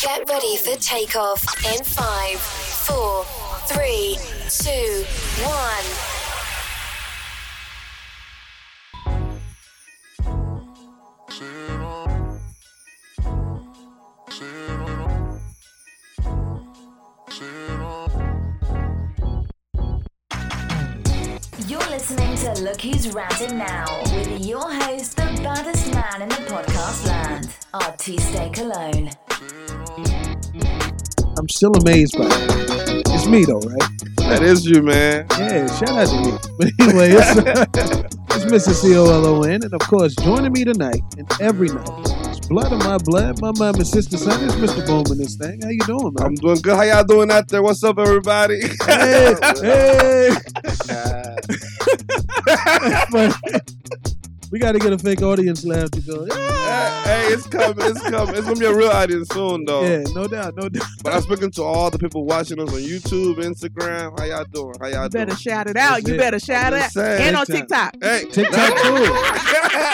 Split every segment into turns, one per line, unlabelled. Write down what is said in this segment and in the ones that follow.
Get ready for takeoff in five, four, three, two, one.
You're listening to Look Who's Ratted Now with your host, the baddest man in the podcast land, Artiste Cologne.
I'm still amazed by it. It's me though, right?
That is you, man.
Yeah, shout out to me. But anyway, it's, it's Mr. C O L O N, and of course, joining me tonight and every night. It's blood of my blood, my mom and sister son. It's Mr. Bowman. This thing. How you doing,
I'm
man?
doing good. How y'all doing out there? What's up, everybody?
hey, hey. But we got to get a fake audience laugh to go. Yeah,
hey, it's coming. It's coming. It's gonna be a real audience soon, though.
yeah, no doubt, no doubt.
But I'm speaking to all the people watching us on YouTube, Instagram. How y'all doing? How y'all
You better
doing?
shout it out.
That's
You
it.
better shout it
Just
out.
saying.
And on
TikTok.
TikTok.
Hey,
TikTok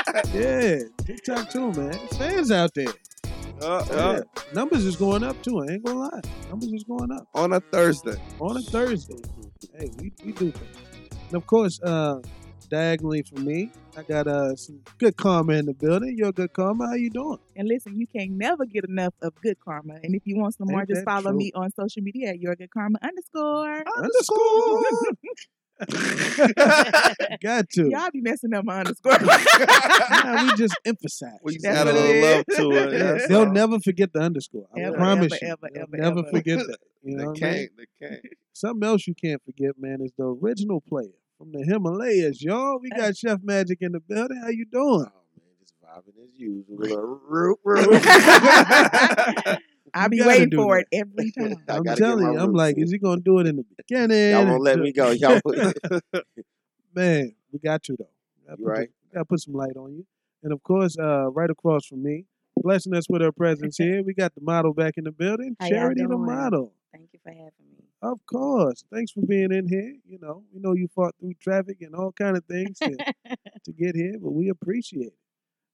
too.
uh,
Yeah, TikTok too, man. Fans out there.
uh,
Yeah. Numbers is going up too. I ain't gonna lie. Numbers is going up.
on a Thursday.
on a Thursday. Hey, we, we do things. And of course, uh, diagonally for me, I got uh, some good karma in the building. You're a good karma. How you doing?
And listen, you can never get enough of good karma. And if you want some more,
Ain't
just
that
follow
true?
me on social media at your good karma underscore.
Underscore. got to.
Y'all be messing up my underscore.
Nah, we just emphasize.
we just
That's
add a
what
little love
it
to
is.
it.
Yeah,
That's
they'll
all.
never forget the underscore. I
Ever,
promise
ever,
you.
ever,
They'll
ever,
never
ever.
forget that. You know
They
what I mean?
can't. They can't.
Something else you can't forget, man, is the original player from the Himalayas, y'all. We got Chef Magic in the building. How you doing?
I be
gotta
waiting
do
for it every time.
I
I'm
gotta get
telling
my
you, I'm
roots
like,
in.
is he gonna do it in the beginning?
Y'all
And
won't let
ju-
me go. Y'all,
man, we got to though. We gotta
You
put
right.
the- gotta put some light on you. And of course, uh, right across from me, blessing us with her presence here. We got the model back in the building,
How y'all
Charity the
doing?
model.
Thank you for having me.
Of course, thanks for being in here. You know, we know you fought through traffic and all kind of things to, to get here, but we appreciate it.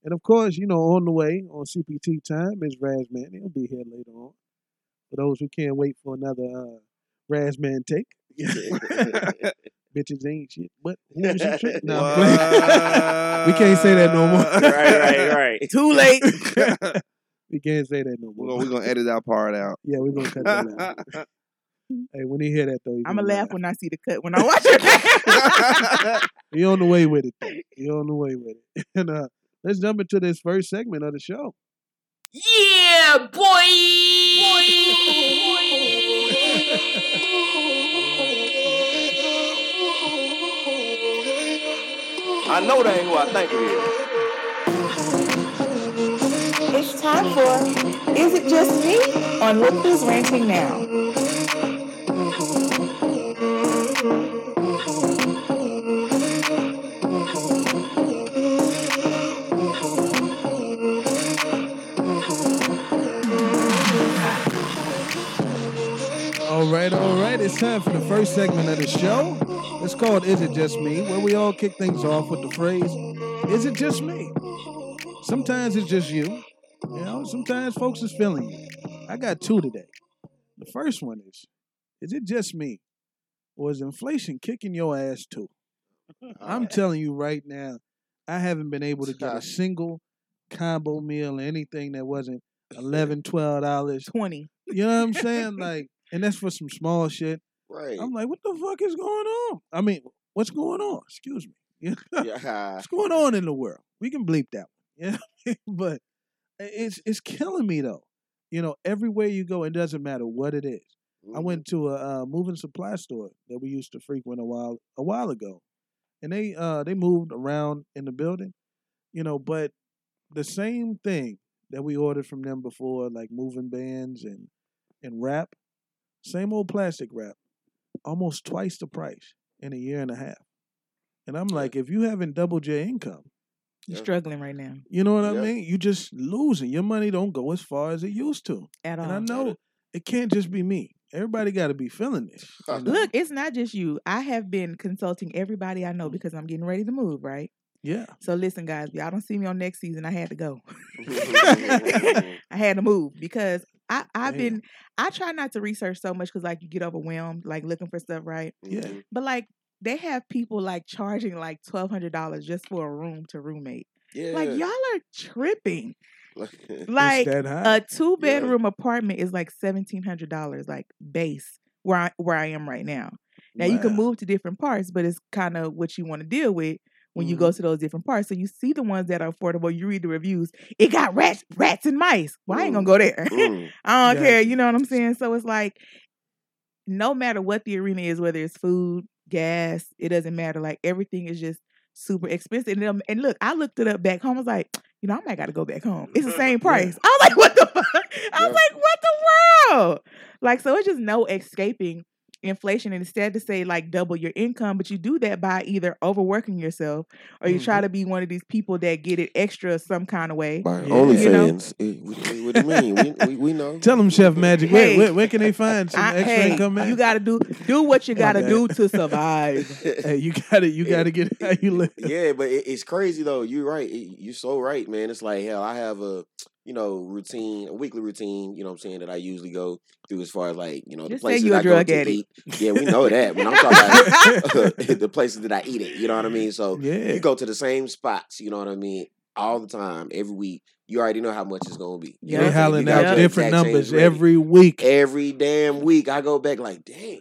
And of course, you know, on the way on CPT time is Razman. He'll be here later on. For those who can't wait for another uh, Razman take, bitches ain't shit. But who was she trick- Nah, I'm playing. We can't say that no more.
What?
right, right, right.
Too late.
We can't say that no
We're
more.
gonna, we're gonna edit that part out.
yeah, we're gonna cut that out. Hey, when he hear that though, he
I'm
gonna
gonna laugh when I see the cut when I watch it.
He on the way with it. Though. He on the way with it. And uh, let's jump into this first segment of the show.
Yeah, boy.
I know that ain't who I think it is.
It's time for Is It Just Me? on Look Who's Ranting Now.
All right, all right. It's time for the first segment of the show. It's called Is It Just Me? Where we all kick things off with the phrase, Is it just me? Sometimes it's just you. You know, sometimes folks is feeling you. I got two today. The first one is, Is it just me? Or is inflation kicking your ass too? I'm telling you right now, I haven't been able to get a single combo meal or anything that wasn't 11 dollars.
Twenty.
You know what I'm saying? Like, and that's for some small shit.
Right.
I'm like, what the fuck is going on? I mean, what's going on? Excuse me. You know?
Yeah.
What's going on in the world? We can bleep that one. Yeah. but i- it's it's killing me though. You know, everywhere you go, it doesn't matter what it is. I went to a uh, moving supply store that we used to frequent a while a while ago, and they uh they moved around in the building, you know. But the same thing that we ordered from them before, like moving bands and and wrap, same old plastic wrap, almost twice the price in a year and a half. And I'm like, if you haven't doubled your income,
You're
Yeah.
struggling right now
you know what I
Yeah.
mean? You just losing. Your money don't go as far as it used to.
at all.
And I know it can't just be me. Everybody got to be feeling this. you know?
Look, it's not just you. I have been consulting everybody I know because I'm getting ready to move, right?
Yeah.
So listen, guys, if y'all don't see me on next season. I had to go.
Mhm.
I had to move because I I've
Damn.
been I try not to research so much because like you get overwhelmed like looking for stuff, right?
Yeah.
But like they have people like charging like twelve hundred dollars just for a room to roommate.
Yeah.
Like y'all are tripping.
Like,
Like uh,
it's that high.
a two bedroom apartment is like seventeen hundred dollars, like base where I where I am right now. Now you can
Wow.
move to different parts, but it's kind of what you want to deal with when you go
Mm-hmm.
to those different parts. So you see the ones that are affordable. You read the reviews. It got rats, rats and mice. Well, I ain't gonna go there.
mm,
I don't care.
Gotcha.
You know what I'm saying? So it's like, no matter what the arena is, whether it's food, gas, it doesn't matter. Like everything is just super expensive. And, um, and look, I looked it up back home. I was like, you know, I might got to go back home. It's the same price. I was like, what the fuck? I was
Yeah.
like, what the world? Like, so it's just no escaping inflation. And instead to say like double your income, but you do that by either overworking yourself or you try to be one of these people that get it extra some kind of way.
Mm-hmm. By
Yeah.
You know?
OnlyFans. Eh, What what do you mean? We, we, we know.
Tell them, Chef Magic.
Hey.
Where, where, where can they find some
I,
extra
hey,
income? At?
you gotta do do what you gotta
bad.
do to survive.
hey, you got it. You got to get it how you live.
yeah, but it, it's crazy though. You're right. It- you're so right, man. It's like hell. I have a you know routine, a weekly routine. You know what I'm saying that I usually go through as far as like you know the
Just say
places
you a
I
drug
go to
addict.
eat. Yeah, we know that. When I'm talking about the places that I eat at, you know what I mean. So
Yeah.
you go to the same spots. You know what I mean. All the time, every week. You already know how much it's gonna be.
Yeah.
You know
They
what I'm saying?
howling
You got
out
your
different
exact change
numbers
ready.
every week. It's
every damn week. I go back like, dang.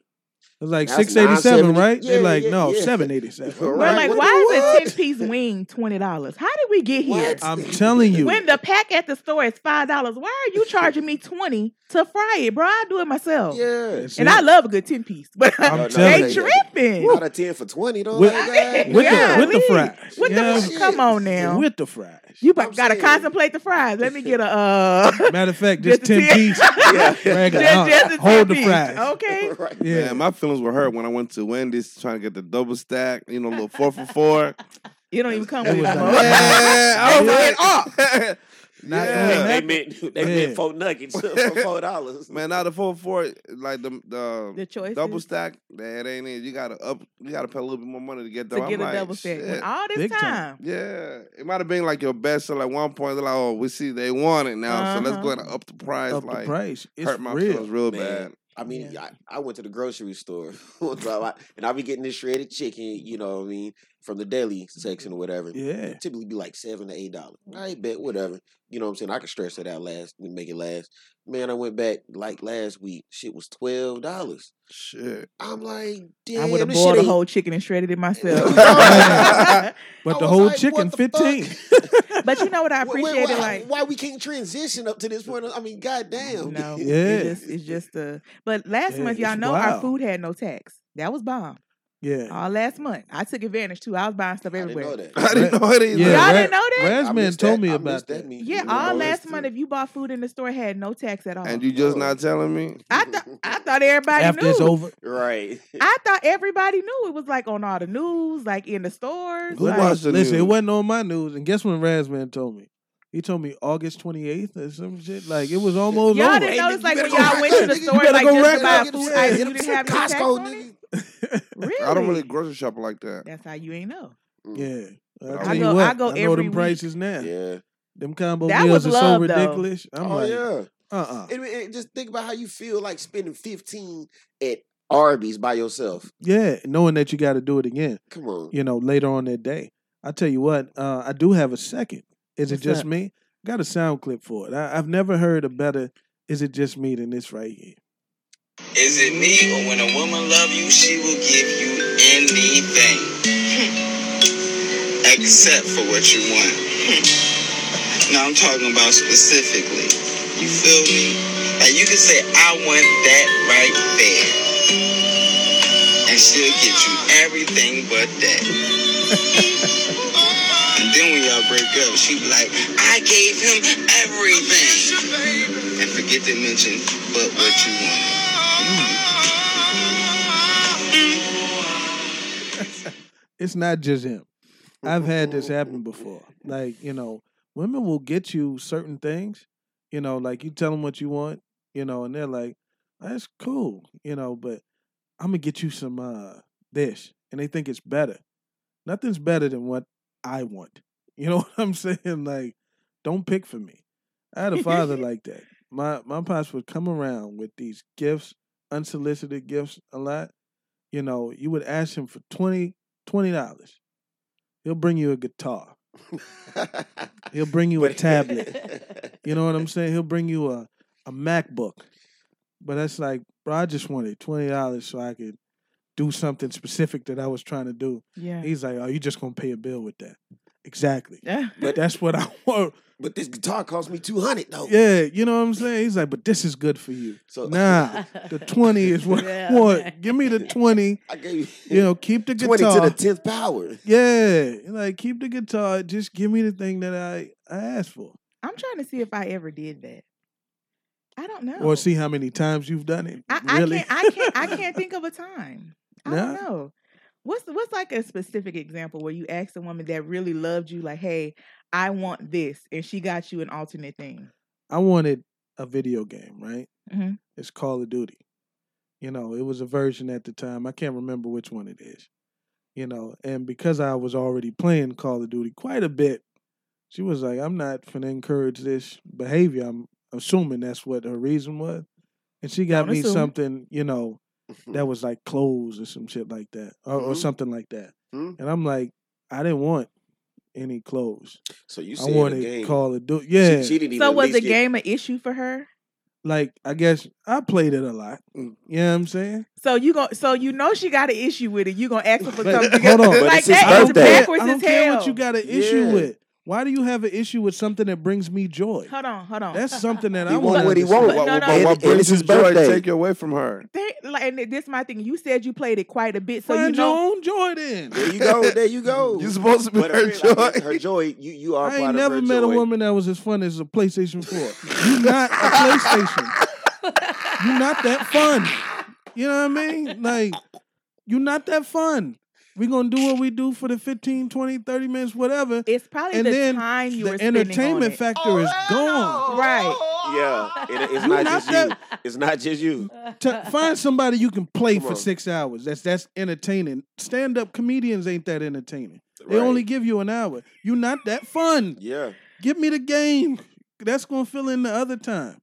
like
That's
687,
970.
right? They're
Yeah,
like,
yeah,
no,
yeah.
787.
We're
Right,
like,
what
why
the
is a
what?
ten piece wing twenty dollars? How did we get here?
What?
I'm telling you.
When the pack at the store is five dollars, why are you charging me twenty to fry it, bro? I do it myself,
Yeah.
That's
and
it.
I love a good ten piece, but
I'm
No, no,
telling
they
you.
tripping.
Out of 10 for 20, though.
With-
like, that.
with
Yeah,
the with the
we-
fries.
What
Yeah,
the? Come on now,
With the fries.
you
I'm
gotta
saying.
contemplate the fries. Let me get a uh,
Matter of fact,
Just
just
the
10
tip.
piece.
Yeah.
regular.
just, just a
Uh, Hold
10
the
piece.
fries.
Okay,
Right.
Yeah.
Man, my feelings were hurt when I went to Wendy's trying to get the double stack, you know, little four for four.
you don't even come
That
with it.
was
no
a-
more.
yeah, I
"Oh,
was like, "Ah!"
Not
Yeah.
They
doing that.
meant they
Yeah.
meant four nuggets.
For $4.
man, now the four for four, like the the,
The choice
double stack, that ain't it. You gotta up, you gotta pay a little bit more money to get
to
there. I'm
get a
like,
double stack. When
"Shit."
All this
Big time.
time.
Yeah, it might have been like your best seller at one point. They're like, oh, we see they want it now, so let's
Uh-huh.
go ahead and up the price.
Up
like,
the price. It's
hurt my feelings
real.
real
Man.
bad.
I mean, I, I went to the grocery store one time, I- and I be getting this shredded chicken, you know what I mean, from the deli section or whatever.
Yeah.
It typically be like seven to eight dollars. I bet whatever. You know what I'm saying? I can stretch that out last, we make it last. Man, I went back like last week. Shit was twelve dollars.
Shit.
I'm like, damn,
I would have
this shit
boiled a
ain't-
whole chicken and shredded it myself.
No.
But
I
the
was
whole
like,
chicken,
what the fuck?
15.
but you know what I
Wh- wh-
appreciate
why,
it like
why we can't transition up to this point? I mean, goddamn.
no,
Yeah.
it just, it's just a. But last
Yeah,
month, y'all
it's
know our
wild.
food had no tax. That was bomb.
Yeah.
All last month, I took advantage too. I was buying stuff
I didn't
everywhere.
know
I
that.
didn't know it either.
Y'all
Yeah,
didn't
right.
know that?
I
Rasman
missed
told
that.
me
I
about
missed
that.
meeting.
Yeah,
You know,
all
I
last
missed
month,
it.
if you bought food in the store, it had no tax at all.
And you just
Oh.
not telling me?
I thought I thought everybody
After
knew.
it's over.
Right.
I thought everybody knew. It was like on all the news, like in the stores.
Who
like-
watched the
Listen, it
news?
wasn't on my news. And guess when Rasman told me? He told me August 28th or some shit. Like, it was almost
Y'all
over.
didn't
Hey,
notice
nigga,
like
you
when
better go
y'all went to the
rack up, nigga. You
store
better
like
go
just
rack
to
up.
buy
Get
food
the
items,
shit.
you didn't have any tax
Costco,
on it?
nigga.
Really?
I don't really grocery shop like that. Mm.
That's how you ain't know.
Yeah.
I
I, tell
go-
you what,
I go
know
every
them
week.
prices now.
Yeah.
Them combo
That
meals
was
are so
love, though.
ridiculous. I'm
oh
like,
yeah.
uh-uh.
And, and just think about how you feel like spending fifteen at Arby's by yourself.
Yeah, knowing that you got to do it again,
Come on.
you know, later on that day. I tell you what, uh, I do have a second. Is
What's
it just
up?
me? Got a sound clip for it. I, I've never heard a better "Is it just me" than this right here.
Is it me or when a woman love you, she will give you anything except for what you want. now I'm talking about specifically. You feel me? Like you can say, I want that right there. And she'll get you everything but that. and then when y'all break up, she be like, I gave him everything. And forget to mention, but what you want.
It's not just him. I've had this happen before. Like, you know, women will get you certain things, you know, like you tell them what you want, you know, and they're like, that's cool, you know, but I'm going to get you some uh this. And they think it's better. Nothing's better than what I want. You know what I'm saying? Like, don't pick for me. I had a father like that. my my pops would come around with these gifts, unsolicited gifts a lot. You know, you would ask him for 20 dollars. He'll bring you a guitar. He'll bring you a
But-
tablet. You know what I'm saying? He'll bring you a, a MacBook. But that's like, bro, I just wanted twenty dollars so I could do something specific that I was trying to do.
Yeah.
He's like, Oh, you just gonna pay a bill with that. Exactly.
Yeah.
But-
That's what I want.
But this guitar cost me two hundred though.
Yeah, you know what I'm saying? He's like, but this is good for you.
So
Nah, the twenty is what
Yeah.
I want. Give me the twenty.
I gave you,
You know, keep the guitar.
twenty to the tenth power.
yeah, like keep the guitar. Just give me the thing that I I asked for,
I'm trying to see if I ever did that. I don't know.
or see how many times you've done it.
I,
really,
I can't. I can't. I can't think of a time. I don't
Nah.
know. What's what's like a specific example where you asked a woman that really loved you, like, "Hey, I want this," and she got you an alternate thing.
I wanted a video game, right?
Mhm.
Mm-hmm.
It's Call of Duty. You know, it was a version at the time. I can't remember which one it is. You know, and because I was already playing Call of Duty quite a bit, she was like, "I'm not gonna encourage this behavior." I'm assuming that's what her reason was, and she got
Don't
me
assume.
something. You know,
Mm-hmm.
that was like clothes or some shit like that, or, or
Mhm.
something like that.
Mhm.
And I'm like, I didn't want any clothes.
So you
I
said the
wanted
game.
Call of Duty.
She-
Yeah,
She, didn't even
So
at
was
least
the
get-
game an issue for her?
like I guess I played it a lot. You know what I'm saying?
So you go. So you know she got an issue with it. You gonna ask her for
But-
something?
hold on. But
like
it's his
that is
birthday.
backwards
I don't
as
care
hell.
what you got an issue
Yeah.
with. Why do you have an issue with something that brings me joy?
Hold on. Hold on.
That's something that
He
I
want
want.
what he
But
want.
no, no,
But
And-
what
and it's
brings
his
you joy,
birthday.
take you away from her.
They- like, and this my thing. You said you played it quite a bit, so
Find
you know.
your own joy then.
There you go. There you go.
You supposed to be
But
her
her, joy.
joy.
her joy, you you are
I
part
ain't
of her
never met
joy.
a woman that was as fun as a PlayStation 4. you not a PlayStation. you not that fun. You know what I mean? Like, you not that fun. we going to do what we do for the 15, 20, 30 minutes, whatever.
It's probably
And
the
then
time you were
the
spending on
entertainment
it.
factor is gone.
Right.
Yeah, it- it's
You
not,
not
just
that-
you. It's not just you.
T- find somebody you can play
Come
for
on.
six hours. That's that's entertaining. Stand up comedians ain't that entertaining. They
Right.
only give you an hour. You not that fun.
Yeah.
Give me the game. That's gonna fill in the other time.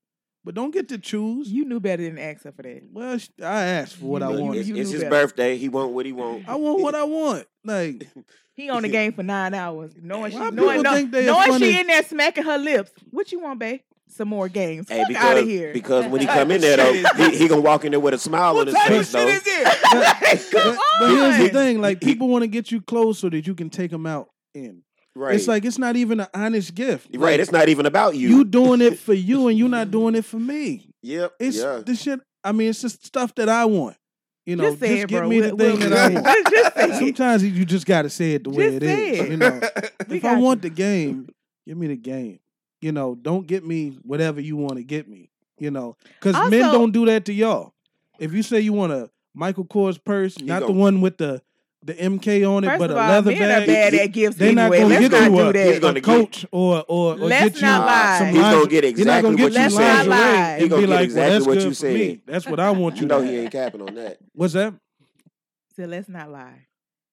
But don't get to choose.
You knew better than ask her for that.
Well, sh- I asked for what I
You-
Look,
you-
wanted.
it's
you
it's
knew
his
better.
birthday. He want what he want.
Oh,
I want what I want. Like
He on the game for nine hours, knowing she,
Why
knowing,
people
no,
think they
knowing
funny?
she in there smacking her lips. What you want, babe? Some more games.
Hey,
Fuck
because,
out of here.
because when he come in there though, he, he gonna walk in there with a smile on his face though.
but, but here's
on.
the thing, like people want to get you close so that you can take them out in.
Right.
It's like it's not even an honest gift.
right.
Like,
it's not even about you.
you doing it for you and you not doing it for me.
Yep.
It's
yeah.
the shit. I mean, it's just stuff that I want. You know,
just
just,
say it,
give
bro.
me the
We'll-
thing
we'll-
that I want.
just say it.
Sometimes you just gotta say it the way
Just
it is.
say it.
You know,
We
if
got
I
you.
want the game, give me the game. You know, don't get me whatever you want to get me. You know, because men
Also-
don't do that to y'all. If you say you want a Michael Kors purse, not the
gonna-
one with the the MK on it,
First
but
of
a
all,
leather
men are
bag,
bad at gifts
they're not
anyway.
gonna
Let's
get you
not
a-
do
He's
that.
gonna
a coach or or, or
Let's
get you
not lie.
some
He's
He's
lingerie.
gonna get
He's not
exactly
gonna
what
get
you
you
Let's not
said.
lie.
lingerie
He
and
gonna
be
get
like,
exactly
"Well, that's
what
good
you
for me.
said."
That's what I want you."
You know
to
he
have."
ain't capping on that.
What's that?
So let's not lie.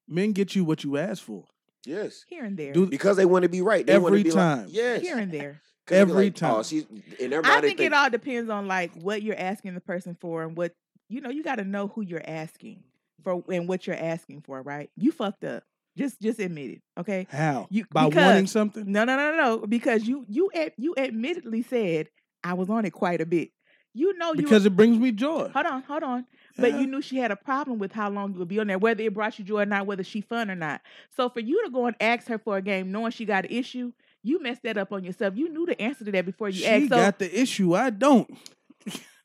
Men get you what you ask for.
Yes.
Here and there.
Do
Because they want to be right. They want
Every
to be
time.
Like, yes.
Here and there.
'Cause they be
Every
like,
time.
Oh, she's in their
I
mind. they
think it all depends on like what you're asking the person for and what you know. You got to know who you're asking for and what you're asking for, right? You fucked up. Just just admit it, okay?
how?
You-
By
because-
wanting something?
No, no, no, no, no, because you you ad, you admittedly said I was on it quite a bit. You know you
Because it brings me joy.
were, hold on, hold on. But
Yeah.
you knew she had a problem with how long you would be on there, whether it brought you joy or not, whether she fun or not. So for you to go and ask her for a game, knowing she got an issue, you messed that up on yourself. You knew the answer to that before you
she
asked. So
got the issue. I don't.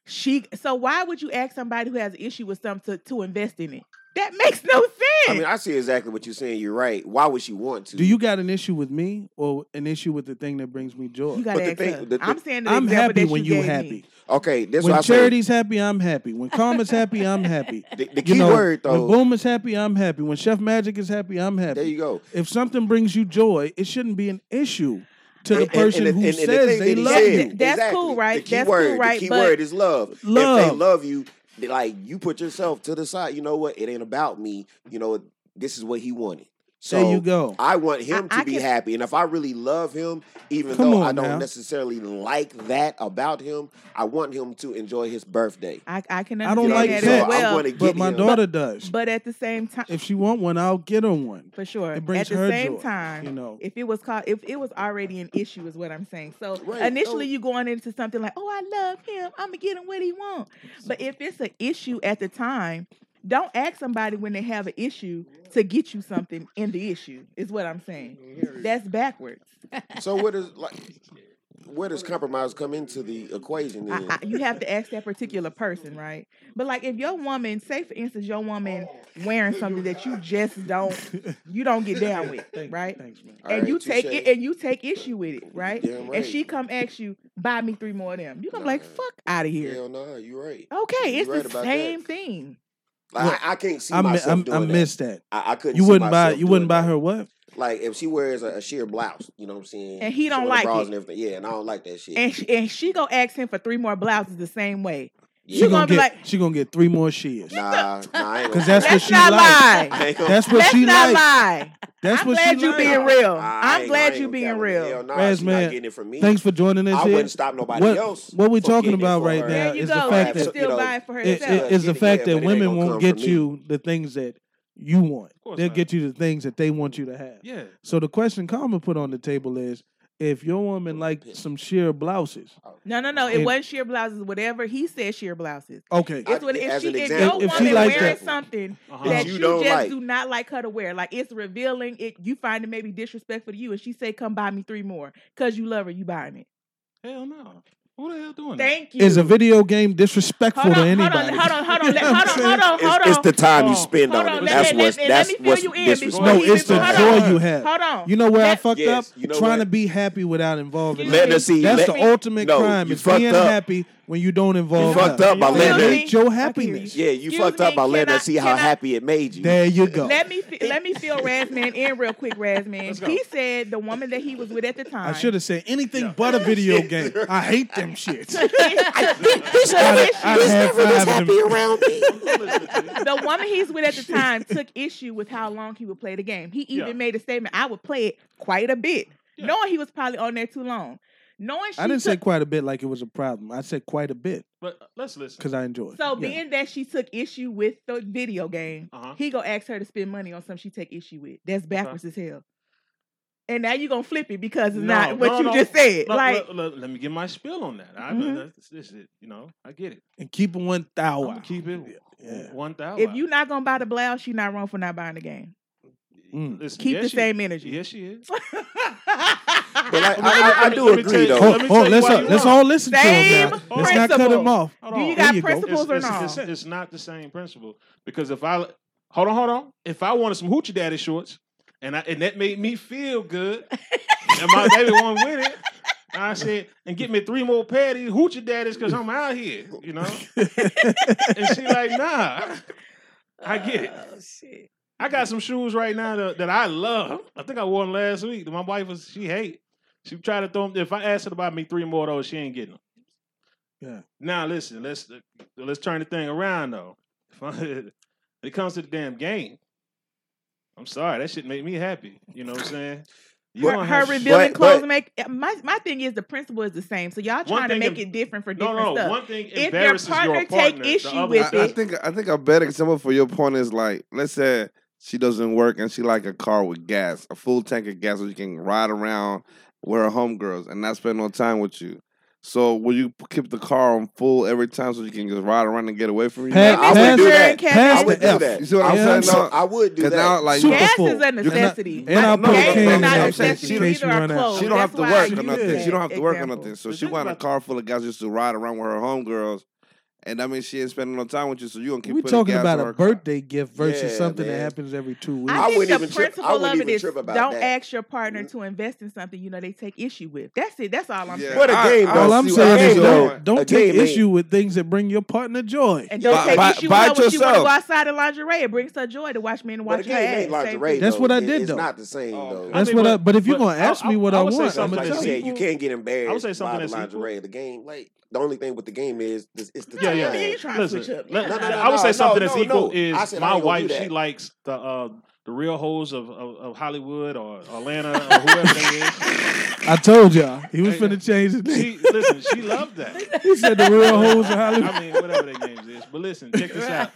she so why would you ask somebody who has an issue with something to, to invest in it? That makes no sense.
I mean, I see exactly what you're saying. You're right. Why would she want to?
Do you got an issue with me or an issue with the thing that brings me joy?
you gotta
the
ask
thing-
her.
the thi-
I'm saying the
I'm
example
happy
that
when
you
you
gave
happy.
me.
Okay, that's
when
why I
charity's happy, I'm happy. When Karma's happy, I'm happy.
say the, the
You
key
know,
word though.
when Boom is happy, I'm happy. When Chef Magic is happy, I'm happy.
there you go.
If something brings you joy, it shouldn't be an issue to the
And- and-
person
and
who
and the
says
thing
they
that he
love
said,
you.
Th- that's
exactly.
cool, right?
The key
That's cool,
word,
right,
The key
but-
word is love. If
Love.
they love you, they- like you put yourself to the side. You know what? It ain't about me. You know, this is what he wanted. So
there you go.
I want him
I-
to
I
be
can-
happy. And if I really love him, even
Come
though I
on
don't
now.
necessarily like that about him, I want him to enjoy his birthday.
I, I can
I
understand
don't like
that,
that.
as well.
I'm going to get
But my
him.
daughter does.
But at the same time,
If she want one, I'll get her one.
for sure.
It brings
at the
her
same
joy,
time,
you know.
if it was called, if it was already an issue, is what I'm saying. So
Right, Oh.
initially,
no.
you going into something like, "Oh, I love him. I'm gonna get him what he wants." But if it's an issue at the time, don't ask somebody when they have an issue to get you something in the issue. Is what I'm saying.
Mm-hmm.
That's backwards.
So where does like where does compromise come into the equation? Then?
I, I, you have to ask that particular person, right? But like, if your woman, say for instance, your woman wearing something that you just don't, you don't get down with, right?
Thanks, man.
All
and
right,
you take
touche.
it and you take issue with it, right?
Damn right.
And she come ask you, buy me three more of them. You gonna be like,
Nah.
fuck out of here.
Hell no, you're right.
Okay,
You
it's
right
the
about that.
same thing.
Like, I, I can't see
I, mi-
myself
I'm-
doing
I
that.
missed that.
I, I couldn't.
You
see
wouldn't buy.
myself
You wouldn't
doing
buy
that.
her what?
Like if she wears a, a sheer blouse, you know what I'm saying?
And he
She
don't
wear
like
the bras
it.
and everything. Yeah, and I don't like that shit.
And she, and she go ask him for three more blouses the same way.
She
you
gonna,
gonna be
get.
like-
she gonna get three more shears.
nah, nah, I ain't
Cause
gonna-
that's what
Let's
she
not
like.
lie.
I ain't gonna-
That's what
Let's
she
not
like.
lie.
That's
I'm
what
glad
she
you
like.
being real. I'm
I ain't- I
glad
ain't
you
gonna
being
tell her.
real.
Hell nah,
Raz,
she
man,
not getting it from me.
Thanks for joining us.
I
here.
wouldn't stop nobody
what,
else
What we
from
talking
getting it
about
for
right
her.
now
There you
is
go.
the
She
fact
can
that
still
you know,
buy it for
i- i- is
herself.
Yeah,
the
yeah,
fact
but it
that
ain't
women
gonna
won't
come
get
from me.
you the things that you want.
course
They'll
not.
get you the things that they want you to have.
Yeah.
So the question Karma put on the table is: If your woman liked some sheer blouses,
Oh.
no, no, no. It
And-
wasn't sheer blouses. Whatever he said, sheer blouses.
okay,
I-
It's what if
as
she
an
if your
example,
woman
If she like
wearing
that-
something
Uh-huh.
that
you
you,
don't
just
like.
do not like her to wear. Like it's revealing. It you find it maybe disrespectful to you, and she say, "Come buy me three more," cause you love her. You buying it.
Hell no. Who the hell doing that?
Thank you.
is a video game disrespectful
Hold
to
on, hold
anybody?
on, hold on, hold on,
You
let-
know what
hold
I'm
on, hold on, hold
It's,
on.
it's the time you
Hold on.
spend
Hold
on,
on,
it.
let
That's
me-
what's
let me-
that's
let me fill
what's
you in before
disrespectful.
saying? No, it's the
Hold
joy
on.
you have.
Hold on.
You know where I
Let-
fucked
Yes,
up?
you know
Trying
what?
to be happy without involving
Let
others.
her see-
That's
let-
the ultimate
no,
crime.
you
Is
fucked
being
up.
happy when you don't
You
involve
fucked
others.
up by
Excuse
letting her.
me.
Hate your
I can hear
happiness.
Yeah, you
Excuse
fucked up
me,
by
can
letting
I-
her see how
can I-
happy it made you.
There you go.
Let me fi- let me feel Razman in real quick, Razman.
Let's go.
He said the woman that he was with at the time.
I should have said anything but a video game. I hate them shits.
This
I'd, I'd have
never was
five of
happy
them.
around me.
the woman he's with at the time took issue with how long he would play the game. He even
Yeah.
made a statement, I would play it quite a bit,
Yeah.
knowing he was probably on there too long. Knowing she
I didn't say
took,
quite a bit like it was a problem. I said quite a bit
But uh, let's listen.
because I enjoy it.
so
Yeah.
being that she took issue with the video game,
Uh-huh.
he go ask her to spend money on something she take issue with. That's backwards as hell. And now you gonna flip it because it's not what
no,
you
no.
just said.
Look,
like
look, look, let me get my spill on that. I
Mhm.
that's, this is, you know, I get it.
and keep it one
I'ma
thousand.
keep it
Yeah.
one
Oh,
thousand.
if you not gonna buy the blouse, you not wrong for not buying the game.
Mm.
Listen,
Keep
yes,
the
she-
same energy.
Yes, she is.
But like,
Let me-
I, I, I
let me-
do
let me tell
agree
you-
though.
let me
Oh,
tell you
let's
why
uh,
you
let's
wrong.
all listen to him
Same
now. Let's not cut him
principle.
off.
Hold
Do
on.
you
There
got
you go. It's-
principles or
it's,
not?
it's, it's, it's not the same principle because if I hold on, hold on, if I wanted some hoochie daddy shorts and I, and that made me feel good, and my baby won with it, and I said, and get me three more patties hoochie daddies because I'm out here, you know. and she like, nah, I get it.
Oh, shit.
I got some shoes right now that, that I love. I think I wore them last week. My wife was she hate. She tried to throw them. If I asked her to buy me three more of those, she ain't getting them.
Yeah.
Now listen, let's let's turn the thing around though. If I, when it comes to the damn game, I'm sorry that shit make me happy. You know what I'm saying? You
her,
don't
her
have-
revealing
but-
clothes
but-
make my my thing is the principle is the same. So y'all
One
trying to
thing
make
em-
it different for
no,
different
no, no.
stuff.
One thing
your
embarrasses
partner
your
take
partner. the
issue
other
with
doesn't.
I, I
it.
think I think a better example for your point is like, let's say she doesn't work and she like a car with gas, a full tank of gas, so she can ride around with her homegirls and not spend no time with you. So will you p- keep the car on full every time so you can just ride around and get away from you?
Pat-
I would
Pat-
do that.
Pat-
I
Pass
would
the
do
F.
that.
You see what
I'm
I
saying?
would- so I would do
Because now,
that.
like,
Super
Gas
full.
is a
You cannot-
necessity.
And I'll
No,
put
no,
Games
no,
are
no,
Kane
not
no, I'm
out
saying
in
necessity.
she-
case
Neither
you
are
run out.
clothes.
She don't have
That's
to
why I
work or
use
nothing. She
that
don't have to work or
example.
nothing. So
But
she
think
want a
about-
car full of gas just to ride around with her homegirls. And I mean, she ain't spending no time with you, so you gonna keep
We're
putting
talking
gas
about
in
a
her car.
birthday gift versus
Yeah,
something that
man.
happens every two weeks.
I,
I
think
wouldn't
the
even trip- I
principle of
wouldn't
it
even
is
trip about
don't
that.
ask your partner
Mm-hmm.
to invest in something you know they take issue with. That's it. That's all I'm
Yeah,
saying.
What a
I-
game,
I
though.
All
see
I'm
what-
saying
I
is
see
game,
your
though.
don't,
point.
don't
A
take
game ain't-
issue with things that bring your partner joy.
And don't
Buy-
take
buy-
issue with
buy
her
it
when she want to
yourself.
go outside in lingerie. It brings her joy to watch men
But
watch
the
her
game
ass. Same
ain't lingerie.
thing.
That's
though.
what I
It-
did,
it's
though.
not the same
Oh.
though.
That's
mean,
what
but-
I. But if you're
but
gonna ask
I-
me what
I
I
would say
want, I'm
something
gonna
like
that's
you
tell
said,
you.
you
equal-
can't get
I would say
embarrassed
something
by the
that's equal.
lingerie. The game, like the only thing with the game is this, it's the
Yeah,
time.
yeah.
you trying to switch
Listen,
up.
let-
No, no, no,
I would say
no,
something
no,
that's
no,
equal
no. I
is
said I
my
ain't gonna do
wife. She
that.
likes the uh, the real hoes of, of, of Hollywood or Atlanta or whoever they is.
I told y'all he was
Hey,
finna change his name.
She listen. She loved that.
He said the real hoes of Hollywood.
I mean, whatever their names is. But listen, check this out.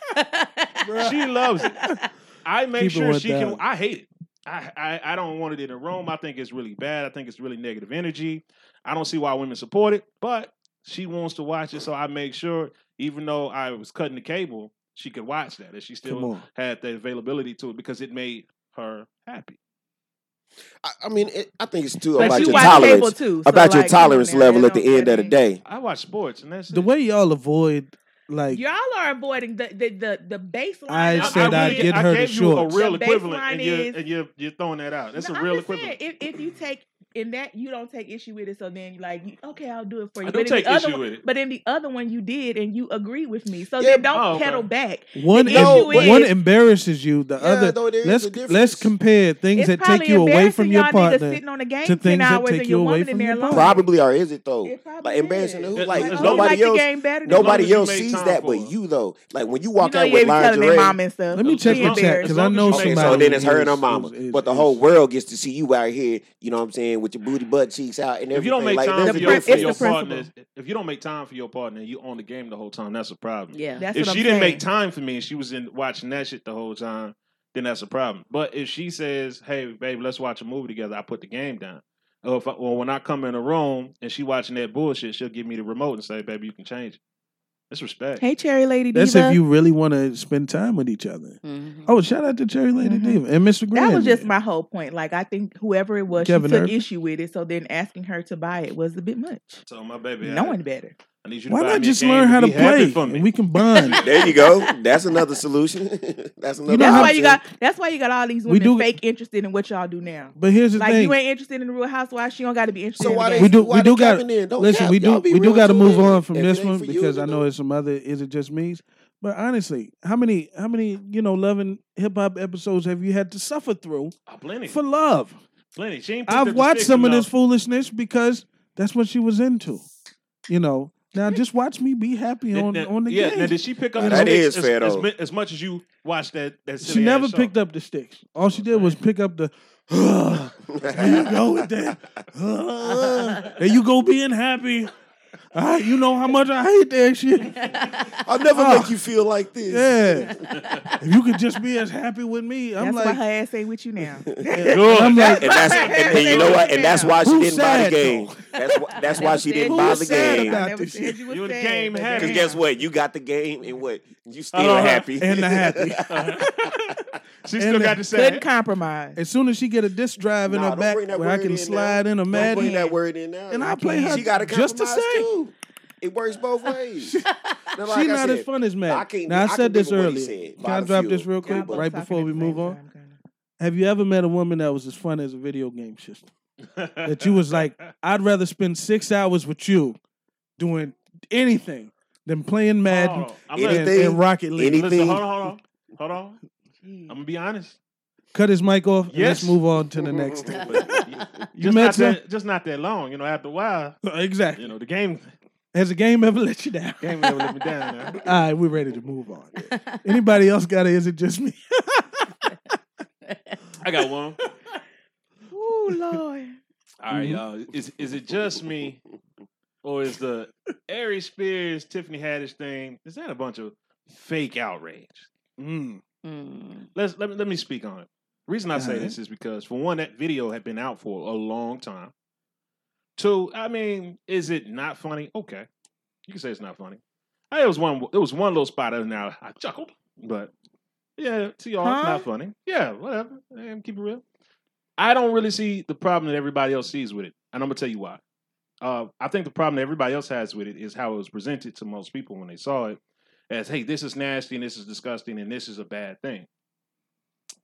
She loves it. I make
Keep it
sure
one
she can.
thousand.
I hate it. I, I I don't want it in a room. I think it's really bad. I think it's really negative energy. I don't see why women support it, but she wants to watch it, so I make sure. Even though I was cutting the cable, she could watch that, and she still
Come on.
had the availability to it because it made her happy.
I, I mean, it, I think it's too
But
about
you
your
watch cable
tolerance.
too. so,
About your
like, come on
tolerance
now,
level
that
at
don't-
the end
that
of the
ain't-
day.
I watch sports, and that's
The
it.
way y'all avoid like
Y'all are avoiding the the the, the baseline.
I
of-
said I'd
really-
get
I
her the
gave you a
shorts.
real
The
equivalent,
baseline
and you're,
is-
and you're you're throwing that out. That's
No,
a
I'm
real
just
equivalent.
saying, if, if you take in that you don't take issue with it, so then you like, you, okay, I'll do it for you.
I don't
in the
take
other
issue
one,
with it.
But in the other one, you did, and you agree with me. So
Yeah,
then don't
oh, okay.
pedal back.
one
The
em-
issue is-
one embarrasses you, the
Yeah,
other
though there is
let's
a
let's
difference.
compare things
It's
that
probably
take you away
embarrassing
from your
y'all niggas
partner.
sitting on the game
to
ten
things that
hours
take
and
you
your
away
woman in
from
there
your
alone.
partner.
Probably or is it though?
It probably
Like embarrassing to
is.
who?
As-
Like
Like,
as
oh, you
long-
nobody
like the
else.
game better than
long
Nobody
me.
as you
else
make
sees
time
that
for
but
it.
you though. Like when
You
you walk
know,
out
yeah,
with
be telling their
lingerie.
mom and stuff.
Let me
As
check
She
the
long-
chat
embarrassed.
because
as
I
long as
know
you make
Okay,
somebody.
so then
time.
it's her and her
is-
mama.
is- is-
But the
is-
whole world gets to see you out here, you know what I'm saying, with your booty butt cheeks out and everything.
If you don't make
like
time
there's
for
a
prin-
your,
it's
for
the
your
difference.
partner,
principle.
if you don't make time for your partner, and you on the game the whole time. That's a problem.
Yeah.
That's
if
what
she
I'm
didn't make
saying.
time for me and she was in watching that shit the whole time, then that's a problem. But if she says, "Hey, babe, let's watch a movie together," I put the game down. Or if I, well, when I come in a room and she watching that bullshit, she'll give me the remote and say, "Baby, you can change it." That's respect.
Hey, Cherry Lady
That's
Diva.
if you really want to spend time with each other.
Mm-hmm.
Mhm.
Oh, shout out to Cherry Lady
Mhm.
Diva and Mr. Grand.
Mm-hmm. that was just
man.
my whole point. Like, I think whoever it was,
Kevin
she took
Irvin.
issue with it. So then asking her to buy it was a bit much.
So my baby, I,
Knowing better.
I need you to
Why
buy
not
me a
just
game
learn
and
how to
be happy
play
for me.
and we can bond?
There you go. That's another solution. that's
know
another
That's
how-
why you
option.
got. That's why you got all these
We
women
do-
fake interested in what y'all do now.
but here's the
Like
thing.
you ain't interested in the Real Housewives. She don't got to be interested
So
in the
why
game.
they
We do-
why
we
they
do gotta-
capping then? Don't
Listen,
cap.
we
Y'all
do
be
we do
real
got to
too,
move
ain't
on
it?
from
If
this
it ain't
one
for you,
because I
then
know
don't.
there's some other. Is it just me's? But honestly, how many how many you know loving hip hop episodes have you had to suffer through
Oh, plenty,
for love?
plenty. She ain't picked up
I've
the
watched
sticks
some of
enough.
this foolishness because that's what she was into. You know, now just watch me be happy
Did-
on
now-
on the
yeah,
game.
now did she pick up
You
the
know?
That
sticks
is
as,
fair,
as,
though.
mi- as much as you watched that? that
She never picked up the sticks. All she did was pick up the. there you go with that. Uh, there you go being happy. Ah, you know how much I hate that shit.
I'll never
Ah.
make you feel like this.
Yeah. if you could just be as happy with me, I'm
That's why
like,
her ass ain't with you now.
and I'm like,
And that's and, and you know what? And that's why she
Who
didn't buy
said,
the game. That's why, that's why she didn't buy
Who
the
said
game.
about
I never
this
said you was
You in the
sad,
game
but
happy.
Because
damn.
guess what? You got the game, and what? You still
Uh-huh.
happy.
and the happy.
she
And
still
the-
got to say
Couldn't compromise.
As soon as she get a disc drive in
Nah,
her
don't
back
bring that
where I
word
can
in now.
slide in a
Don't bring
Madden,
that word in now.
and
I
I'll play
can't.
her
She got to
just to
compromise
say.
too. It works both ways. Now, like
She's
I
not as
said,
fun as
I
Matt.
can't.
Now I
I can
said
give
this
him what he
earlier.
said,
Can I
by the
drop this
fuel,
Y'all
real quick
but-
both
right
talking
before
at
we
the
move
same
on?
time, kinda.
Have you ever met a woman that was as fun as a video game system? That you was like, I'd rather spend six hours with you doing anything than playing Madden
Oh, I'm
and,
gonna,
Anything-
and Rocket League.
anything-
listen, hold on, hold on, hold on. I'm gonna be honest.
Cut his mic off and let's
Yes.
move on to the next thing.
But y-
You
just
met
not
some?
that, just not that long. You know, after a while,
Exactly.
you know, the game
Has a game ever let you down?
game never let me down. Man.
All right, we're ready to move on. Anybody else got it? Is it just me?
I got one.
Oh Lord.
All right, y'all. Is is it just me, or is the Ari Spears Tiffany Haddish thing? Is that a bunch of fake outrage?
Mm.
Mm.
Let's let me let me speak on it. Reason I say
Alright.
this is because for one, that video had been out for a long time. Two, I mean, is it not funny? Okay, you can say it's not funny. I, it was one. It was one little spot, and now I chuckled. But yeah, to y'all, it's
Huh?
not funny. Yeah, whatever. Eh, keep it real. I don't really see the problem that everybody else sees with it, and I'm gonna tell you why. Uh, I think the problem that everybody else has with it is how it was presented to most people when they saw it as, "Hey, this is nasty, and this is disgusting, and this is a bad thing."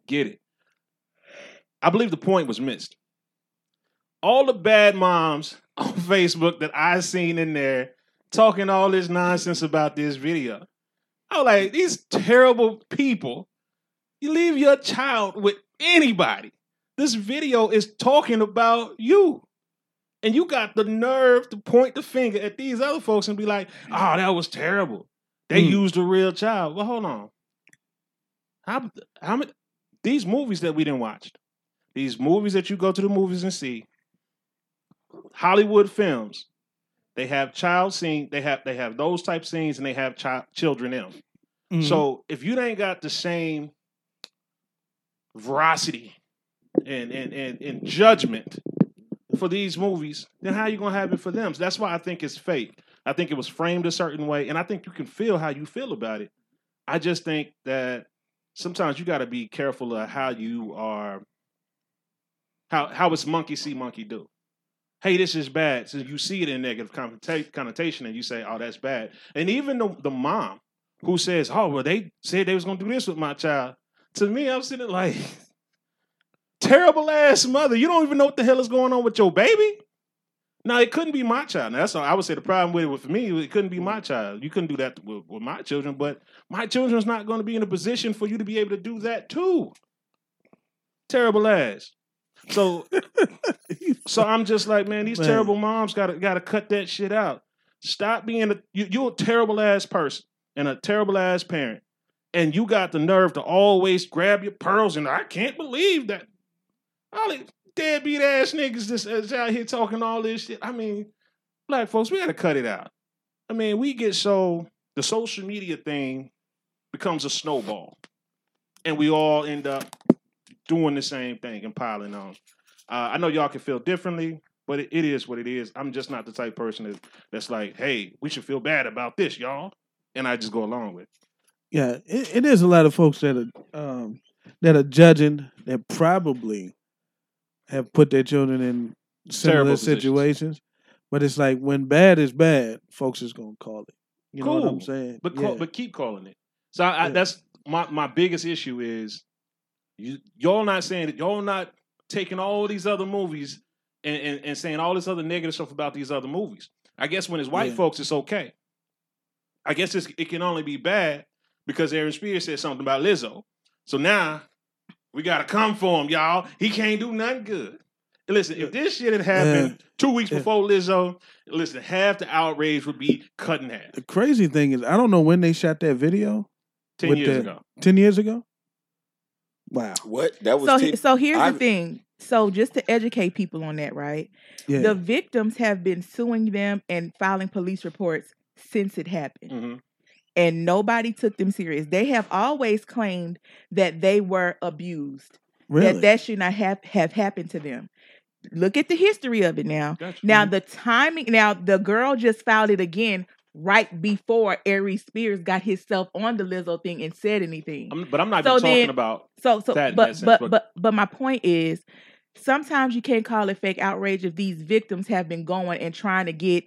Get it? I believe the point was missed. All the bad moms on Facebook that I seen in there talking all this nonsense about this video. I was like, these terrible people. You leave your child with anybody. This video is talking about you. And you got the nerve to point the finger at these other folks and be like, oh, that was terrible. They
Mm.
used a real child. Well, hold on. How, how many, these movies that we didn't watch, these movies that you go to the movies and see, Hollywood films, they have child scene, they have they have those type scenes and they have child children in them.
Mm-hmm.
So if you ain't got the same veracity and and, and and judgment for these movies, then how you gonna have it for them? So that's why I think it's fake. I think it was framed a certain way, and I think you can feel how you feel about it. I just think that sometimes you gotta be careful of how you are how how it's monkey see, monkey do. Hey, this is bad. So you see it in negative connota- connotation and you say, oh, that's bad. And even the, the mom, who says, "Oh, well, they said they was gonna do this with my child." To me, I'm sitting there like, terrible ass mother. You don't even know what the hell is going on with your baby. Now it couldn't be my child. Now, that's all I would say. The problem with it, with- for me, it couldn't be my child. You couldn't do that with, with my children. But my children's not going to be in a position for you to be able to do that too. Terrible ass. So, so I'm just like, man, these
Man.
terrible moms got to got to cut that shit out. Stop being a you, you're a terrible ass person and a terrible ass parent, and you got the nerve to always grab your pearls and I can't believe that all these deadbeat ass niggas just is out here talking all this shit. I mean, black folks, we gotta cut it out. I mean, we get so the social media thing becomes a snowball, and we all end up doing the same thing and piling on. Uh, I know y'all can feel differently, but it, it is what it is. I'm just not the type of person that's, that's like, hey, we should feel bad about this, y'all, and I just go along with. it.
Yeah, it, it is a lot of folks that are um, that are judging that probably have put their children in
Terrible
similar
positions.
situations. But it's like when bad is bad, folks is gonna call it. You know what I'm
Cool.
saying?
but
yeah.
call, but keep calling it. So I, I,
Yeah.
that's my my biggest issue is you y'all not saying that y'all not taking all these other movies and, and, and saying all this other negative stuff about these other movies. I guess when it's white
Yeah.
folks, it's okay. I guess it's, it can only be bad because Aaron Spears said something about Lizzo. So now we gotta come for him, y'all. He can't do nothing good. And Listen, if this shit had happened two weeks
Yeah.
before Lizzo, listen, half the outrage would be cut in half.
the crazy thing is, I don't know when they shot that video.
Ten
With
years
the-
ago.
Ten years ago. Wow.
What? That was
So,
ten-
he- so here's
I-
the thing. So just to educate people on that, right?
Yeah.
The victims have been suing them and filing police reports since it happened.
hmm
and nobody took them serious. They have always claimed that they were abused,
really.
that that should not have, have happened to them. Look at the history of it now. Now
Mm-hmm.
the timing. Now the girl just filed it again right before Aries Spears got himself on the Lizzo thing and said anything.
I'm, but I'm not
So
even talking
then-
about
So so
That- in that
but
sense,
but
but-
but but my point is sometimes you can't call it fake outrage if these victims have been going and trying to get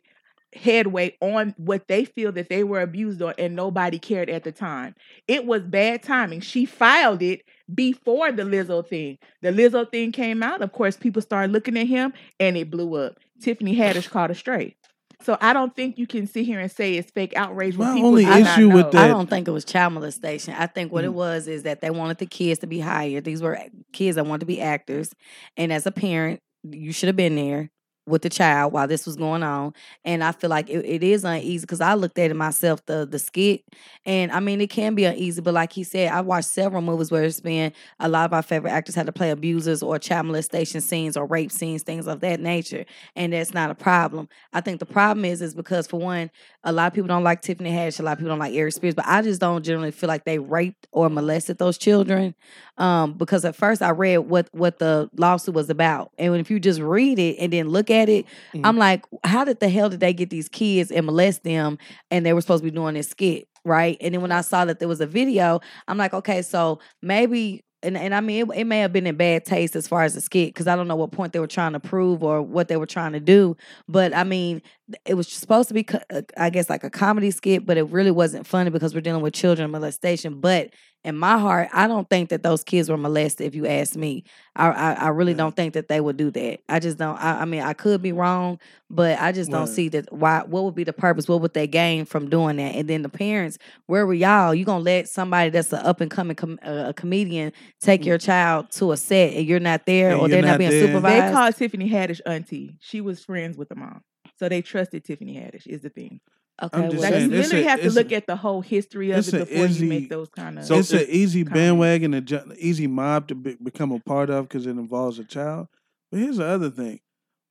headway on what they feel that they were abused on and nobody cared at the time. It was bad timing. She filed it before the Lizzo thing. The Lizzo thing came out, of course, people started looking at him and it blew up. Tiffany Haddish caught a stray. So I don't think you can sit here and say it's fake outrage when
My
people
only
do not
issue with
know.
that-
I don't think it was child molestation. I think what it
Mhm.
was is that they wanted the kids to be hired. These were kids that wanted to be actors. And as a parent, you should have been there with the child while this was going on. And I feel like it, it is uneasy because I looked at it myself, the the skit. And I mean, it can be uneasy, but like he said, I watched several movies where it's been a lot of our favorite actors had to play abusers or child molestation scenes or rape scenes, things of that nature. And that's not a problem. I think the problem is is because for one, a lot of people don't like Tiffany Haddish. A lot of people don't like Eric Spears, but I just don't generally feel like they raped or molested those children. Um, because at first I read what what the lawsuit was about, and if you just read it and then look at it, I'm like, how did the hell did they get these kids and molest them? And they were supposed to be doing this skit, right? And then when I saw that there was a video, I'm like, okay, so maybe. And, and I mean, it, it may have been in bad taste as far as the skit, because I don't know what point they were trying to prove or what they were trying to do. But I mean, th- it was supposed to be co- uh, i guess like a comedy skit but it really wasn't funny because we're dealing with children molestation but in my heart, I don't think that those kids were molested. If you ask me, I I, I
Mm.
really don't think that they would do that. I just don't. I, I mean, I could be wrong, but I just don't
Word.
see that. Why? What would be the purpose? What would they gain from doing that? And then the parents, where were y'all? You gonna let somebody that's an up and coming com- uh, a comedian take your child to a set and you're not there,
Mm.
or
And you're
they're not
not
being
there. They
supervised?
They called Tiffany Haddish auntie. She was friends with the mom. So they trusted Tiffany Haddish is the thing.
okay,
just
well,
Like
saying,
you
it's
literally
a-
have to
it's a-
look at the whole history of
it's
it
a
before
easy-
you make those kind of.
So
it's an
it's-
easy
Comment.
bandwagon, and ju- easy mob to be, become a part of because it involves a child. But here's the other thing: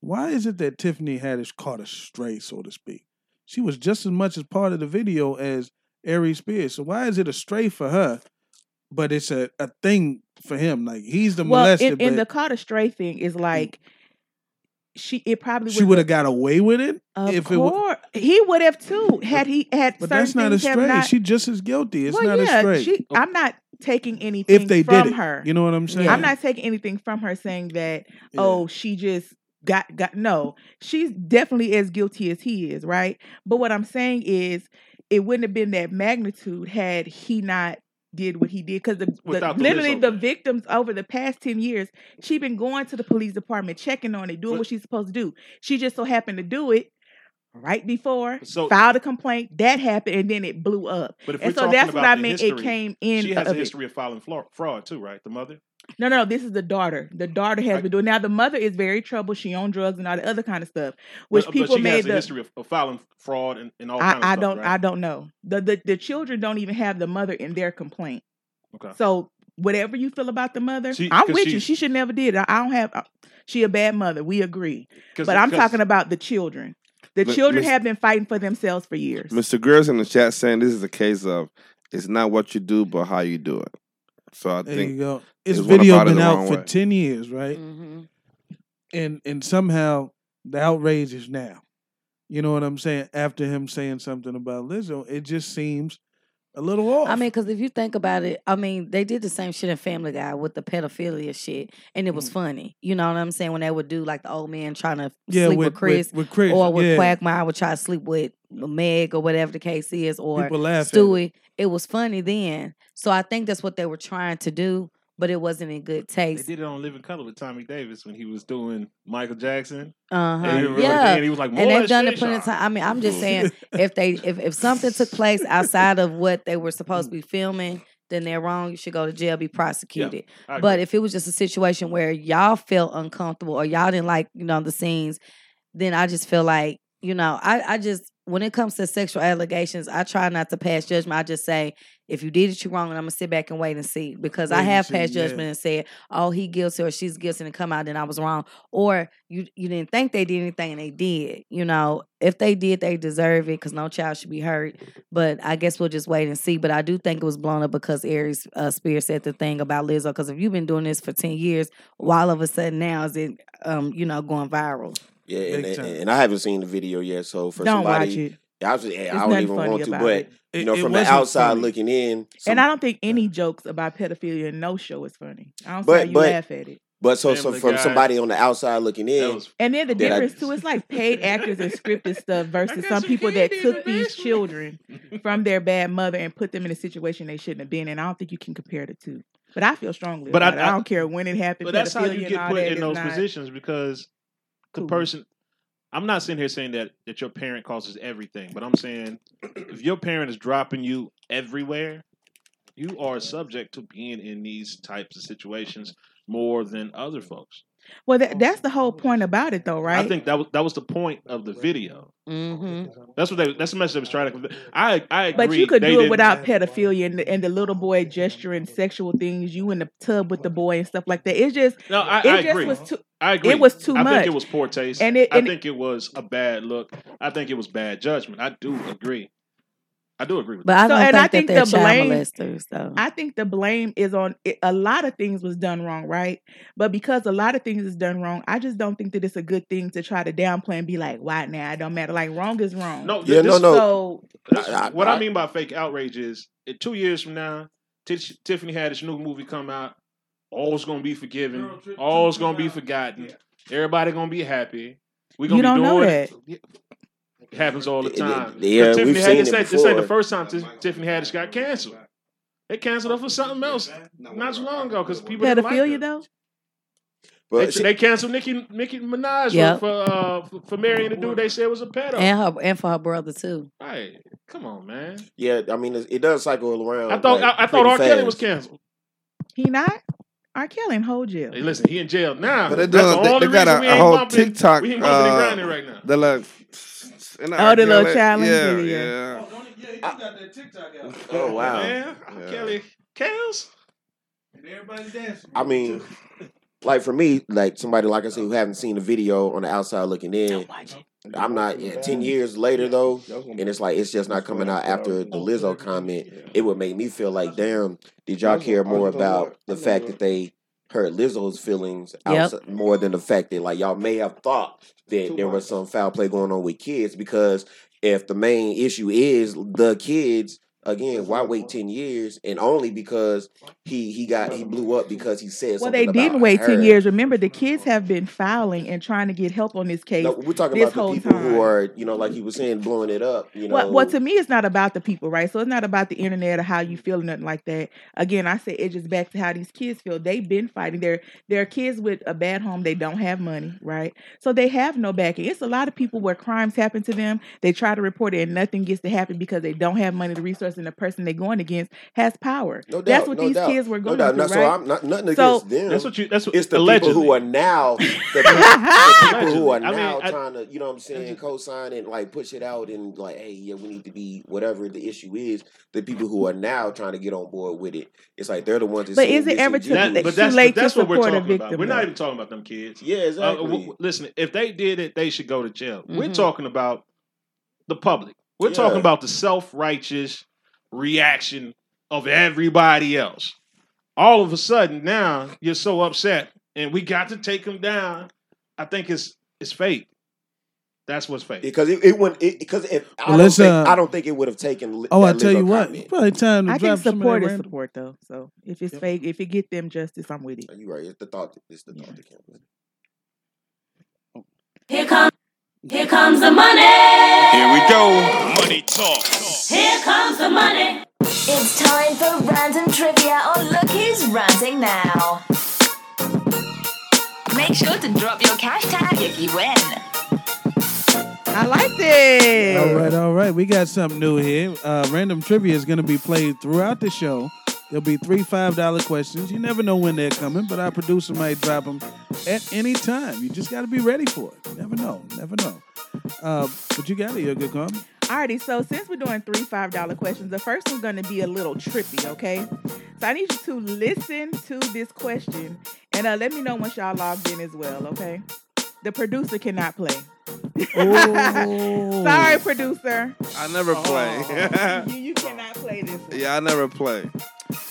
why is it that Tiffany Haddish caught a stray, so to speak? She was just as much as part of the video as Aries Spears. So why is it a stray for her, but it's a, a thing for him? Like he's the
well,
molester,
in, in the
but
Carter Stray thing is like she. It probably
she would
would
have got away with it
Of
if it. wa-
course, he would have too had he had.
But
certain
that's not a
things have
stray.
Not,
She just as guilty. It's
well,
not
yeah,
a stray.
She, I'm not taking anything
if they
from
did it,
her.
you know what I'm saying.
I'm not taking anything from her saying that.
Yeah.
Oh, she just got got. No, she's definitely as guilty as he is, right? But what I'm saying is, it wouldn't have been that magnitude had he not did what he did because the, the-
Without the
literally the
whistle.
victims over the past 10 years she been going to the police department checking on it doing
But-
what she's supposed to do she just so happened to do it right before
So-
filed a complaint that happened and then it blew up
But if
and
we're
so
talking
that's
about
what i
the
mean
history,
it came in
she has
of
a
it.
history of filing flaw- fraud too, right? The mother.
No, no, this is the daughter. The daughter has
I-
been doing. Now the mother is very troubled. She on drugs and all the other kind of stuff, which
but, but
people
she
made
has a
the.
history of, of filing fraud and, and all
I,
kind of
I
stuff,
don't
right?
I don't know. The, the the children don't even have the mother in their complaint.
Okay.
So whatever you feel about the mother,
She-
I'm
'cause
with you.
she's-
She should never did. it. I don't have. uh, She a bad mother. We agree.
'Cause-
But I'm
'cause-
talking about the children. The
Mi-
children
Miss-
have been fighting for themselves for years.
Mr. Greer's in the chat saying this is a case of it's not what you do, but how you do it. So I
There you
think
go. It's
went
video
about it
been
the
out
wrong
for
way.
ten years, right?
Mm-hmm.
And and somehow the outrage is now. You know what I'm saying? After him saying something about Lizzo, it just seems a little off.
I mean, because if you think about it, I mean, they did the same shit in Family Guy with the pedophilia shit, and it was
Mm-hmm.
funny. You know what I'm saying? When they would do like the old man trying to
yeah,
sleep
with,
with Chris,
with, with Chris,
or with
yeah.
Quagmire would try to sleep with Meg or whatever the case is, or
People laugh at it.
Stewie. It. was funny then, so I think that's what they were trying to do, but it wasn't in good
They
taste.
did it on Living Color with Tommy Davis when he was doing Michael Jackson.
Uh
Uh-huh.
And he
huh.
really
Yeah.
did. He was like,
and they've done it
"Molestation."
plenty of time. I mean, I'm just saying, if they if, if something took place outside of what they were supposed to be filming, then they're wrong. You should go to jail, be prosecuted.
I
but
agree.
if it was just a situation where y'all felt uncomfortable or y'all didn't like, you know, the scenes, then I just feel like, you know, I I just when it comes to sexual allegations, I try not to pass judgment. I just say if you did it, you wrong, and I'm gonna sit back and wait and see because
Wait
I
and
have
see,
passed
yeah.
judgment and said, oh, he guilty or she's guilty, and come out and I was wrong or you you didn't think they did anything and they did. You know, if they did, they deserve it because no child should be hurt. But I guess we'll just wait and see. But I do think it was blown up because Aries uh, Spear said the thing about Lizzo. Because if you've been doing this for ten years, why all of a sudden now is it um you know going viral?
Yeah, and,
Big
and,
time.
and I haven't seen the video yet, so for
don't
somebody,
watch it.
I was, I don't
nothing
even
funny
want to,
about
but
it.
It-
you know,
it
from the
wasn't
outside
funny.
looking in, some,
and I don't think any jokes about pedophilia in no show is funny. I don't see how
But-
you
but-
laugh at it.
but so, so
Family
from
Guy,
somebody on the outside looking
That
in,
was
And then the
Did I-
difference too is like paid actors and scripted stuff versus
got
some
some
people that
candy in
took
the
these
basement.
children from their bad mother and put them in a situation they shouldn't have been in. I don't think you can compare the two. But I feel strongly
But I-
about it. I
I-
don't care when it happened.
But that's how
pedophilia
you
and
get
all
put
that
in
is
those
not-
positions because the
Cool.
person. I'm not sitting here saying that that your parent causes everything, but I'm saying if your parent is dropping you everywhere, you are subject to being in these types of situations more than other folks.
Well, that, that's the whole point about it, though, right?
Oh, I think that was that was the point of the video.
Mm-hmm.
That's what they. That's the message I was trying to. convey. I I agree.
But you could
They
do it
didn't-
without pedophilia and the, and the little boy gesturing sexual things, you in the tub with the boy and stuff like that. It's just,
No, I,
it
I
just
agree.
was too.
I agree.
It was too
I think
much.
it was poor taste.
And it- and
I
it-
think it was a bad look. I think it was bad judgment. I do agree. I do agree with
But I
So,
don't
and
think
I
that
think
they're
the
child
blame-
molesters though.
I think the blame is on it, a lot of things was done wrong, right? But because a lot of things is done wrong, I just don't think that it's a good thing to try to downplay and be like, "Why now? It don't matter." Like wrong is wrong.
that. No, th-
Yeah, no,
this,
no.
So
this-
I- I-
what I,
I-
mean by fake outrage is, in two years from now, Tish Tiffany had this new movie come out. All's gonna be forgiven. All's gonna be forgotten. Everybody gonna be happy. We gonna
you
be
don't know
doing
that.
It happens all the
It- it-
time.
yeah,
'Cause
we've
Tiffany
seen
Haddish
it
said- this ain't the
before.
first time Tis- Tiffany Haddish got canceled. They canceled her for something else not too long ago because people didn't like her.
Pedophilia though.
They,
But she-
they canceled Nicki Nicki Minaj
Yep.
for uh, for- for marrying the dude they said was a pedo.
and her and for her brother too.
Right? Come on, man.
yeah, I mean, it, it does cycle around.
I thought
like,
I, I thought
pretty
R. Kelly
fast.
was canceled.
He not. R. Kelly in whole jail.
Hey, listen, he in jail now.
But they
That's the
doing- they-
only
they got
reason
a-
we
a
ain't
whole
bumping,
TikTok,
We ain't bumping
uh,
and grinding right now.
The little,
Oh, the little child in the
Yeah,
video.
yeah.
yeah, he just got that TikTok out.
Oh wow.
Yeah, R.
Yeah.
Kelly Kels. And everybody's dancing.
I mean, like for me, like somebody like I said who haven't seen the video on the outside looking in, I'm not. Yeah, Ten years later though, and it's like it's just not coming out after the Lizzo comment. It would make me feel like, damn, did y'all care more about the fact that they hurt Lizzo's feelings
Yep.
outside, more than the fact that like y'all may have thought that there was some foul play going on with kids because if the main issue is the kids. Again, why wait ten years? And only because he he got he blew up because he said
Well,
something.
they didn't
about
wait ten
her.
years. Remember, the kids have been filing and trying to get help on this case.
No, we're talking
this
about the
whole
people who
time.
are, you know, like he was saying, blowing it up. You know,
Well, well, to me, it's not about the people, right? So it's not about the internet or how you feel or nothing like that. Again, I say it's just back to how these kids feel. They've been fighting. They're they're kids with a bad home. They don't have money, right? So they have no backing. It's a lot of people where crimes happen to them. They try to report it, and nothing gets to happen because they don't have money, the resource, and the person they're going against has power.
no doubt,
That's what
no
these
doubt,
kids were going
no doubt.
through,
Not, So
right?
I'm not nothing
So-
against them.
That's what you. That's what
it's the
allegedly.
people who are now the, pe- the people who are
Allegedly. I mean,
now
I-
trying to, you know, what I'm saying,
just-
co-sign and like push it out and like, hey, yeah, we need to be whatever the issue is. The people who are now trying to get on board with it, it's like they're the ones. That
But
saying
is it
this
ever
and
too-
that-
That,
It's
but
too
that's,
late
but
to
that's what we're
support a
talking about.
victim,
We're not
though.
even talking about them kids.
Yeah,
Uh,
exactly. Mm-hmm.
w- w- listen, if they did it, they should go to jail. We're
Mhm.
talking about the public. We're
Yeah.
talking about the self righteous reaction of everybody else. All of a sudden, now you're so upset, and we got to take them down. I think it's it's fake. That's what's fake.
because it, it wouldn't. Because if I,
Well,
don't
let's,
think,
uh,
I don't think it would have taken. Li-
Oh, I
that
tell
Lizzo
you what,
comment.
it's probably time to
I think
drop some of that
support is
random.
support, though. So if it's
Yep.
fake, if it get them justice, I'm with it.
You're right. It's the thought. It's the thought that counts.
Here comes, here comes the money.
Here we go. Money talk.
Here comes the money. It's time for random trivia on Look Who's Ranting Now. Make sure to drop your cash tag if you win.
I like this.
All right, all right. We got something new here. Uh, random trivia is going to be played throughout the show. There'll be three $5 questions. You never know when they're coming, but our producer might drop them at any time. You just got to be ready for it. Never know. Never know. Uh, but you got it. You're a good comment.
Alrighty, so since we're doing three five dollar questions, the first one's gonna be a little trippy, okay? So I need you to listen to this question and uh, let me know once y'all logged in as well, okay? The producer cannot play.
Oh.
Sorry, producer,
I never
Oh.
play.
you, you cannot play this. One.
yeah, I never play.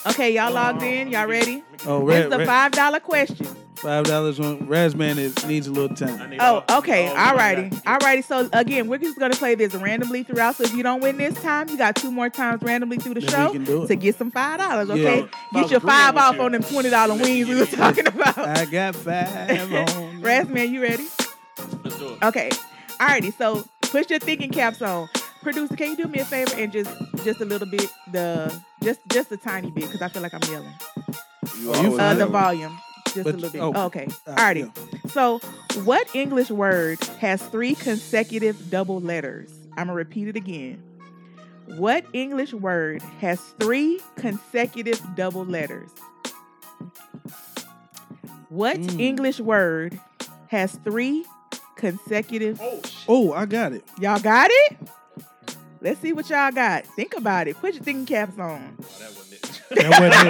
Okay, y'all logged in. Y'all ready?
Oh,
This is
Red,
a five dollar question.
$5 on Razman it needs a little
I
time.
need
Oh,
all-
okay.
all-
Alrighty. Alrighty. So again, we're just gonna play this randomly throughout. So if you don't win this time, you got two more times randomly through the
Then we
show
can do it.
to get some five dollars.
Yeah.
Okay. Get
If
I was
your
agreeing
five
with
off
you,
on them twenty dollar wings we were talking about.
I got five on.
Rasman, you ready?
Let's do it.
Okay. Alrighty. So push your thinking caps on. Producer, can you do me a favor and just just a little bit the just just a tiny bit because I feel like I'm yelling.
You
Oh, you
Uh,
always
fine.
the
yell.
volume. Just
But-
a little bit.
oh.
okay.
Uh,
Alrighty.
yeah.
So, what English word has three consecutive double letters? I'm going to repeat it again. What English word has three consecutive double letters? What
Mm.
English word has three consecutive?
Oh, shit.
Oh, I got it.
Y'all got it? Let's see what y'all got. Think about it. Put your thinking caps on.
Oh, that wasn't it.
That wasn't it.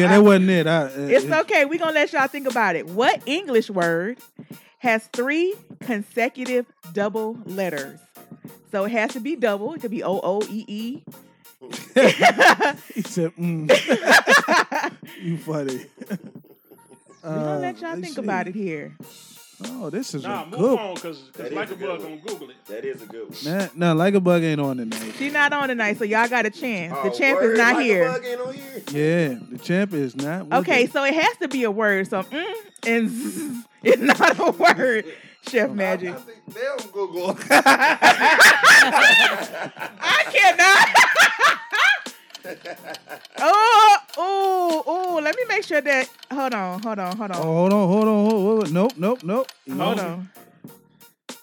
Yeah, that wasn't it. I, uh,
It's
it-
okay. We're going to let y'all think about it. What English word has three consecutive double letters? So it has to be double. It could be O O E E.
He said, mm, "You funny." Uh,
We're going to let y'all think about it here.
Oh, this is
Nah,
a
move
good.
on, cause,
That
'cause
is
like
a
a
good
bug
one.
on Google it.
That is a good one.
Nah, nah, like a bug ain't on tonight.
She's not on tonight, so y'all got a chance. The
Oh,
champ
word,
is not
like a
here.
bug ain't on here.
Yeah, the champ is not. with
Okay,
it.
so it has to be a word. So mm and zzz is not a word, Chef Magic.
I think they'll Google.
I cannot. oh, your dad. Hold on, hold on, hold on.
Oh, hold on, hold on, hold on, hold on. Nope, nope, nope.
Hold
No.
on.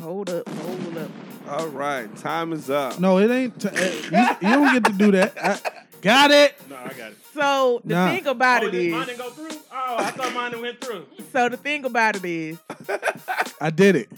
Hold up, hold up.
All right, time is up.
No, it ain't. T- eh, you, you don't get to do that. I, got it.
No, I got it.
So the
Nah.
thing about
oh,
it
did
is,
mine didn't go through? Oh, I thought mine done went through.
so the thing about it is,
I did it.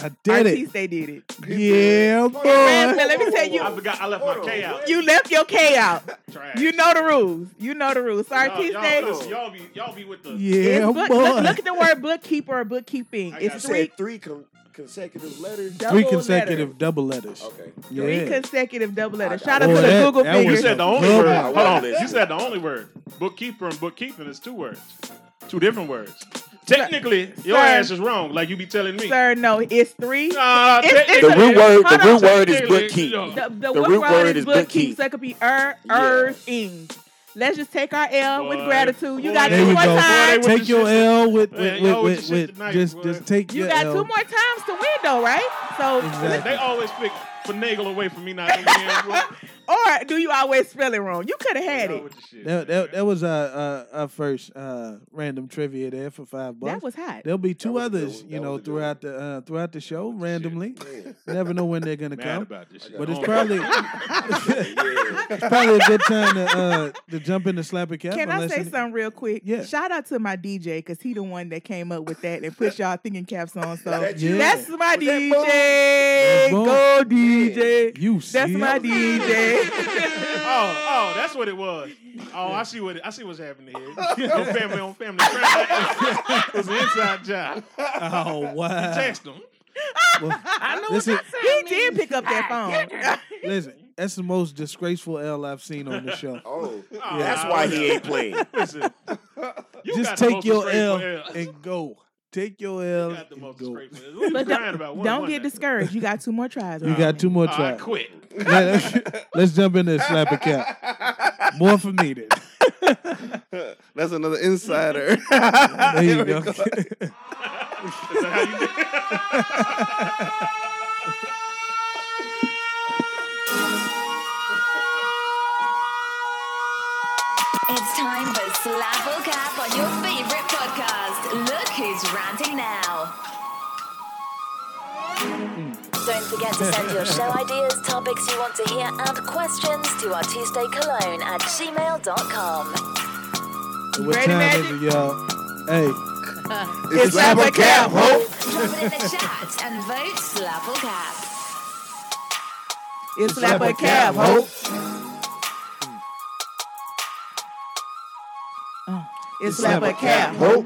I did
Artiste they did it.
it. Yeah,
Man,
boy.
let me tell
I
you,
forgot I left my K out.
you left your K out.
Trash.
You know the rules. You know the rules. So
y'all,
Artiste
y'all,
they-
listen, y'all be y'all be with the
It's
Yeah,
book-
boy.
look, look at the word bookkeeper or bookkeeping.
I
It's
got
You
three
said three con- consecutive letters.
double
Three consecutive
letters.
double letters.
Okay.
Three
Yeah.
consecutive double letters.
I-
Shout
I-
out
Boy,
to the
that-
Google
that
figure.
You
was
said the
a
only
good
word.
one.
Hold on. You said the only word. Bookkeeper and bookkeeping is two words. Two different words. Technically, your
sir.
ass is wrong, like you be telling me.
Sir, no, it's three.
Nah,
It's- it's
technically-
a- The root word-
hold
the
on,
root
word is
technically,
bookkeep.
yo.
The, the,
The
what
root
word, is
word is
bookkeep.
bookkeep.
So it could be er,
Yeah.
ers-ings. Let's just take our L with
Boy.
gratitude. You
Boy,
got
they
two
There
more
you go.
Boy,
times.
they with
Take
the
your
shit.
L with
Man,
with with,
y'all with
with,
the shit
with-
tonight,
just
boy.
just take
You
your
got
L.
two more times to win, though, right? So,
Exactly.
They always pick finagle away from me not knowing bro.
or do you always spell it wrong? You could have had
Y'all
it.
with the shit.
That, that, that was our, our, our first uh, random trivia there for five bucks.
That was hot.
There'll be two
was a good
others,
one.
you
That
know,
was a good
throughout the uh, throughout the show randomly.
Yeah.
Never know when they're gonna
Mad
come,
about this shit.
but it's probably
Only-
yeah.
probably a good time to uh, to jump in the slap a cap.
Can I
unless
say
any-
something real quick?
Yeah.
Shout out to my DJ because he the one that came up with that and put y'all thinking caps on. So
That you?
that's my
Was that
DJ.
Boom?
That's Boom.
Go DJ.
You
That's
see?
my
Oh,
DJ.
oh, that's what it was. Oh, I see what it, I see what's happening here. Your family on family. it was an inside job.
Oh
You
wow!
text them.
Well, Ah,
I know
listen,
he did pick up that phone.
listen, that's the most disgraceful L I've seen on the show.
Oh,
Oh,
that's
nah,
why
whatever.
he ain't playing.
Listen, you
Ah. Just
got the
take
most
your L,
disgraceful
and go. Take your L.
You got the
and
most
go.
disgraceful L. What you
But
crying about? One,
Don't
one
get
now.
discouraged. You got two more tries.
You got two more
Oh, I
tries.
quit.
Let, us jump in there, slap a cap. More for me then.
That's another insider.
There you
Here we
go.
go.
Is that how you do it?
It's time for Slap or Cap on your favorite podcast. Look who's ranting now.
Don't forget to send your show ideas, topics you want to hear, and questions to our Tuesday Cologne at gmail.com.
what
Ready,
time
Magic?
is it, y'all? Hey,
It's slap a cap, ho.
Drop it in the chat and vote Slap or Cap.
It's slap a cab, ho. It's slap a cab, ho.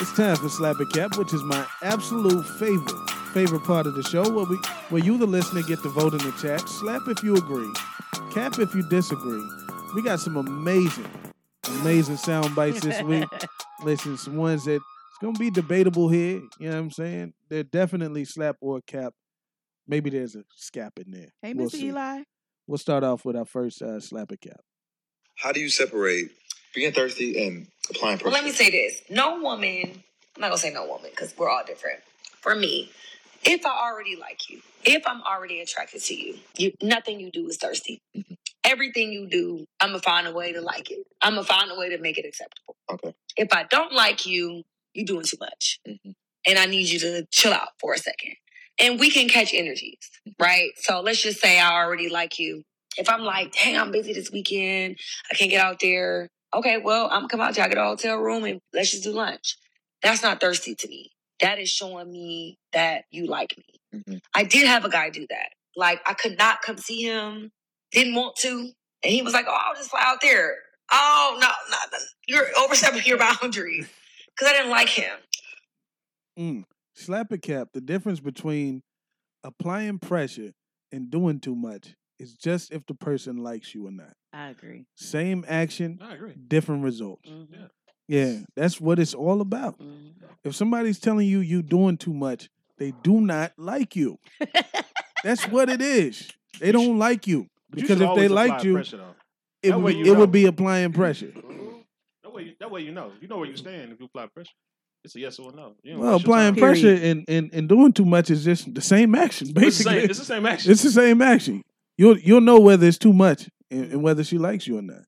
it's time for slap a cap, which is my absolute favorite favorite part of the show, where we where you the listener get to vote in the chat. Slap if you agree, cap if you disagree. We got some amazing, amazing sound bites this week. Listen, some ones that it's gonna be debatable here. You know what I'm saying? They're definitely slap or cap. Maybe there's a scap in there.
Hey,
We'll
Mr.
see.
Eli.
We'll start off with our first uh, slap a cap.
How do you separate being thirsty and applying pressure?
Well, let me say this. No woman, I'm not gonna say no woman because we're all different. For me, if I already like you, if I'm already attracted to you, you nothing you do is thirsty. Everything you do, I'm gonna find a way to like it. I'm gonna find a way to make it acceptable.
Okay.
If I don't like you, you're doing too much, and I need you to chill out for a second. And we can catch energies, right? So let's just say I already like you. If I'm like, dang, I'm busy this weekend, I can't get out there okay, well, I'm gonna come out to I get a hotel room and let's just do lunch. That's not thirsty to me. That is showing me that you like me. I did have a guy do that. Like I could not come see him, didn't want to, and he was like, "Oh, I'll just fly out there." Oh no, no, no. you're overstepping your boundaries because I didn't like him.
Mm. Slap a cap. The difference between applying pressure and doing too much is just if the person likes you or not.
I agree.
Same action,
I agree.
different results.
Mm-hmm.
Yeah, that's what it's all about.
Mm-hmm.
If somebody's telling you you doing too much, they do not like you. That's what it is. They don't like you
But you
because
should
if they
always apply
liked you,
pressure, though.
it,
That
would
way
be-
you
it
know.
would be applying pressure.
That way, you, that way you know. You know where you stand if you apply pressure. It's a yes or a no. You don't
Well,
waste your
applying
time.
pressure and, and, and doing too much is just the same action,
It's the
basically.
same. It's the same action.
It's the same action. You'll you'll know whether it's too much and, and whether she likes you or not.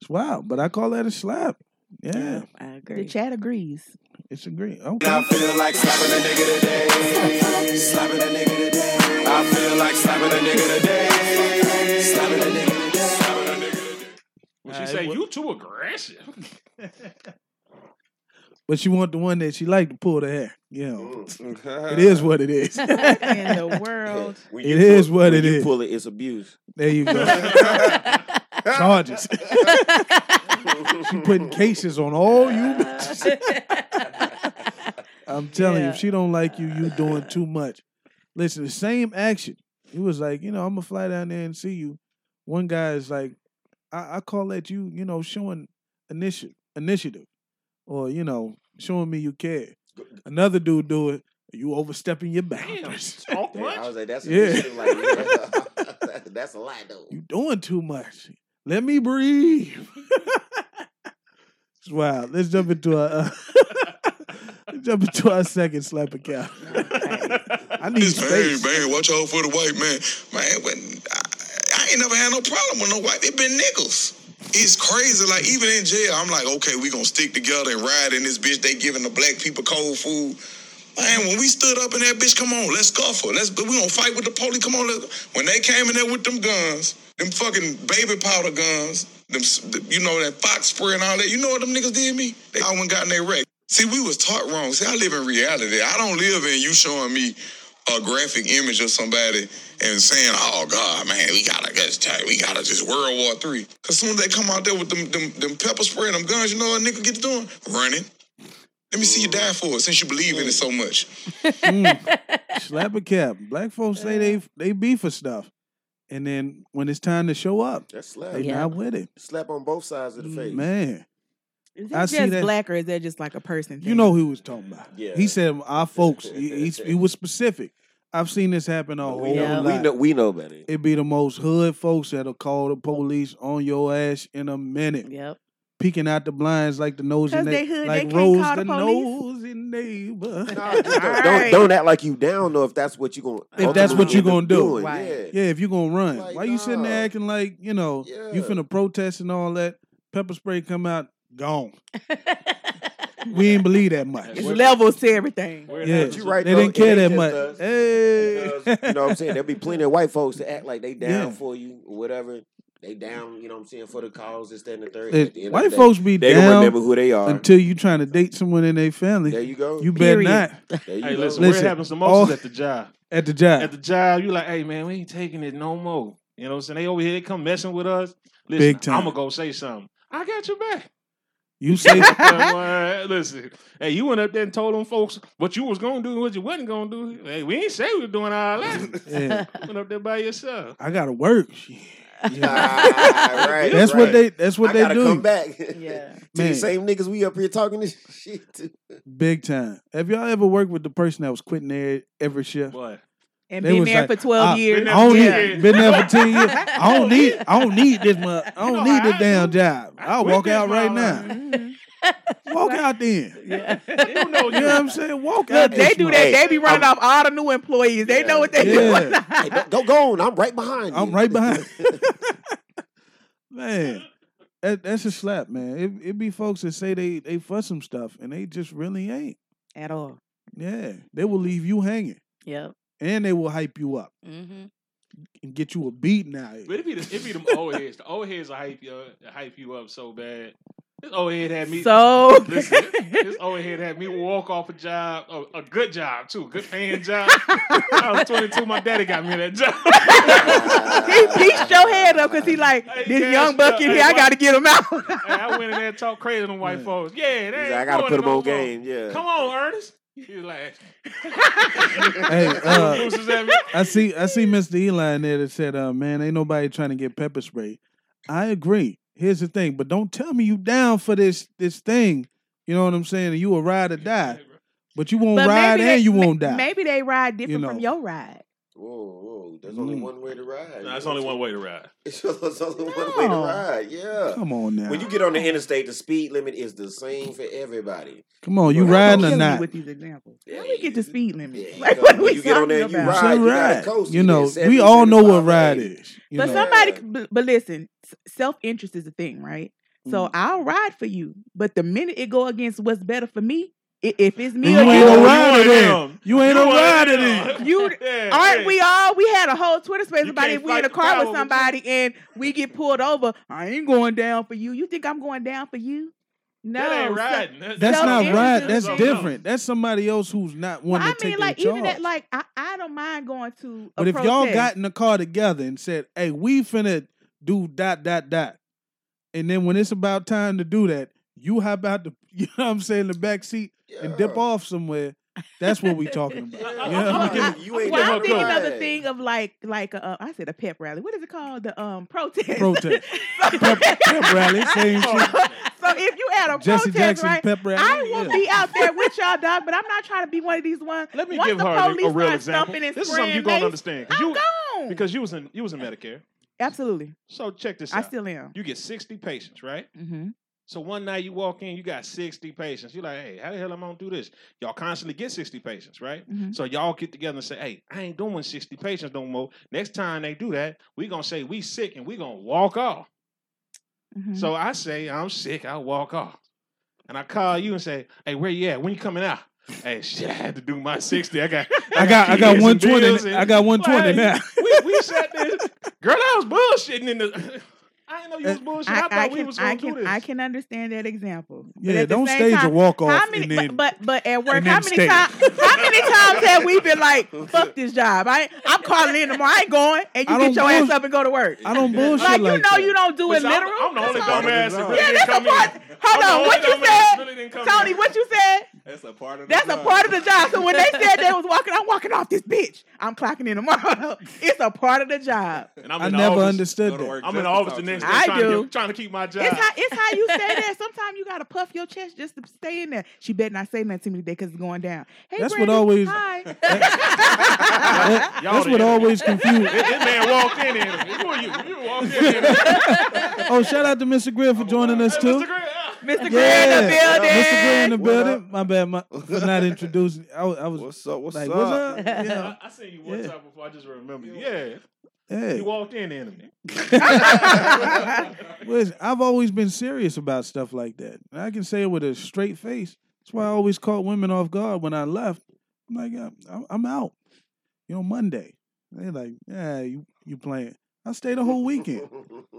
It's wild, but I call that a slap. Yeah,
I agree. The chat agrees.
it's a green.
I
Okay.
feel like slapping a nigga today. Slapping a nigga today. I feel like slapping a nigga today. Slapping a nigga today. Slapping a nigga today.
Well, she say you too aggressive.
But she want the one that she like to pull the hair. You know, it is what it is.
in the world.
When
It is
pull,
what
when
it
you
is.
Pull it, it's abuse.
There you go. Charges. she putting cases on all you bitches. I'm telling you, if she don't like you, you doing too much. Listen, the same action. He was like, you know, I'm gonna fly down there and see you. One guy is like, I, I call that you, you know, showing initiative, initiative, or you know, showing me you care. Another dude do it. You overstepping your boundaries.
I was like, that's
Yeah.
abuse. Like, that's a lot though.
You doing too much. Let me breathe. It's wild. Let's jump into our uh, let's jump into our second slap account. I need
Bang,
space.
bang, watch out for the white man. Man, when, I, I ain't never had no problem with no white. They been niggas. It's crazy. Like, even in jail, I'm like, okay, we gonna stick together and ride in this bitch. They giving the black people cold food. Man, when we stood up in that bitch, come on, let's scuffle. Let's we gonna fight with the police. Come on, let's. When they came in there with them guns, them fucking baby powder guns, them s- the- you know that fox spray and all that. You know what them niggas did me? They all went and got in their wreck. See, we was taught wrong. See, I live in reality. I don't live in you showing me a graphic image of somebody and saying, "Oh God, man, we gotta get tight. We gotta just World War Three. Cause soon as they come out there with them them, them pepper spray and them guns, you know what a nigga gets doing? Running. Let me see you die for it since you believe in it so much.
Mm. Slap a cap. Black folks say they they be for stuff, and then when it's time to show up,
That's slap.
they not with it. Mm,
Slap on both sides of the face.
Man,
Is
I
that
see
just
that-
black or is that just like a person?
you know who he was talking about.
Yeah.
He said our folks. He, he, he was specific. I've seen this happen a whole
We know,
lot.
we know we know better.
It be the most hood folks that'll call the police on your ass in a minute. Yep. Peeking out the blinds like the nose in
Because
they,
they hood,
like
they
Rose
can't call the,
nose.
police.
neighbor.
Don't, don't act like you down though if that's what you gonna
If that's what you're gonna do,
Yeah.
yeah. If you're gonna run, why you sitting there acting like you know you
Yeah.
finna protest and all that? Pepper spray come out, gone. we ain't believe that much.
It's levels to everything.
Yeah,
You right,
they
though.
didn't
It
care
ain't
that
just
much.
us.
Hey,
You know what I'm saying? There'll be plenty of white folks that act like they down
Yeah.
for you or whatever. They down, you know what I'm saying, for the cause, this, that, and the third.
Hey,
At the end of
white
the day,
folks be
they
down
gonna remember who they are.
until you trying to date someone in their family.
There you go.
You better
Period.
not.
There you
Hey,
go.
listen, where it happens the most is at the job.
At the job.
At the job, you like, hey man, we ain't taking it no more. You know what I'm saying? They over here, they come messing with us. Listen,
Big time.
I'm gonna go say something. I got your back.
You say
Boy, listen, hey, you went up there and told them folks what you was gonna do and what you wasn't gonna do. Hey, we ain't say we were doing all that.
Yeah.
You went up there by yourself.
I gotta work. Shit.
Ah, right,
that's
right.
what they. That's what
I
they
gotta
do.
Come back. Yeah. to
Man.
these same niggas we up here talking this shit to.
Big time. Have y'all ever worked with the person that was quitting their every shift?
What?
And been there for 12 years.
"Ah, I don't
Yeah.
need, been there for ten years. I don't need. I don't need this. Much, I don't need this damn job. I'll
quit
walk
this
out right now.
motherfucker.
Mm-hmm.
Walk out then.
you know
You know what I'm saying? Walk
Look,
out.
they
this
do
motherfucker.
that. They be running off all the new employees. They know what they doing.
Yeah.
go, go on. I'm right behind
I'm right behind. man, that, that's a slap, man. It, it be folks that say they they for some stuff and they just really ain't
at all.
Yeah, they will leave you hanging
Yep.
and they will hype you up
Mm-hmm.
and get you a beating out. here.
But it be the, it be them old heads. The old heads will hype you up, hype you up so bad. This old head had me
So-
listen. This old head had me walk off a job, a, a good job too, good paying job. I was twenty two. My daddy got me that job.
he pieced your head up because he like, this young buck in here, I got to get him out.
Hey, I went in there and talked crazy to them white folks. Yeah,
He's
they ain't
like, I gotta
doing
put
it
them
no
on
more.
game. Yeah.
Come on, Ernest. He was like,
Hey, uh,
Producers at me.
I see, I see, Mr. Eli in there that said, uh, "Man, ain't nobody trying to get pepper spray." I agree. Here's the thing, but don't tell me you down for this this thing. You know what I'm saying? You a ride or die, but you won't
But
ride and
they-
you
ma-
won't die.
Maybe they ride different
know.
from your ride.
Whoa, whoa. There's only
Mm.
one way to ride.
Nah, it's only one way to ride.
It's only one way to
No.
ride. Yeah.
Come on now.
When you get on the interstate, the speed limit is the same for everybody.
Come on, you
Well,
riding
I'm
or
killing
not?
you
With these examples, how we get the speed limit?
you
Like,
go.
what are
When
we
you get on there,
talking
you
about?
It's
ride.
a
you gotta
ride.
coast.
You
You
know,
did 70,
we all know what
75,
ride
80.
is. You
but
know,
somebody, but, but listen, self interest is a thing, right?
Mm-hmm.
So I'll ride for you. But the minute it go against what's better for me, i- if it's me
You
or
ain't
you,
a rider then. You ain't a rider then.
you aren't we all? We had a whole Twitter space
You
about
can't
if we in
fight
a
the
car
power
with
with
somebody and we get pulled over. I ain't going down for you. You think I'm going down for you? No,
That ain't
so-
riding. That's-
That's
so
not
it's
right.
just-
That's different. That's somebody else who's not
Well,
wanting
I
to
mean,
take
like
their charge.
even that, like I, I don't mind going to. A
but if y'all
protest.
got in the car together and said, "Hey, we finna do dot dot dot," and then when it's about time to do that, you hop out the, you know, what I'm saying, the back seat and dip off somewhere. That's what we talking about. You know what I mean?
Well, I see another thing of like, like uh, I said, a pep rally. What is it called? The um protest.
Protest. pep, pep rally, same shit.
So if you at a
Jesse
protest,
Jackson
right?
pep rally,
I won't
yeah.
be out there with y'all, dog. But I'm not trying to be one of these ones. Let
me
Once
give
the
her a-
police
a real
start
example.
stomping and
This is something you
spraying
gonna
lace,
understand. 'cause
I'm
you,
gone.
because you was in you was in Medicare.
Absolutely.
So check this
I
out.
still am.
You get sixty patients, right?
Mm-hmm.
So one night you walk in, you got sixty patients. You're like, hey, how the hell am I gonna do this? Y'all constantly get sixty patients, right?
Mm-hmm.
Mhm.
So y'all get together and say, hey, I ain't doing sixty patients no more. Next time they do that, we gonna say we sick and we gonna walk off.
Mm-hmm.
So I say I'm sick. I walk off, and I call you and say, "Hey, where you at? When you coming out?" Hey, shit, I had to do my sixty. I got,
I got, I
kids
got
and
one
bills
twenty.
and-
I got one twenty
Like,
now.
We, we sat there, girl. I was bullshitting in the. I didn't know you was bullshitting. I,
Uh, I,
thought
I
we
can,
was gonna
I
do
can,
this.
I can understand that example. But
Yeah,
at the
don't
same
stage
time,
a walk off
How many?
and then-
but, but but at work,
and
how many
then stay.
times? How many times have we been like, "Fuck this job"? I I'm calling in tomorrow. I ain't going, and you
I
get your
don't
ass
bullsh-
up and go to work.
I don't bullshit
Like you
like
know,
that.
you don't do
But
it
y'all-
literal.
I'm the only
Come on.
dumbass that really
Yeah,
didn't
that's
come
a part.
in.
Hold
I'm the
on,
only
what you
dumbass
said,
that really didn't come
Tony?
in.
What you said?
That's a part of
That's
the
a
job.
part of the job. So when they said they was walking, I'm walking off this bitch. I'm clocking in tomorrow. It's a part of the job.
And I'm
I
in the
never
office.
understood that.
I'm in the office the next day
I
trying, To
do.
get, trying to keep my job.
It's how it's how you say that. Sometimes you gotta puff your chest just to stay in there. She better not say nothing to me today because it's going down. Hey,
That's what
Brandon,
always-
Hi.
That-
Y'all
that's
the
what
enemy.
always confused.
This man walked in and who are you? You walked in and
Oh, shout out to Mr. Greer for joining us too.
Mr. Grant, ah.
Mr.
Yeah,
Grant in the
Mr. Greer in the
building.
What
building. My bad, my, for not introducing. I, was- I was
What's up? What's
like,
up?
what's up? Yeah,
I, I seen you one
Yeah.
time before. I just remember you. Yeah,
hey.
you walked in enemy.
Listen, I've always been serious about stuff like that. And I can say it with a straight face. That's why I always caught women off guard when I left. I'm like, I'm, I'm- I'm out. You know, Monday. They're like, yeah, you, you playing. I stayed the whole weekend.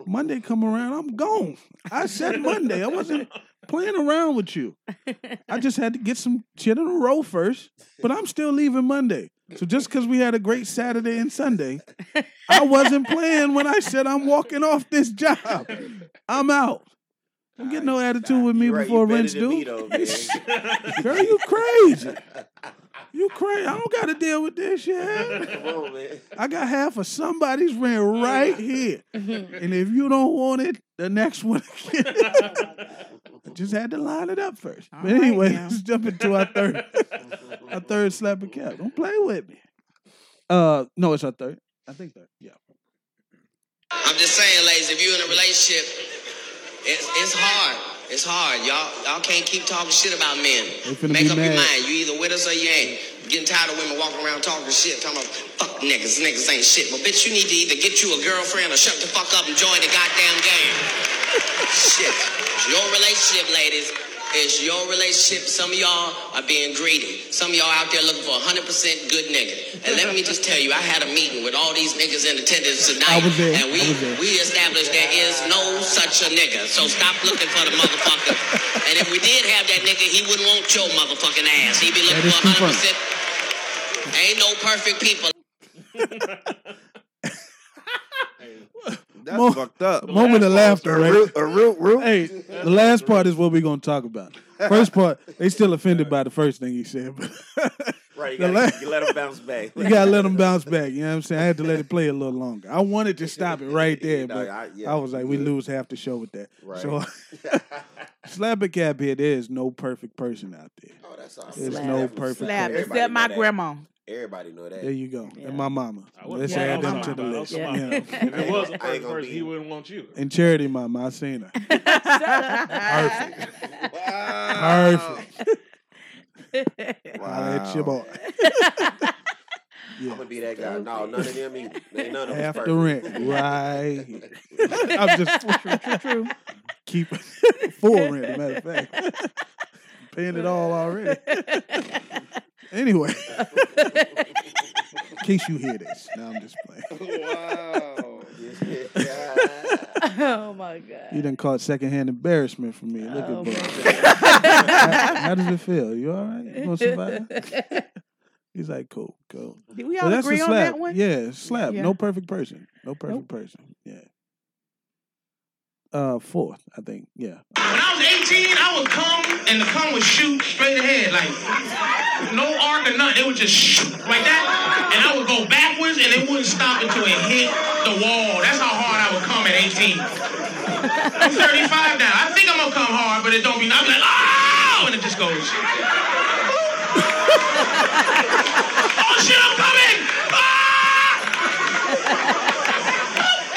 Monday come around, I'm gone. I said Monday. I wasn't playing around with you. I just had to get some shit in a row first, but I'm still leaving Monday. So just because we had a great Saturday and Sunday, I wasn't playing when I said I'm walking off this job. I'm out. Don't get no attitude with me
You're right,
before
you
rent's
better than
due.
me, though, man.
Girl, you crazy. You crazy. I don't got to deal with this shit.
Come on, man.
I got half of somebody's rent right here. and if you don't want it, the next one. I just had to line it up first.
All
but
right
anyway,
now.
let's jump into our third, our third slap and cap. Don't play with me. Uh, no, it's our third. I think third. Yeah.
I'm just saying, ladies, if you're in a relationship, it's, it's hard. It's hard. Y'all y'all can't keep talking shit about men.
They finna
Make up
be
your
mad.
mind. You either with us or you ain't. Getting tired of women walking around talking shit, talking about fuck niggas, niggas ain't shit. But bitch, you need to either get you a girlfriend or shut the fuck up and join the goddamn game. shit. Your relationship, ladies, is your relationship. Some of y'all are being greedy. Some of y'all out there looking for a 100% good nigga. And let me just tell you, I had a meeting with all these niggas in attendance tonight.
I was there.
And we,
I was there.
we established there is no such a nigga. So stop looking for the motherfucker. and if we did have that nigga, he wouldn't want your motherfucking ass. He'd be
That
looking
is
for a 100%. Ain't no perfect people.
That's
Mo-
fucked up.
Moment of laughter, right?
Root, a root, root.
Hey, the last part is what we're gonna talk about. First part, they still offended by the first thing he said, but
Right, you,
The
gotta,
la-
you let them bounce back.
you gotta let them bounce back. You know what I'm saying? I had to let it play a little longer. I wanted to stop it right there,
No,
but I,
I- yeah,
was like, we
good.
lose half the show with that.
Right.
So slap a cap here. There is no perfect person out there.
Oh, that's all.
There's
Slap.
no
Definitely
perfect.
Slap,
person.
Everybody
except my
know that.
grandma.
Everybody know that.
There you go.
Yeah.
And my mama.
I wouldn't
Let's
want
add
that
them to the
mama.
list.
That
was
Yeah.
If it was a
I ain't
perfect
gonna
person,
be-
he wouldn't want you.
And charity mama, I seen her. Perfect. Wow. That's your boy.
I'm
yeah.
gonna be that guy. No, none of them either. Ain't none of them
Half
perfect.
the rent. Right. here. I'm just
True, true.
keep full rent. As a matter of fact, paying it all already. anyway, in case you hear this, now I'm just playing.
Wow.
oh my god.
You done caught secondhand embarrassment from me. Look
Oh,
at
my
that. how, how does it feel? You all right? You gonna survive? He's like, cool, cool.
Did we
But
all
that's a
agree on
slap.
that one?
Yeah, slap.
Yeah.
No perfect person. No perfect person. Yeah. Uh, fourth, I think. Yeah.
When I was 18, I would come and the cum would shoot straight ahead, like no arc or nothing. It would just shoot like that, and I would go backwards, and it wouldn't stop until it hit the wall. That's how hard I would come at 18. I'm 35 now. I think I'm gonna come hard, but it don't be. I'm like oh, and it just goes. oh shit! I'm coming. Ah!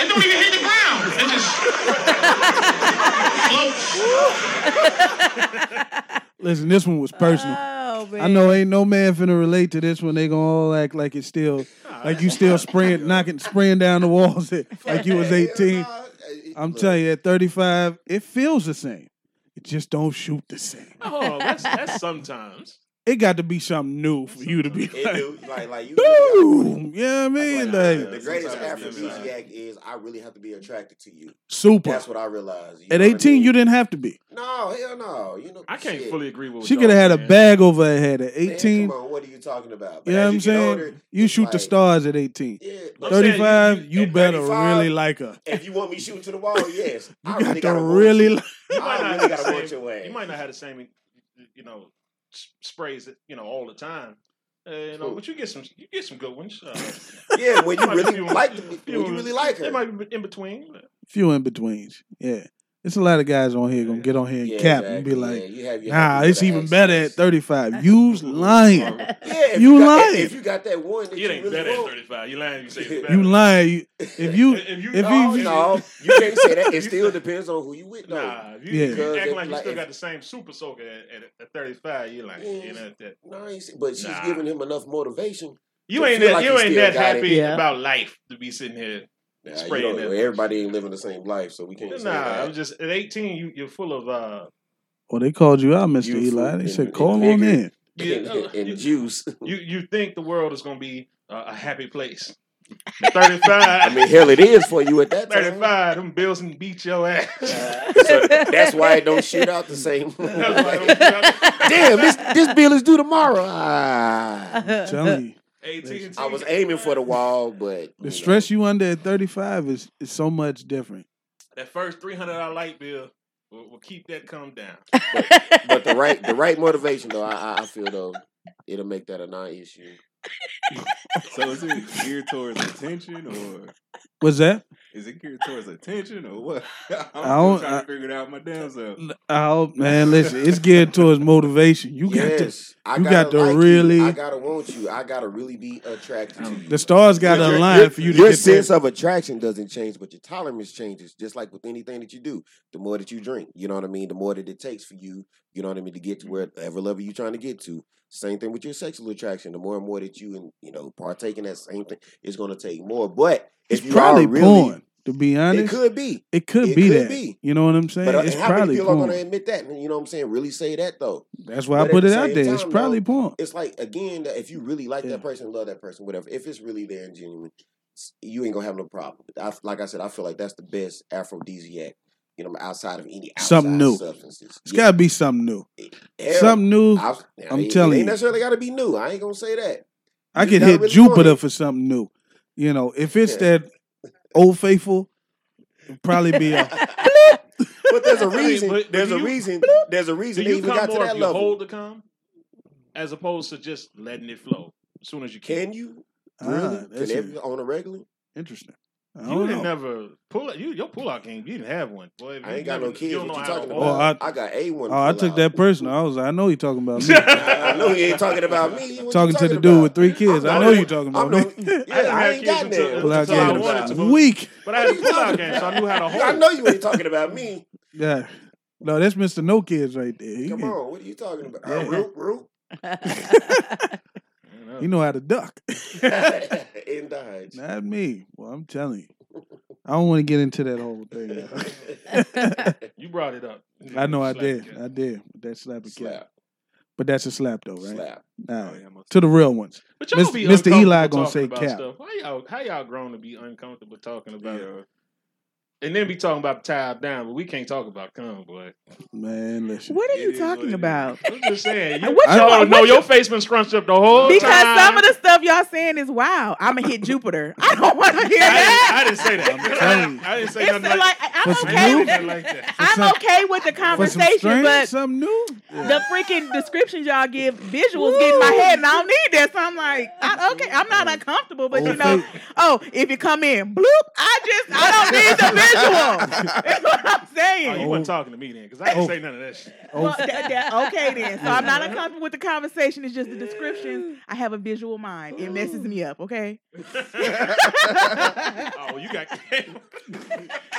It don't even hit the ground. It just floats.
Listen, this one was personal. I know ain't no man finna relate to this one. They gonna all act like it's still, like you still spraying, knocking, spraying down the walls it- like you was 18. I'm telling you, at 35, it feels the same. It just don't shoot the same.
Oh, that's, that's sometimes.
It got to be something new for you to be
It
like,
do, like like you.
boom. You know what I mean?
the
Like,
greatest aphrodisiac is I really have to be attracted to you.
Super.
That's what I realized. You
at
know what I
18,
mean?
you didn't have to be.
No, hell no. You know,
I can't
shit.
fully agree with
She could have had a bag over her head at
Man,
18.
come on, what are you talking about?
You know what I'm saying? you shoot the stars at 18. 35, you, better really like her.
If you want me shooting to the wall, yes.
You
I
got
really
to
gotta want
really
you.
like
You might
I
not
really
have
gotta
the
want your
same.
ass.
You might not have the same, you know, s- sprays that you know all the time. Uh, you know,
True.
but you get some, you get some good ones. Uh,
Yeah, when you
might be
really
few-
like the-
few
when you
ones.
really like her.
It might be in between.
few in betweens. Yeah. It's a lot of guys on here gonna get on here and
Yeah,
cap and be
exactly.
like,
Yeah, you have your
nah,
happy
it's
little
even better at 35. You's lying.
Yeah, if
you
got-
lying.
If you got that one that
It
you
ain't
really
better at
want,
35. You lying. You say it's better.
You lying. You- If you, if you,
no, no, you can't say that. It still depends on who you with, though.
Nah, if you,
Yeah.
if you
Because
act
if,
like you
like,
still
if-
got the same super soaker at, at, at 35. You're like, you know that.
Nice, but she's
Nah.
giving him enough motivation.
You
to
ain't
feel
that
like
you
he
ain't
still
that
got it.
happy about life to be sitting here
Nah, you
spraying
don't-
that.
everybody ain't living the same life, so we can't. say
Nah,
that.
I'm just at 18. You you're full of uh.
Well, they called you out, Mr. Eli. They said, call on in.
You,
and juice.
You you think the world is gonna be uh, a happy place? At 35.
I mean, hell, it is for you at that time.
35. Them bills and beat your ass.
So that's why it don't shoot out the same. Damn,
Damn,
this this bill is due tomorrow. Ah.
I'm telling you.
I was aiming for the wall, but
The stress you under at 35 is, is so much different.
That first three hundred dollar light bill will, will keep that come down.
but the right the right motivation though, I I, I feel though it'll make that a non-issue.
So is it geared towards attention or
What's that?
is it geared towards attention or what? I'm
I don't-
still trying
I-
to figure it out my damn self.
Oh man, listen, it's geared towards motivation. You got
Yes,
to,
I
you
gotta
got to
like you.
really.
I gotta want you. I gotta really be attracted
Oh.
to you.
The stars gotta
Your-
align
your-
for you to
Your
get
sense
that.
of attraction doesn't change, but your tolerance changes. Just like with anything that you do, the more that you drink, you know what I mean. The more that it takes for you, you know what I mean, to get to wherever level you're trying to get to. Same thing with your sexual attraction. The more and more that you and you know partake in that same thing, it's gonna take more. But if
It's
you are
probably
really,
porn. To be honest,
it could be.
It could
It
be
could
that.
be.
You know what I'm saying?
But uh,
it's
how many
probably
people are
porn.
going to admit that? You know what I'm saying? Really say that though.
That's why I
But at
put
the
it out
same
there. It's
time,
probably
though,
porn.
It's like again, that if you really like
Yeah.
that person, love that person, whatever. If it's really there and genuine, s- you ain't gonna have no problem. I, like I said, I feel like that's the best aphrodisiac. You know, outside of any outside
Something new.
substances.
It's gotta be something new.
Hell,
something new.
I,
I,
now,
am
it- it
telling
ain't
you,
necessarily got to be new. I ain't gonna say that.
I
you
could
gotta
hit
really want
Jupiter
it.
for something new. You know, if it's
Yeah.
that old faithful, it'd probably be a
But there's a
I mean,
reason.
but- but
there's
do
a
you-
reason. There's a reason
Do
they
you
even
come
got to
more if
that
you
level.
hold the come, as opposed to just letting it flow as soon as you can?
Can you
Ah,
really?
that's
Can
a-
every, on a regular?
interesting. I
You
don't
didn't
know.
never pull out. You, your pull out game. You didn't have one. Boy,
I ain't got no kids. What you talking
Oh, I,
about? I got a one.
oh, I took that personal. I was like, I know you talking about me.
I know he ain't talking about me. What you
talking to the dude with three kids. I know you talking about me.
Yeah, I ain't got that.
Pull out game
wanted to,
was weak.
But I had to pull out game, so I knew how to hold.
I know you ain't talking about me.
Yeah. No, that's Mr. No Kids right there. He,
Come
can-
on, what are you talking about?
Yeah.
Uh, roop, roop.
he know how to duck.
In the heights.
Not me. Well, I'm telling you. I don't want to get into that whole thing.
you brought it up.
I know I
Slap
did.
again.
I did. But that's slap again. But that's a slap though, right?
Slap.
All
Oh,
right. to the real ones.
But y'all
Mis-
be
Mr. Eli gonna
uncomfortable talking
say
about
cap.
Stuff. How y'all how y'all grown to be uncomfortable talking about? And then be talking about tied down, but we can't talk about cum, boy.
Man, listen.
What are you talking about?
I'm just saying. You,
What you-
y'all
what
know
you-
your face been scrunched up the whole
Because
time.
some of the stuff y'all saying is wow. I'm gonna hit Jupiter. I don't want to hear that.
I didn't say that.
telling
I didn't say
It's
nothing like,
like, I- I'm
I didn't
okay.
say
With,
nothing like that.
I'm okay with the conversation,
strange,
but
something new.
the freaking descriptions y'all give, visuals get in my head, and I don't need that. So I'm like, I, okay, I'm not uncomfortable, but you know, oh, if you come in, bloop, I just, I don't need the visual. That's what I'm
Oh,
saying.
you weren't talking to me then, because I didn't say none of that shit.
Oh.
Well, that- that- okay then. So I'm
Uh-huh.
not uncomfortable with the conversation. It's just the descriptions. I have a visual mind. It messes me up. Okay,
oh, you got.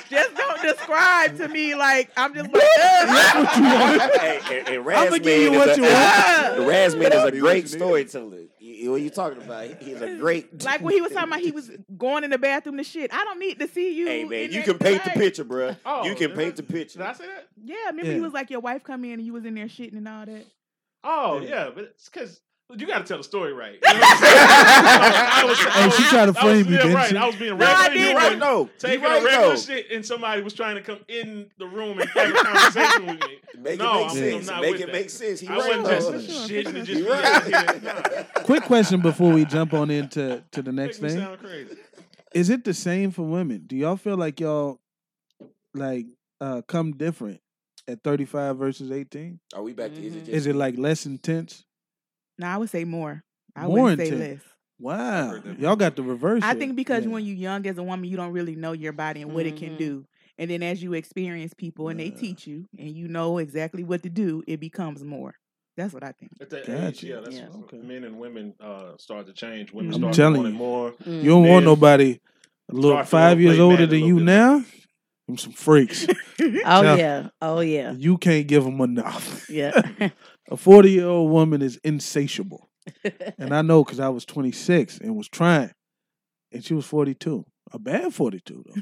just don't describe to me like I'm just like. "Ugh."
and, and
I'ma
Razman
give you
is
what
a-
you want.
The Razman is a
Be what
great storyteller. You- What are you talking about? He- He's a great.
Like when he was talking about he was going in the bathroom to shit. I don't need to see you.
Hey man,
in
you
that
can paint the
light.
picture, bruh. You can
did
paint the picture.
Did I say that?
Yeah, remember
Yeah.
you was like your wife come in and you was in there shitting and all that.
Oh yeah, but it's because you got to tell the story right. You know what I'm saying? I was, I
Hey,
was,
she tried to
I was
frame you,
being
didn't
right.
she?
I was being
No, I
regular.
didn't.
You right
No, you
taking
right,
a regular
though.
shit, and somebody was trying to come in the room and have a conversation with me.
Make
no,
it
I'm,
make
I'm
sense.
not
make
with
it
that.
make sense. He
I
right
wasn't
though.
just shitting to just
He
be
right.
out here. Nah,
Quick question before we jump on into to the next
make me
thing.
sound crazy.
Is it the same for women? Do y'all feel like y'all like uh come different at 35 versus 18?
Are we back to is it
Mm-hmm.
just
Is it like less intense?
No, I would say more. I
More
wouldn't say less.
intense. Wow. Y'all got the reverse.
I
shit.
think because
Yeah. Mm-hmm.
when you're young as a woman, you don't really know your body and what it can do. And then as you experience people and they teach you and you know exactly what to do, it becomes more. That's what I think.
At that
Gotcha.
age, yeah, that's
Yeah.
men and women uh, start to change. Women
I'm
start
telling
wanting
you.
more.
Mm.
You don't want
Men-
nobody a little
Start feeling
five
a
years
little
older
late
than
mad, a
you
little
now. Them some freaks.
Oh yeah. Oh yeah.
You can't give them enough.
Yeah.
a 40 year old woman is insatiable. and I know because I was 26 and was trying. And she was 42. A bad 42, though.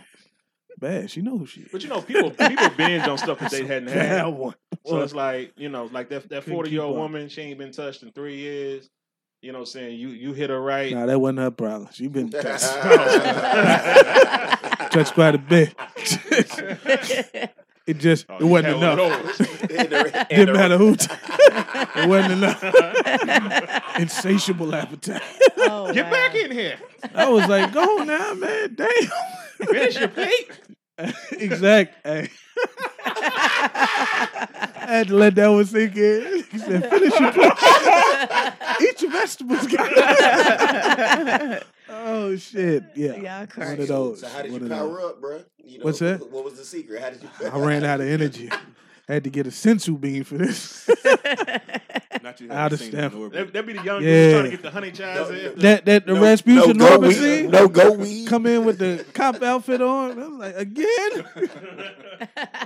Bad. She know who she is.
But you know, people people binge on stuff that they hadn't had.
Bad one.
So it's like you know, like that that
Couldn't
forty year old
keep up.
woman, she ain't been touched in three years. You know, what I'm saying you you hit her right.
Nah, that wasn't her problem. She been
Oh.
touched quite a bit. it just, it wasn't
hell
enough.
no.
Didn't matter who. t- it wasn't enough. Insatiable appetite.
Get back in here.
I was like, go now, man. Damn.
Finish your plate.
exact. Hey. I had to let that one sink in. He said, finish your plate. Eat your vegetables, guys. oh, shit. Yeah. One of
So-
those.
So how did
One
you
of those.
power up, bruh? You know,
What's that?
What was the secret? How did you?
I ran out of energy. had to get a sensu bean for this.
Not you
Out
haven't
of
seen
step.
the Norbit.
That, that be the young
Yeah.
dude trying to get the honey chives in.
That that the
No-
Rasputin
no go
Norbit
weed.
scene.
No go weed.
Come in with the cop outfit on. I was like, again.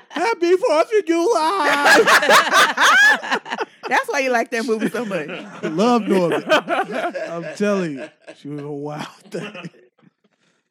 Happy Fourth of July.
That's why you like that movie so much.
Love Norbit. I'm telling you, she was a wild thing.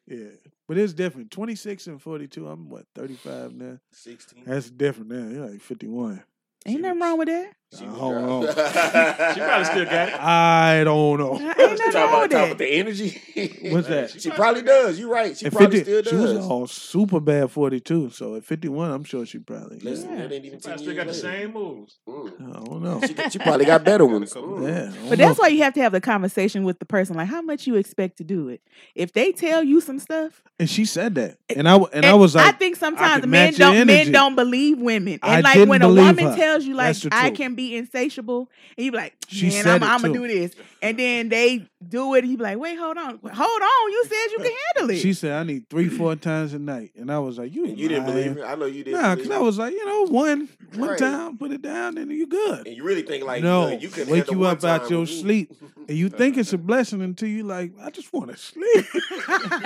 Yeah, but it's different. 26 and 42. I'm what 35 now.
16.
That's different now. You're like 51.
Ain't nothing wrong with that.
Nah, hold on.
She probably still got it.
I don't know.
Ain't nothing
Talk
wrong
about
with
top
that.
of the energy.
What's that?
she probably does. You're right. She
At
probably
50
still
she was
does.
all super bad 42. So at 51, I'm sure she probably. yeah.
Listen, that ain't even
Probably
10
still got the
years later.
same moves.
Mm.
I don't know.
She, she probably got better ones.
Yeah,
Mm.
I
But
don't
that's
know.
why you have to have the conversation with the person, like how much you expect to do it. If they tell you some stuff,
And she said that, and I w- and I
And
was like,
I think
I
sometimes
can
men
match your
don't men
energy.
don't believe women, and
I
like
didn't
when a
believe
woman
her.
tells you like
That's the
I
truth.
can be insatiable, and you be like,
She
man, I'm,
said it,
I'm gonna
too.
do this, and then they do it, and you be like, wait, hold on, hold on, you said you can handle it.
She said I need three, four times a night, and I was like, you,
And you didn't
lying.
believe her. I know you didn't.
Nah,
believe
because I
her.
was like, you know, one, one
Right.
time, put it down, and you good.
And you really think like
no,
look, you could
wake you up out your sleep, and you think it's a blessing until you like, I just want to sleep.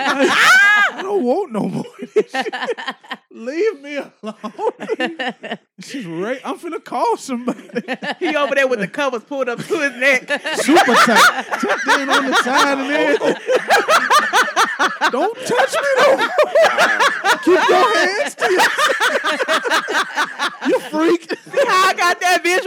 I don't want no more. of this shit. Leave me alone. She's right. I'm finna call somebody.
he over there with the covers pulled up to his neck.
super tight, tucked in on the side and everything. Don't touch me, though. Keep your hands to yourself.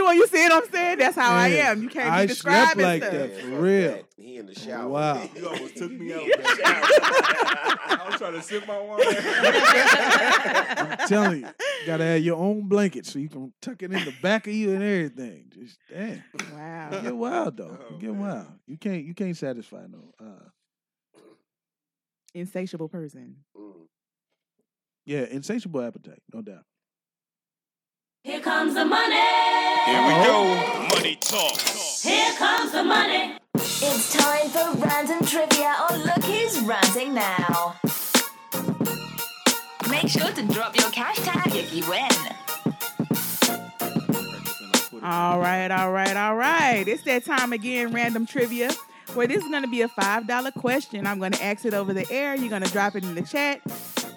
on. You see what I'm saying? That's how I
Yeah.
am. You can't
I
be
slept
describing
like
stuff.
that for real.
He in the shower.
Wow.
You almost took me out. man. I was trying to sip my wine.
I'm telling you, you gotta have your own blanket so you can tuck it in the back of you and everything. Just damn.
Wow.
You get wild though. You
Oh,
get wild. You can't you can't satisfy no. Uh,
Insatiable person.
Mm.
yeah, insatiable appetite, no doubt.
Here comes the money.
Here we Oh.
go. Money talk. Here comes the money.
It's time for random trivia on Look Who's Ranting Now.
Make sure to drop your cash tag if you win.
All right, all right, all right. It's that time again, random trivia, where this is going to be a $5 question. I'm going to ask it over the air. You're going to drop it in the chat.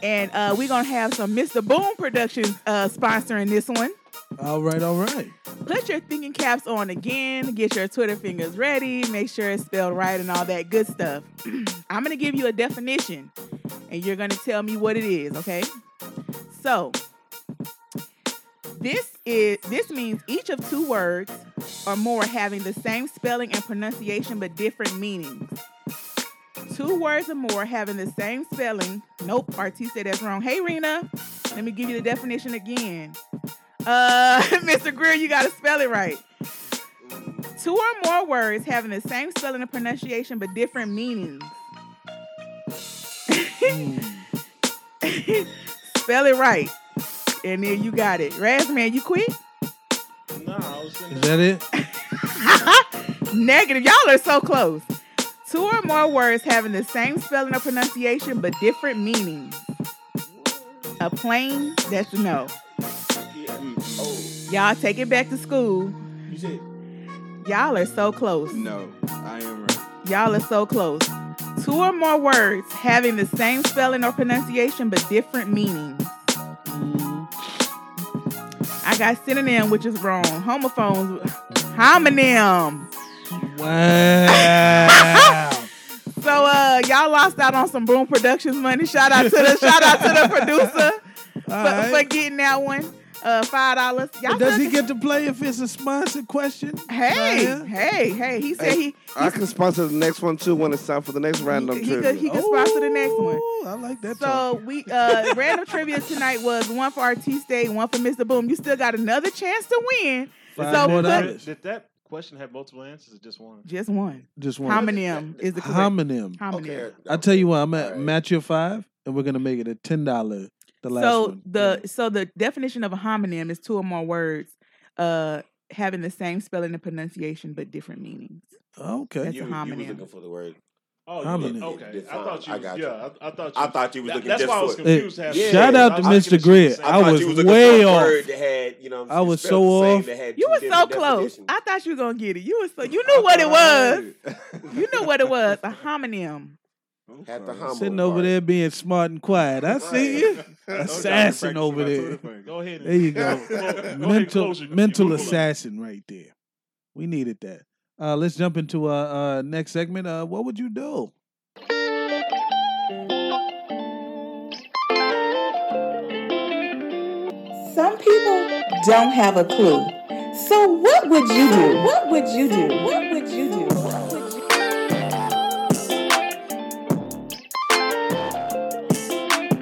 And uh, we're going to have some Mr. Boom Productions uh, sponsoring this one.
All right, all right.
Put your thinking caps on again. Get your Twitter fingers ready. Make sure it's spelled right and all that good stuff. I'm going to give you a definition and you're going to tell me what it is, okay? So, this is this means each of two words or more having the same spelling and pronunciation but different meanings. Two words or more having the same spelling. Nope, RT said that's wrong. Hey Rena, let me give you the definition again. Uh, Mr. Greer, you got to spell it right. Two or more words having the same spelling and pronunciation but different meanings. spell it right. And then you got it. Razman, you quit?
Is that it?
Negative. Y'all are so close. Two or more words having the same spelling or pronunciation but different meanings. A plane, that's a no.
oh.
Y'all take it back to school.
You said-
Y'all are so close.
No, I am right.
Y'all are so close. Two or more words having the same spelling or pronunciation but different meanings. I got synonym, which is wrong. Homophones, homonym.
Wow.
So uh, y'all lost out on some Boom Productions money. Shout out to the shout out to the producer for,
All right.
for getting that one. Uh, five dollars. Y'all
Does he
suckers-
get to play if it's a sponsored question?
Hey,
Right here?
hey, hey! He said he
I can sponsor the next one too when it's time for the next random
he
trivia.
could he could sponsor the next one.
I like that.
So we uh random trivia tonight was one for Artiste, one for Mr. Boom. You still got another chance to win. so put-
did, did that question have multiple answers or just one?
just one.
Just one.
Homonym is the correct.
Homonym.
Homonym.
I tell you what, I'm at match your five, and we're gonna make it a ten dollar. The last
so
one.
the so the definition of a homonym is two or more words uh having the same spelling and pronunciation but different meanings.
Okay.
That's a
you, you was
homonym.
looking for the word.
Oh, you
Homonym.
did. okay. I
Define.
thought you.
I
Was,
got you.
yeah, I, I thought. You
I thought you was
that-
looking
That's
just
why I
for
was
it.
confused.
Hey,
half
Yeah.
the
Shout
time.
out to
I was
Mr.
thinking it's the
Grid.
same
I was
you was looking
way
for a
off.
word that had, you know,
I was
spelled
so
the same,
off.
that had
You
two
was so
different
close.
definitions.
I thought you were gonna get it. You was so you knew what it was. you knew what it was. A homonym.
Had the homo.
Sitting over there being smart and quiet. I see you. Assassin over there.
Go ahead.
There you
Go ahead
go.
and
mental
close it.
mental assassin right there. We needed that. Uh, let's jump into uh, uh next segment. Uh, what would you do?
Some people don't have a clue. So what would you do? What would you do? What would you do? What would you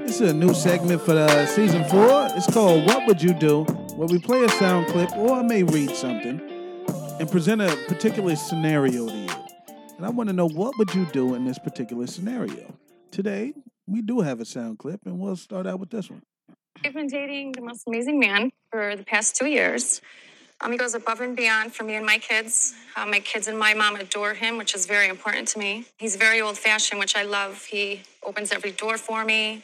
This is a new segment for uh, season four. It's called What Would You Do? Where we play a sound clip or I may read something and present a particular scenario to you. And I want to know what would you do in this particular scenario. Today, we do have a sound clip and we'll start out with this one.
I've been dating the most amazing man for the past two years. Um, he goes above and beyond for me and my kids. Uh, my kids and my mom adore him, which is very important to me. He's very old fashioned, which I love. He opens every door for me.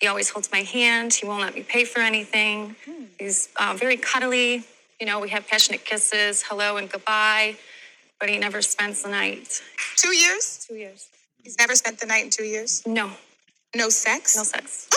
He always holds my hand. He won't let me pay for anything. He's uh, very cuddly. You know, we have passionate kisses, hello and goodbye, but he never spends the night.
Two years?
Two years.
He's never spent the night in two years?
No,
No sex? Oh,
no sex.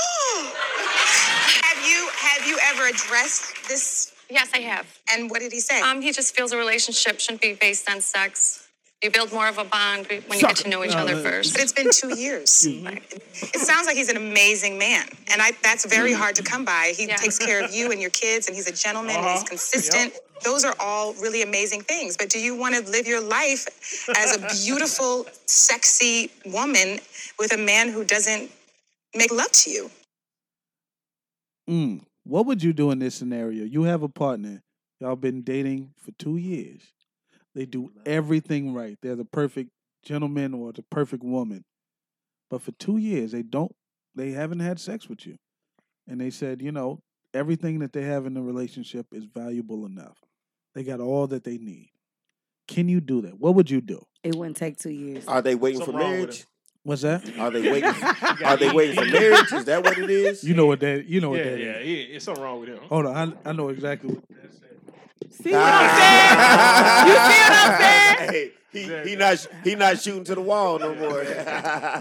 have you have you ever addressed this?
Yes, I have.
And what did he say?
Um, he just feels a relationship shouldn't be based on sex. You build more of a bond when you get to know each other first.
But it's been two years. It sounds like he's an amazing man, and I that's very hard to come by. He takes care of you and your kids, and he's a gentleman. and He's
Uh-huh.
consistent. Those are all really amazing things. But do you want to live your life as a beautiful, sexy woman with a man who doesn't make love to you?
Mm. What would you do in this scenario? You have a partner. Y'all been dating for two years. They do
Mm-hmm.
everything right. They're the perfect gentleman or the perfect woman. But for two years, they don't. They haven't had sex with you, and they said, you know, everything that they have in the relationship is valuable enough. They got all that they need. Can you do that? What would you do?
It wouldn't take two years.
Are they waiting for marriage?
What's that?
Are they waiting? are they waiting for marriage? Is that what it is?
You know what that? You know what
yeah,
that is.
yeah, yeah. It's something wrong with him.
Hold on, I, I know exactly. What,
See what I'm saying? You see what I'm saying?
Hey, he, he not he not shooting to the wall no more.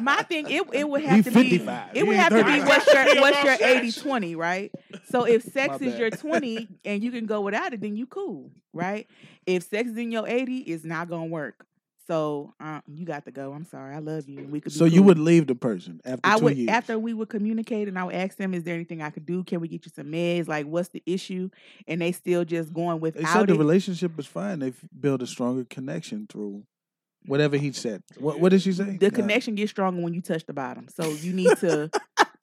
My thing, it, it would
He
have to be
55.
it would
He
have to be
35.
what's your
He
what's
about
your
sex.
80 20, right? So if
My
sex is
bad.
your 20 and you can go without it, then you cool, right? If sex is in your 80, it's not gonna work. So uh, you got to go. I'm sorry. I love you. We could be
so you
cool.
would leave the person after
I
two
would
years.
after we would communicate and I would ask them, is there anything I could do? Can we get you some meds? Like what's the issue? And they still just going
They said
without
the
it.
relationship is fine. They f- build a stronger connection through whatever he said. What, what did she say?
the
Nah,
connection gets stronger when you touch the bottom. So you need to,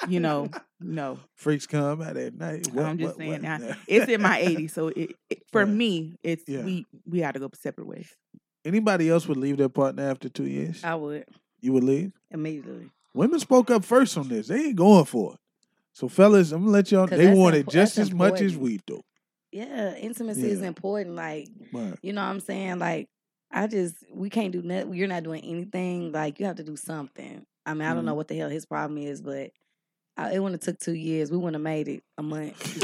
you know, no.
freaks come out at night. What,
I'm just
what,
saying
what?
now it's in my 80s. So it, it- for me, it's
Yeah.
we we got to go separate ways.
Anybody else would leave their partner after two years?
I would
You would leave?
immediately.
Women spoke up first on this. They ain't going for it. So, fellas, I'm gonna let y'all.
'Cause
They
that's
want
impo-
it just
that's
as much as
important.
we do.
Yeah, intimacy is
Yeah.
important. Like,
Right.
you know what I'm saying? Like, I just, we can't do nothing. You're not doing anything. Like, you have to do something. I mean, I don't know
Mm-hmm.
Mhm.
what the hell his problem is, but I, it wouldn't have took two years. We wouldn't have made it a month.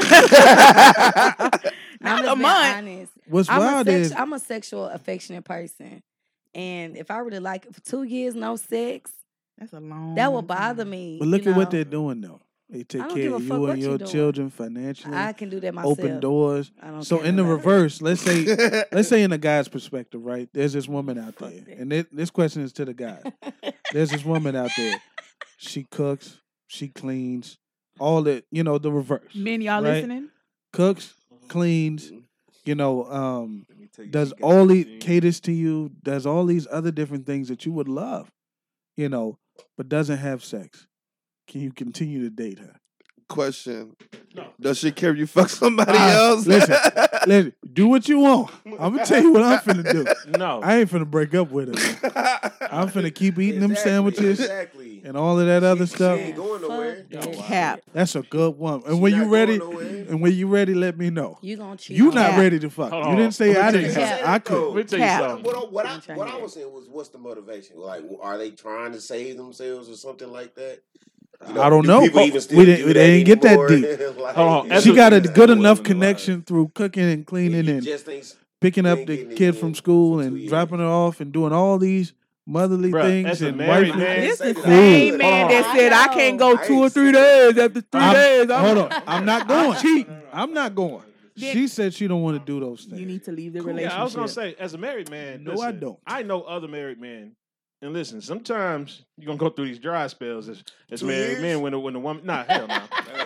Not
I'm
a month.
Honest.
What's
I'm
wild
a sex-
is-
I'm a sexual affectionate person, and if I really like for two years no sex,
that's a long.
That would bother me.
But look
you
at what
know?
they're doing though. They take
I don't
care
give a
of
fuck
you
what
and
you
your
doing.
children financially.
I can do that myself.
Open doors.
I don't
So
care
in the
about that.
reverse, let's say, let's say in a guy's perspective, right? There's this woman out there, and thi- this question is to the guy. There's this woman out there. She cooks. She cleans. All that you know, the reverse.
Men, y'all
right?
listening?
Cooks, cleans. You know, um,
you
does all these caters to you. Does all these other different things that you would love. You know, but doesn't have sex. Can you continue to date her?
Question. Does she care if you fuck somebody
Ah,
else?
Listen, listen, do what you want. I'm gonna tell you what I'm finna do.
No,
I ain't finna break up with her. I'm finna keep eating them
Exactly,
sandwiches
exactly.
and all of that other
she
stuff.
ain't going nowhere.
Cap.
That's a good one. And when you ready, and when you ready, let me know.
You gonna cheat?
You
on
not
her.
ready to fuck.
Hold
You
on.
didn't say
Let me
I
tell you
didn't have.
something.
I could.
Let
me tell
you
something.
What I, what I,
trying
what
to
I was saying was, what's the motivation? Like, are they trying to save themselves or something like that? You
I don't
do
know.
People
Oh,
even still
we didn't.
do
We
that
didn't get that
anymore?
deep.
Like,
she got a good enough connection through cooking and cleaning and
just ain't-
picking
you
up
ain't
the
getting it
kid
in
from school and dropping her off and doing all these motherly
Bruh,
things
as a
and
married
wife.
man- This the
Cool.
Same man that said I can't go two or three days after 3
I'm-
days. I'm,
hold on, I'm not going.
I'm cheating.
I'm not going.
Then-
She said she don't want to do those things.
You need to leave the
Yeah,
relationship.
I was gonna say, as a married man,
No, I
listen,
don't.
I know other married men, and listen, sometimes you're gonna go through these dry spells as, as
Two
married
years?
men when the, when the woman, nah, hell no,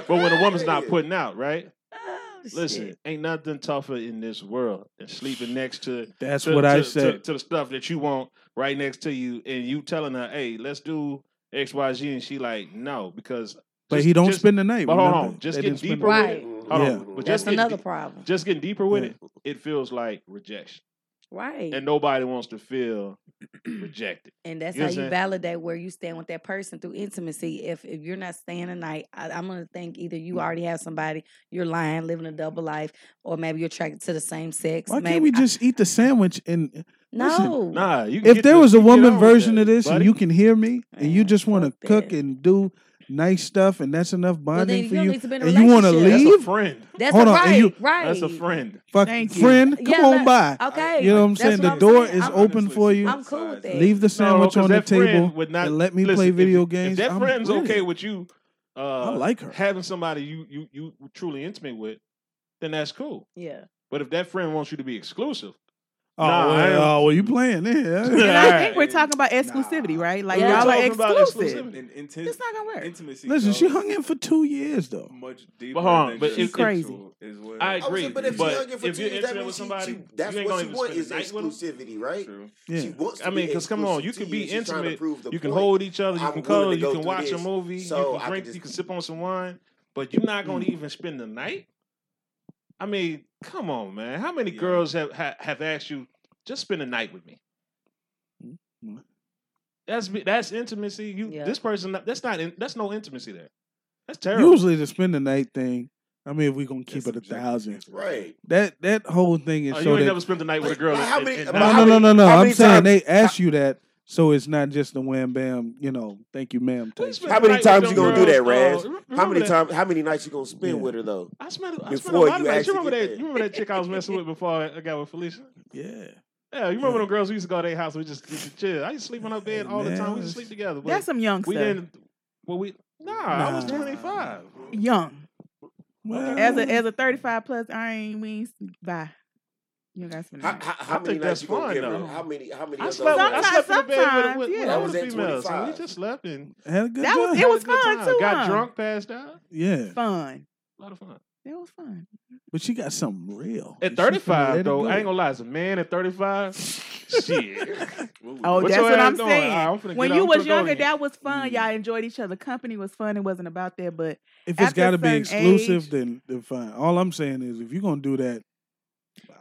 but when the woman's not putting out, right?
Oh,
Listen,
shit.
ain't nothing tougher in this world than sleeping next to
That's
to-
what I
to- to-
said.
to the stuff that you want right next to you, and you telling her, hey, let's do X, Y, Z, and she like, no, because
But
just-
he don't
just-
spend the night.
But hold
remember?
on, just
They
getting
didn't spend
deeper
the
with
night.
it. Hold
yeah.
on, but
That's
just getting
another
deep-
problem.
Just getting deeper with
Yeah.
it, it feels like rejection
Right.
and nobody wants to feel rejected.
And that's
You know
how
what I'm
you
saying?
validate where you stand with that person through intimacy. If if you're not staying the night, I, I'm gonna think either
Mm.
you already have somebody, you're lying, living a double life, or maybe you're attracted to the same sex.
Why
maybe
can't we just eat the sandwich and
No.
listen,
Nah, you can
if
get
there
the-
was a
you can get
woman
on with
version
that,
of this and
buddy.
you can hear me and you just want to cook and do nice stuff and that's enough
then
bonding
you don't
for you
need to be in a
and you want to
relationship. That's a
leave
friend
That's
hold
a-
on and you
right, That's a right.
friend
fuck
Thank you.
friend come
Yeah,
on
look,
by
okay,
you know what I'm
that's
saying
what
the
I'm
door
saying.
is
I'm-
open for you
I'm cool with that.
leave the sandwich
'cause
on the
that friend
table
would not-
and let me
listen,
play
if-
video
if
games
that
I'm
friend's
with
okay
it.
with you, uh,
I like her.
having somebody you you you truly intimate with, then that's cool.
Yeah.
But if that friend wants you to be exclusive,
Oh,
Nah, I am-
well, oh, well, you playing there?
And I think we're talking about exclusivity, right? Like
Yeah.
y'all are
We're talking about
exclusive.
And inten-
it's not gonna work.
Intimacy.
Listen, she hung in for two years though.
Much
But
deeper.
hold on,
than
but
just
it's
crazy.
I
Oh, so-
agree,
but if she's
but
looking for
if you're
cheese, that
intimate
means
with
she-
somebody,
she- that's what
you ain't gonna
she
even
wants
spend
is
the night with 'em.
exclusivity, right?
Yeah.
She wants.
I
to
mean,
be
because come on, you
exclusive
can
to
be
and she's trying to
intimate.
prove the
You can
point.
hold each other. You
I'm
can
willing
color.
to
You
go
can
through
watch a
this,
movie.
so
you
I
can
can
drink.
just- Mm.
You can sip on some wine. But you're not gonna even spend the night. I mean, come on, man. How many girls have, have have asked you just spend the night with me?
Mm.
That's be- that's intimacy. You this person not- that's not in, that's no intimacy there. That's terrible.
Usually the spend the night thing. I mean, if we gonna keep it a thousand,
right?
That that whole thing is
Oh,
so
you ain't
that
never spent the night with a girl. and- and- and
no,
not-
no, no, no, no. I'm saying they ask you that, so it's not just the wham bam. You know, thank you, ma'am. type shit.
How many times you gonna do that, Raz? how many
that-
times? How many nights you gonna spend with her though?
I spent, I spent a
Before
lot of
you
nights. You
actually
remember
get
that?
there.
You remember that chick I was messing with before I I got with Felicia?
Yeah.
Yeah, you remember them girls who used to go to their house? We just used to chill. I used to sleep on her bed all the
man,
time. We used to sleep together. but
That's some young
We
stuff.
didn't. Well, we nah. I was
Nah.
twenty five.
Young.
Well-
as a as a thirty five plus, I ain't we ain't s- bye. You guys spend the
How,
night.
how, how many nights you gonna give her? How many? How many?
I
of
slept.
those
I
nights?
slept in the bed with, with,
sometimes,
with
yeah.
other
That was at
females, and we
25.
just slept and
Had a good
That was- it
time.
was
Had a good
fun,
time.
too,
Got
huh?
drunk, passed out.
Yeah,
Fun.
A lot of fun.
That was fun.
but she got something real.
At
She finna
thirty five
let it
though,
go.
I ain't gonna lie. As a man at thirty five, shit.
Oh,
What
that's
your
what
ass
I'm
doing?
saying.
All right, I'm finna
when
get
you
up,
was
finna go
younger,
in.
that was
Mm-hmm.
fun. Y'all enjoyed each other. Company was fun. It wasn't about that, but
If it's
after a
got to be
certain
exclusive,
age-
then then fine. All I'm saying is, if you're gonna do that,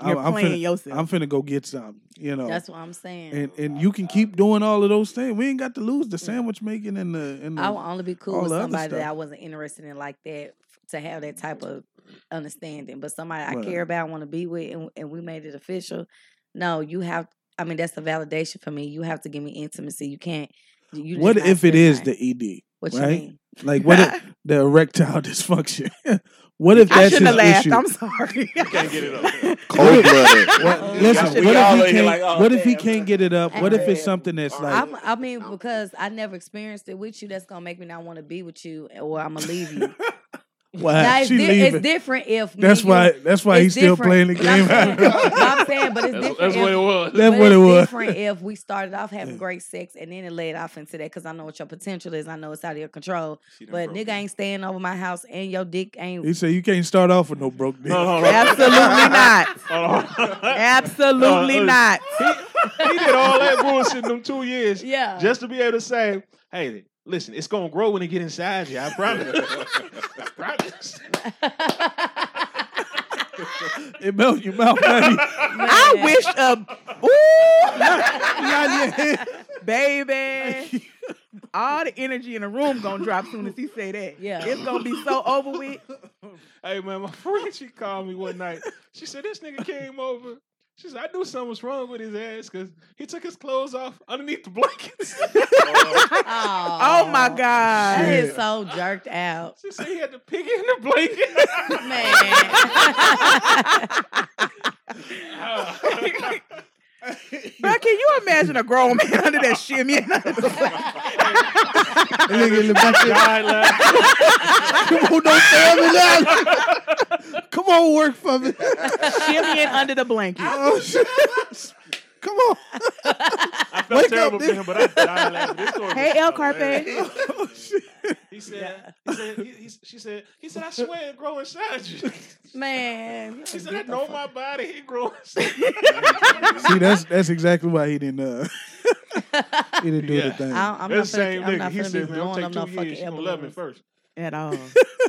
You're
I'm,
playing
finna,
yourself.
I'm finna go get some. You know,
That's what I'm saying.
And and you
uh,
can keep doing all of those things. We ain't got to lose the sandwich making and the and the,
I would only be cool
all
with
the other
somebody that
stuff.
I wasn't interested in like that f- to have that type of understanding. But somebody I
Right.
care about, want to be with, and, and we made it official. No, you have. I mean, that's the validation for me. You have to give me intimacy. You can't. you- You just
what
not
if
spend
it is
time.
the ED?
What you
right?
mean?
Like what if the erectile dysfunction? what if
I
that's
shouldn't
his
have laughed.
issue?
I'm sorry.
can't get it up.
What if-
Cold-blooded.
Oh,
what-
Uh,
listen,
y'all should
what
be
if
all
he
in here
can't?
like, oh,
what if he
damn,
can't get it up? What if it's
damn,
something that's like?
I'm, I mean, because I never experienced it with you, that's gonna make me not want to be with you, or I'm gonna leave you.
Wow,
Now, it's,
she
di-
leaving.
it's different if me
That's
and you-
why. That's why
it's
he's still
different.
playing the
But I'm
game.
saying- but I'm saying, but it's
That's-
different.
that's
if-
what it was.
but
That's what
it's
it was.
Different if we started off having great sex and then it led off into that because I know what your potential is. I know it's out of your control. But nigga ain't staying over my house and your dick ain't.
He said you can't start off with no broke dick.
Absolutely
not.
Uh,
Absolutely
uh,
not.
He did all that bullshit in them two years.
Yeah.
Just to be able to say, hey, listen, it's gonna grow when it get inside you. I promise. I promise.
It melts your mouth, honey.
I wish a ooh, baby. All the energy in the room gonna drop soon as he say that. Yeah, it's gonna be so over with.
Hey man, my friend, she called me one night. She said this nigga came over. She said I knew something was wrong with his ass because he took his clothes off underneath the blankets.
Oh my god,
That is
Shit.
so jerked out.
She said he had the piggy in the blanket.
Man. Bro, can you imagine a grown man under that shimmy?
Come on, don't tell me that. Come on, work for me.
Shimmying under the blanket.
Oh, shit. Come on.
I felt terrible for him, but I died laughing. This story
Hey,
was
El Carpe.
hilarious. He said, he said, he, he, she said, he said, I swear it grow inside you.
Man.
She said, I know my body, it grows inside
See, that's that's exactly why he didn't. Uh, he didn't do the thing.
I, am
That
not
same
fucking, I'm not
nigga, he
finna be
said, man, it'll
blowing
take
up no
two years.
fucking
She gonna love me first.
at all.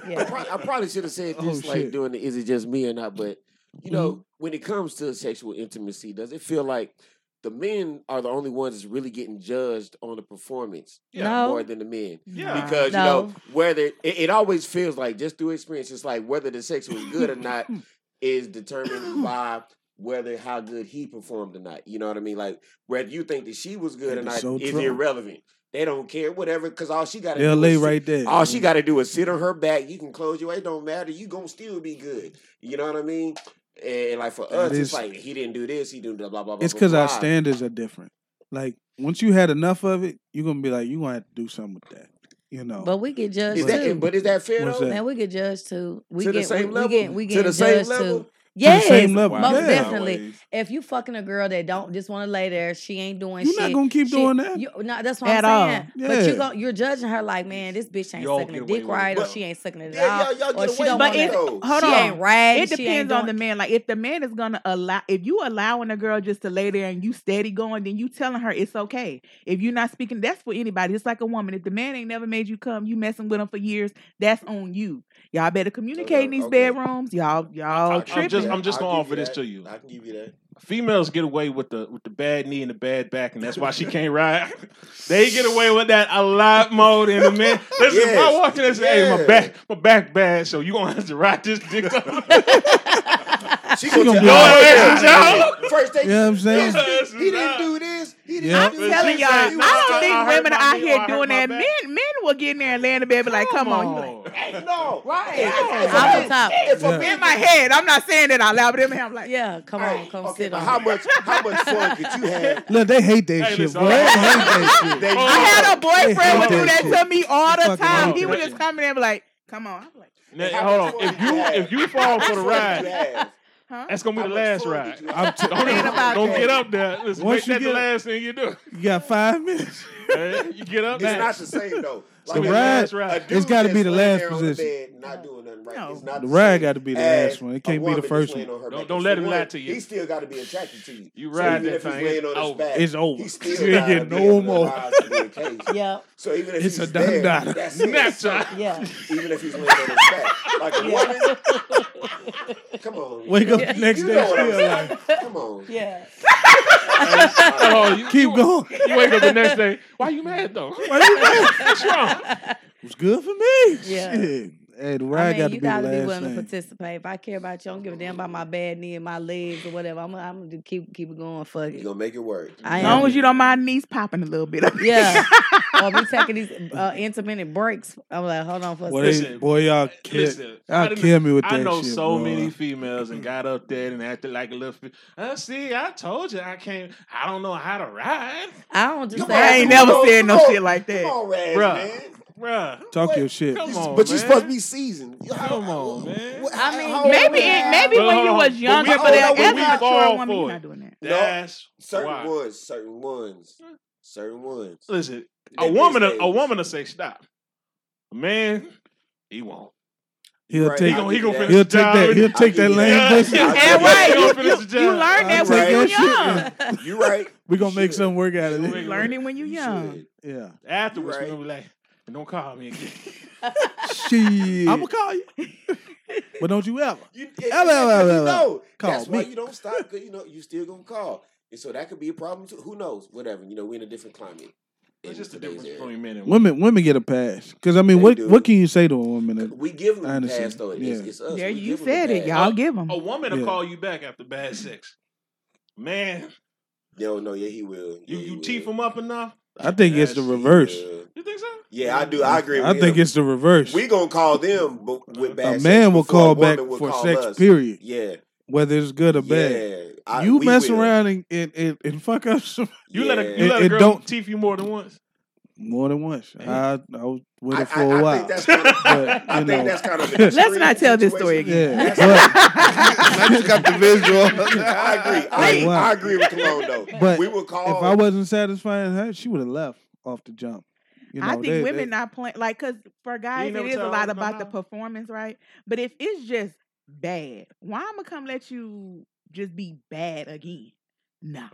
I probably, should have said this
Oh,
like
shit.
during the is it just me or not, but
Mm-hmm.
you know, when it comes to sexual intimacy, does it feel like the men are the only ones that's really getting judged on the performance
Yeah.
more
No.
than the men?
Yeah.
Because you
No.
know, whether it, it always feels like just through experience, it's like whether the sex was good or not is determined by whether how good he performed or not. You know what I mean? Like whether you think that she was good
That
or
is
not
so
is
true.
irrelevant. They don't care, whatever, because all she got to
They'll
do
lay
is sit-
right there. Mm-hmm.
All she got to do is sit on her back. You can close your. It don't matter. You gonna still be good. You know what I mean? And like for
That
us, it's
is-
like he didn't do this. He didn't do blah blah blah.
It's
blah,
because our
blah.
standards are different. Like once you had enough of it, you're gonna be like, you gonna have to do something with that. You know.
But we get judged
Is that-
too.
but is that fair, What's though? that?
Man, we get judged too. We
To the
get
same
we,
level?
we get we
To
get
the same
judged
level?
too. Yes,
same level.
most
Yeah.
definitely. If you fucking a girl that don't just want to lay there, she ain't doing
You're
shit.
not gonna keep
She-
doing that.
You, no, that's what
At all.
I'm saying. But
Yeah.
you go, you're judging her like, man, this bitch ain't
Y'all
sucking
get
a
away
dick
with it,
right, or
though.
she ain't sucking it
Yeah,
at
y'all- y'all
all, or
get
she
away
don't want
with
But
to.
if, hold
she
on,
ain't ragged.
It
she ain't
depends
doing
on the man. Like if the man is gonna allow, if you allowing a girl just to lay there and you steady going, then you telling her it's okay. If you're not speaking, that's for anybody. It's like a woman. If the man ain't never made you come, you messing with him for years. That's on you. Y'all better communicate in these bedrooms. Y'all, y'all tripping.
Oh, I'm just, I'm just gonna offer this to you. I
can give you that.
Females get away with the with the bad knee and the bad back, and that's why she can't ride. they get away with that a lot more than the men. Listen, if I
Yes.
walk in and say, "Hey, my
Yeah.
back, my back bad," so you gonna have to ride this dick up.
She
gonna be
Your
like,
ass is out.
First they,
You know what I'm saying?
Yes, he didn't do this. He didn't.
Yeah.
do
I'm
this.
telling
She
y'all,
said,
I
"No,
don't think
I hurt
women are
my
out
knee,
here
I hurt
doing
my
that.
back."
Men men will get in there and lay in the bed and be like, come on. You like,
Hey, no.
Right.
If- if- if-
Off
if-
the top.
If a
Yeah.
man
In my head, I'm not saying that out loud, but in my head, I'm like,
yeah, come on, come
sit
on. How much? How much fun could you have?
Look, they hate that shit, boy. They hate that shit.
They-
I had a boyfriend would do that to me all the
Fucking
time.
hate
He would
that
just come in there and be like, come on. I'm like,
Now, hold on. If you if you fall for the ride,
huh?
that's gonna be the last ride.
I'm t-
don't
Man about
don't
that.
get up there. Listen,
Once
make
you
that the
get-
last thing you do.
You got five minutes.
Man, you get up.
It's
there.
not the same though.
The
a-
ride-
a
it's
dude
gotta be
that's
the
laying
last
there on the
position.
bed Not doing nothing right. It's not
The
the
ride
same
got to be the
as
last one.
a
It can't be
woman
the
that's
first
laying on her
one.
back.
Don't- don't
And
let
for
him
one,
lie to you.
He still got to be attracted to you.
You
So
ride
even
that
if he's
thing,
laying
Oh, it's
on his
over.
back,
It's over.
He still
You ain't
gotta
getting
be
no
able to
more.
rise to be engaged.
Yeah.
So even if
It's
he's
a done
there,
data.
that's it.
Nap time.
Yeah.
Even if he's laying on his back, like a woman. Come on.
Wake up
You-
the next
you
day,
know what I'm
still
saying.
like-
Come on.
Yeah.
Oh, you,
Keep going.
you wake up the next day. Why you mad though?
Why you mad?
What's wrong?
It was good for me.
Yeah.
Shit. Hey, the
I
ride
mean,
got
you
to be
gotta be
the
willing
last
to
thing.
participate. If I care about you, I don't give a damn about my bad knee and my legs or whatever. I'm, I'm gonna just keep keep it going. Fuck
You
it.
gonna make it work.
I
as
am.
long as you don't mind knees popping a little bit.
Yeah. or be taking these uh, intermittent breaks. I'm like, hold on for a
Boy,
second.
they, boy y'all kill, y'all
I done-
kill me with that
I know
shit,
so
boy.
many females and got up there and acted like a little. Fe- uh, see, I told you I can't. I don't know how to ride.
I don't just
Come
say
on,
I
ain't
come
never
on,
said
come
no
on.
shit like that.
Come on, Raz,
Bruh.
man.
Bruh.
Talk your shit.
Come on,
But you're
man.
supposed to be seasoned. You- I-
Come on, man.
I mean,
Maybe it, maybe
Well,
when you
hold on.
was
But
younger,
Oh,
we
but
all-
as
but
a
we
mature
fall
woman, you're
for it.
not doing that.
That's
certain
why.
ones, certain ones, certain ones.
Listen, a
In these
woman, a
days.
woman will say stop. A man, he won't.
He'll
Right,
take.
I'll
He gonna,
give
he gonna
you that.
finish
He'll
the
take that- he'll
job. and-
take that
Yeah.
lame pussy.
Yeah.
And
He gonna
right, you,
finish the
you- you
job.
learned
I'll
that
take
when you
that shit.
young.
man.
You're right.
We gonna make something work out of
You
it.
make-
Learn it when you
You
young.
should.
Yeah.
Afterwards,
You
we
right.
gonna be like, don't call me again.
Shit.
I'ma
call you. but don't you ever.
You,
Hello, hello,
you
hello.
know,
Call
that's why
me.
you don't stop. 'cause, You know, you still gonna call, and so that could be a problem too. Who knows? Whatever. You know, we're in a different climate.
It's
in
just the
today's
difference
era.
between men and women.
Women, women get a pass because I mean,
They
what,
do.
what can you say to a woman?
We give them the
Honestly,
pass though. and It's,
yeah.
it's us.
Yeah,
We
you
give 'em the
said it.
pass. Mm-hmm.
Y'all give them.
A woman will
Yeah.
call you back after bad sex. Man,
No, no, yeah, he will.
you,
Yeah, he
you
will.
teeth him up enough.
I think it's the
Yes, he
reverse.
will.
You think so?
Yeah, I do. I agree.
I
with
think
him.
it's the reverse.
We gonna call them, but with bad
a
sex
man will
before a
call back
woman will
for
call
sex.
us.
Period.
Yeah,
Whether it's good or bad.
yeah. I-
you
we
mess
will.
around and, and, and, and fuck up some,
You let a
Yeah.
you let
It-
a
it
girl
don't-
teeth you more than once.
more than once. I, I was with
I-
it for
I- I
a
think
while.
that's kinda-
but,
I
you
think
know,
that's kind of an
Let's not tell this story again.
yeah. but,
I just got the visual.
I agree. I,
Like,
agree.
wow.
I agree with Cologne though.
but
we will call.
if I wasn't satisfying her, she would have left off the jump. You know,
I think
they-
women
they-
not playing like because for guys it
never
is a
tell
lot
her
about
about
the performance, right? But if it's just bad, why I'ma come let you just be bad again? Nah,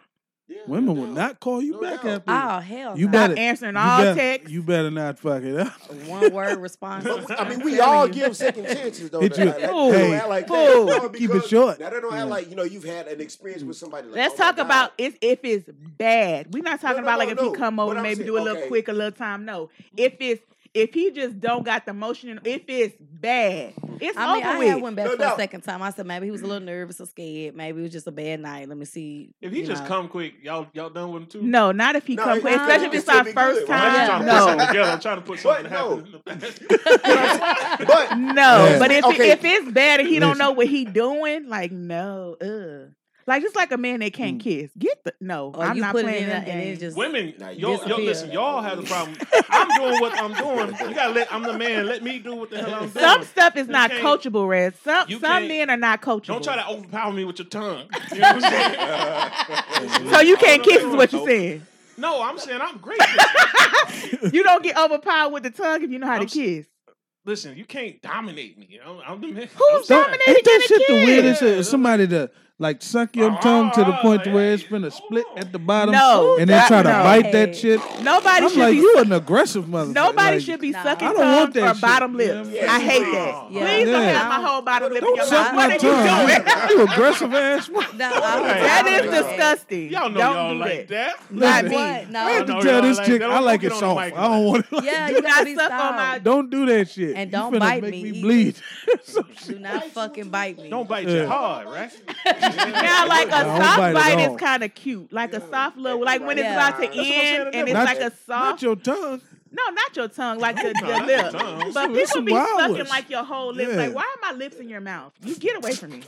women will not call you back after.
Oh hell
You
no.
better
answering
you
all
better-
texts.
You better not fuck it up.
One word response.
But we- I mean,
I'm
we
telling
all
you.
give second chances though.
Hit
Now,
Ooh.
you.
like, they don't
Hey,
act
Ooh.
like that. No,
Keep it
because-
short.
Now they don't
Yeah.
act like you know you've had an experience with somebody. Like,
Let's
oh my
talk
God.
about if if it's bad. We're not talking
no,
about like
no,
if he
no.
come
But
over,
I'm
maybe
saying-
do a little
okay.
quick, a little time. No, if it's if he just don't got the motion, and if it's bad, it's
I mean,
over
I had
with.
one back
No
for
doubt.
a second time. I said maybe he was a little nervous or scared. Maybe it was just a bad night. Let me see.
If he
you
just
know.
come quick, y'all y'all done with him too.
No, not if he
No,
come
it-
quick,
it-
especially if
it
it's
still
our
be
first
good. Well, that's
I'm
just
time.
trying to
No,
put something together. I'm trying to put
But
something
no.
happen. in the
But
No,
Yeah.
but if
Okay.
if it's bad and he don't
Listen.
know what he doing, like no, ugh. Like just like a man that can't kiss. Get the no.
Or
I'm
Oh, you
not
put it
playing
in
that
a- and it
game.
just
Women,
Nah, you
y'all, y'all,
disappear.
listen, y'all have the problem. I'm doing what I'm doing. You gotta let. I'm the man. Let me do what the hell I'm doing.
Some stuff is
You
not
can't-
coachable, Red. Some
you
some
can't-
men are not coachable.
Don't try to overpower me with your tongue. You know what I'm saying?
So you can't
I don't
kiss
know.
is what you're saying.
No, I'm saying I'm great.
You don't get overpowered with the tongue if you know how to kiss.
Listen, you can't dominate me. I'm, I'm the man.
Who's dominating
Ain't that
a
shit the
kid?
weirdest? shit? Somebody to like suck
Ah,
your tongue to the point to where it's finna split at the bottom,
No,
and then
that-
try to
no.
bite that shit.
Nobody
I'm
should
like,
be-
you an aggressive motherfucker.
Nobody
Like,
should be sucking
I don't
tongues
want that
or
shit.
bottom lip. I hate that.
Yeah.
Please don't
Yeah.
have my whole bottom lip in your
Don't
mouth. What
suck my
are you doing?
tongue. You, you aggressive ass.
That is disgusting.
Y'all know
Don't
y'all
do
like that.
Listen, I had to tell this chick I like it
Don't get on
soft.
the
I
mic
don't want it. Like
Yeah,
that.
you gotta be soft.
Don't do that shit.
And
You
don't
finna
bite
make
me
me
either.
bleed.
Do not fucking bite me.
Don't bite
Yeah.
you hard, right?
Now, like a
I don't
soft
bite
bite,
at all.
is kind of cute. Like a soft little, like when it's
Yeah.
about to
That's what I'm
end
saying,
and it's
not-
like a
Not
soft.
your tongue.
No, not your tongue, like the,
No,
the
not your
lip.
tongue.
But
There's
people
some
be
wild
sucking
ones.
like your whole lips.
Yeah.
Like, why are my lips in your mouth? You get away from me.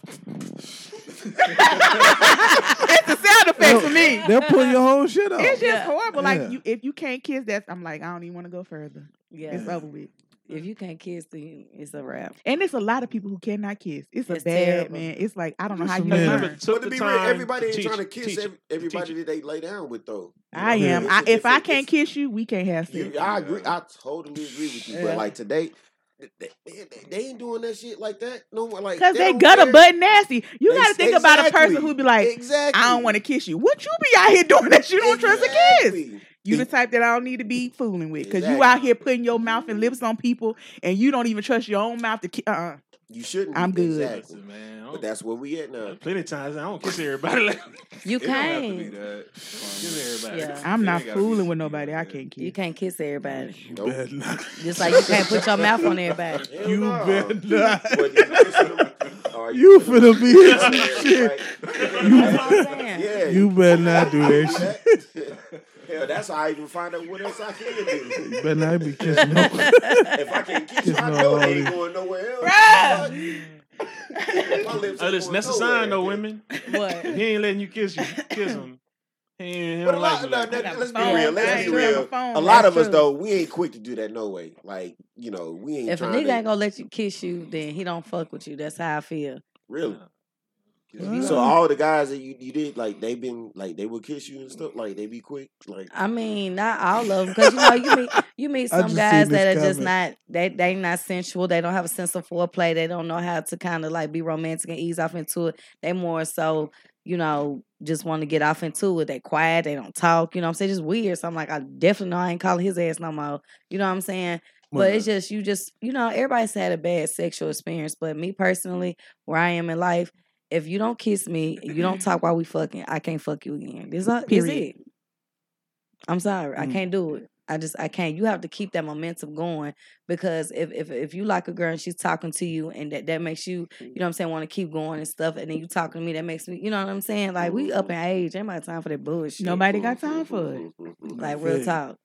That's
the sound effect for me.
They'll pull your whole shit up.
It's just horrible.
Yeah.
Like you, if you can't kiss, that's I'm like I don't even want to go further.
Yeah.
it's over with.
If you can't kiss, then it's a wrap.
And it's a lot of people who cannot kiss. It's, a
It's
bad
terrible.
man. It's like I don't know
Just
how
a
you
man.
learn.
But to be real, everybody ain't trying to kiss ev- everybody that they lay down with, though. You
I
know,
am.
it's
I,
a
if I
different-
can't kiss you, we can't have sex.
You, I agree. I totally agree with you.
Yeah.
But like today, th- th- man, they, they ain't doing that shit like that no more. Like
Cause they
don't
gutter
care.
butt nasty. You
They-
got to think about a person
exactly.
who be like,
Exactly.
I don't want to kiss you. What you be out here doing that you don't trust a kiss? You the type that I don't need to be fooling with. Cause you
Exactly.
out here putting your mouth and lips on people, and you don't even trust your own mouth to kiss. Uh-uh.
You shouldn't.
I'm good.
Exactly. But that's where we at now.
Oh, Plenty of times I don't kiss everybody. Like,
You
It don't have to
can't.
be that. Kiss everybody.
Yeah.
I'm not fooling with nobody. I can't kiss.
You can't kiss everybody.
better not.
Just like you can't put your mouth on everybody.
You better not.
Are
You finna be in some shit. You,
Yeah.
you better not do that shit.
Hell, that's how I even find out what else I can do.
You better not be kissing no.
if I can't kiss you,
kissing
I
no
know
all
they ain't
these-
going nowhere else. My lips
Oh,
ain't
listen,
going
that's a
nowhere.
sign, though, women.
What?
He ain't letting you kiss you. Kiss him. He ain't, he
But
don't
a
like
lot,
you
no,
like
no,
that.
let's be real.
I
Let's be
ain't got
real.
my phone.
A lot
That's
of us
true.
though, we ain't quick to do that. No way. Like you know, we ain't
If a
trying
nigga
to
ain't gonna let you kiss you, then he don't fuck with you. That's how I feel.
really.
you
So
don't-
all the guys that you, you did, like they been like they will kiss you and stuff. Like they be quick. Like
I mean, not all of them, because you know you meet you meet
I
some
just
guys
seen this
that are just not
comment.
they they not sensual. They don't have a sense of foreplay. They don't know how to kind of like be romantic and ease off into it. They more so you know just want to get off into it. They quiet. They don't talk. You know what I'm saying? Just weird. So I'm like, I definitely know I ain't calling his ass no more. You know what I'm saying? But it's just you just you know everybody's had a bad sexual experience. But me personally, where I am in life. If you don't kiss me, you don't talk while we fucking, I can't fuck you again. This is- is it.
Period.
I'm sorry, I
Mm.
can't do it. I just I can't. You have to keep that momentum going because if if if you like a girl and she's talking to you and that that makes you, you know what I'm saying, want to keep going and stuff, and then you talking to me, that makes me, you know what I'm saying? Like we up in age, ain't my time for that bullshit.
Nobody got time for it.
Like real
Yeah.
talk.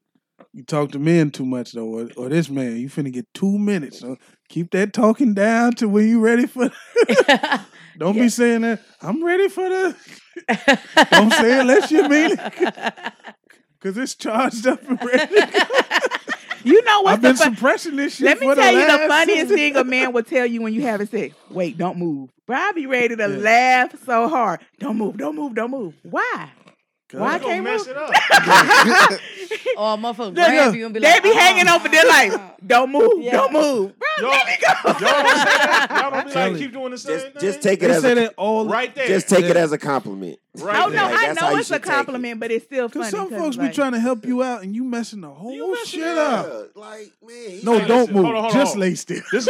You talk to men too much though, or, or this man, you finna get two minutes. So keep that talking down to when you ready for. Don't be saying that I'm ready for the. Don't say it unless you mean it, because it's charged up and ready.
you know
what?
what's
I've been
the fu-
suppressing this shit.
Let me
for
tell you the
last-
funniest thing a man will tell you when you having sex. Wait, don't move. Bro, I be ready to laugh so hard. Don't move, don't move, don't move. Why? Why I
you gonna
can't
mess
move?
it up?
or a motherfucker
Look,
grab
look,
you and be
they
like,
be hanging
uh-uh.
over their life. Don't move,
Yeah.
don't move.
Y'all, y'all don't say that. Y'all don't be
Tell
like
it.
keep doing the same thing.
just take it as a,
all
right there.
Just take it as a compliment.
Right
Oh no,
Like,
I
that's how
know
you
it's a
should take it.
compliment, but it's still funny.
Cause some
'cause
folks
like-
be trying to help you out and you messing the whole shit up.
Like man,
No,
Listen,
don't move.
hold on, hold
Just
on.
lay still.
This,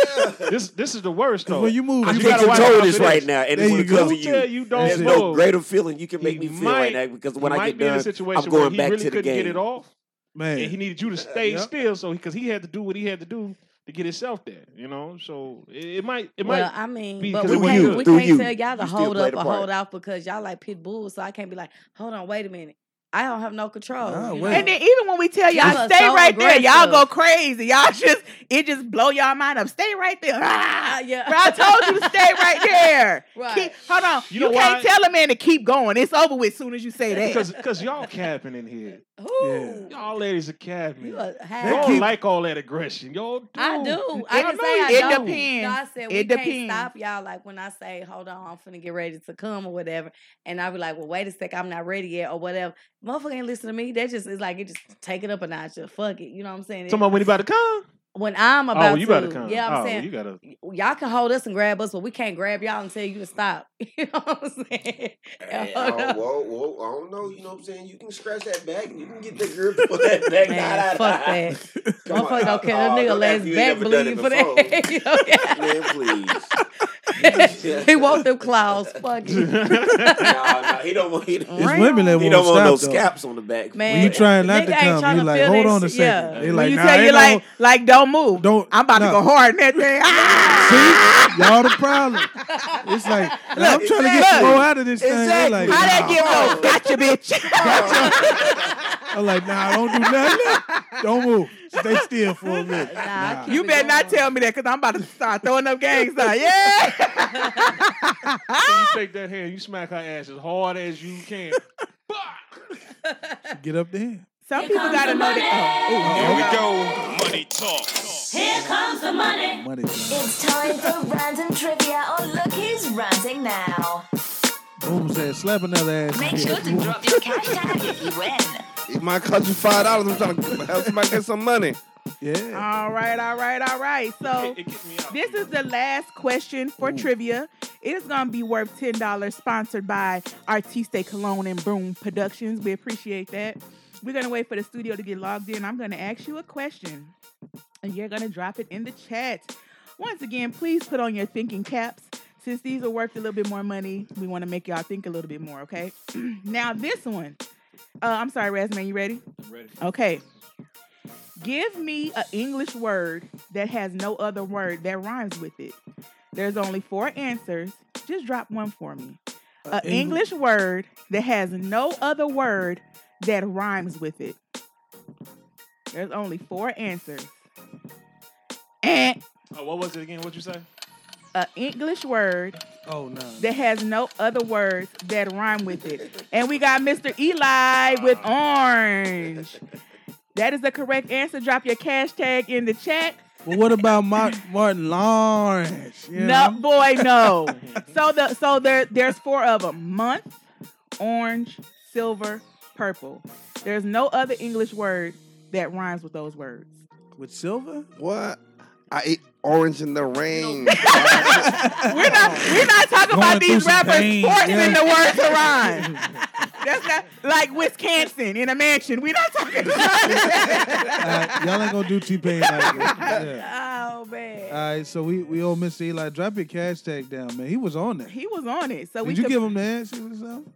this, this is the worst though.
when you move,
I
you
can't
gotta watch
control
out
this
for
right
this.
now, and
There
it's
you
because
go.
of you.
Tell you don't
There's no
move.
greater feeling you can make
He
me feel right now because when
he
I get
might be in a
done,
situation
I'm
where
going
he
back
really
to the
couldn't
game. Uh,
get it off,
man,
and he needed you to stay
Yep.
still. So because he had to do what he had to do to get himself there, you know. So it, it might, it
well,
might.
I mean,
be
but
because
we
it wasn't
can't,
good.
we can't tell y'all to
You still
hold
played
up
a
or
part.
hold off because y'all like pit bulls. So I can't be like, hold on, wait a minute. I don't have no control.
Oh,
you
wait.
know?
And then even when we tell y'all
Y'all are
stay
so
right there, y'all
aggressive.
go crazy. Y'all just it just blow y'all mind up. Stay right there. Ah,
yeah.
Bro, I told you to stay right there. there. Keep- hold on.
You
You,
know
can't
why?
tell a man to keep going. It's over with soon as you say that.
Because because y'all capping in here. Y'all ladies are capping.
a
Y'all
half.
don't like all that aggression. Y'all do.
I do. I didn't
know
say I
you
don't.
do.
No, I said we
It
can't
depends.
stop y'all. Like when I say, "Hold on, I'm finna get ready to come" or whatever, and I be like, "Well, wait a sec, I'm not ready yet" or whatever. Motherfucker ain't listen to me. That just is like it. Just take it up a notch. Just fuck it. You know what I'm saying? It-
Talking about when you about to come.
when I'm about
oh, you about to
to
come.
Yeah, I'm
oh,
saying
you gotta.
y'all can hold us and grab us, but we can't grab y'all and tell you to stop. You know what I'm saying?
Hey,
Hold
oh,
up.
whoa, whoa, I don't know. You know what I'm saying? You can scratch that back. You can get the girl to put that back.
Man,
nah, nah,
fuck
nah.
that.
Come
Motherfucker
on,
don't care. That
oh,
nigga
don't
let
act
his
you ain't
back
never done
bleed
it
for that. You know?
Man, please.
he want them claws. Fuck it.
Nah, nah, he don't want. He,
It's women that
he
won't
don't want no
stop, though.
scalps on the back.
Man,
When you trying not to
nigga ain't
come,
tryna
you like,
feel
hold
that
on a
shit,
second.
yeah.
They
When
like,
you
nah,
tell
ain't
you
no-
like, like don't move.
Don't.
I'm about to
no.
go hard in that thing.
See, y'all the problem. It's like now I'm trying to get some
exactly.
more out of this thing. They're Like,
How that
nah.
get low? Gotcha, bitch.
I'm like, nah, don't do nothing. Don't move. Stay still for a minute. Nah.
You better not tell me that because I'm about to start throwing up gangs out. Yeah.
So
Ah!
you take that hand, you smack her ass as hard as you can.
Get up there.
Some people gotta know that. Oh,
Here we
Uh-huh.
go. Money talk.
Here comes the money.
Money.
It's time for random trivia on Look Who's Ranting Now.
Boom said, slap another ass.
Make sure to drop your cash tag if you win.
If my cousin five dollars, I'm trying to help somebody get some money.
Yeah.
All right, all right, all right. So this is the last question for trivia. It is gonna be worth ten dollars, sponsored by Artiste Cologne and Broom Productions. We appreciate that. We're gonna wait for the studio to get logged in. I'm gonna ask you a question, and you're gonna drop it in the chat. Once again, please put on your thinking caps. Since these are worth a little bit more money, we want to make y'all think a little bit more. Okay. now this one. Uh, I'm sorry, Resume. You ready?
Ready.
Okay. Give me an English word that has no other word that rhymes with it. There's only four answers. Just drop one for me.
A
An
Eng-
English word that has no other word that rhymes with it. There's only four answers. And
Oh, what was it again? What you say?
an English word
Oh no.
that has no other words that rhyme with it. And we got Mr. Eli with orange. That is the correct answer. Drop your cash tag in the chat.
But what about Mar- Martin Lawrence? You
No,
know?
boy, no. so the so there there's four of them: month, orange, silver, purple. There's no other English word that rhymes with those words.
With silver?
What? I ate orange in the
We're
rain.
not we're not talking about these rappers forcing the word to rhyme. That's not like Wisconsin in a mansion. We're not talking about that.
Alright, y'all ain't gonna do T Pain like this. Yeah.
Oh man.
All right, so we, we owe Mr. Eli. Drop your cash tag down, man. He was on that.
He was on it. So we
Did you
could-
give him the answer or something?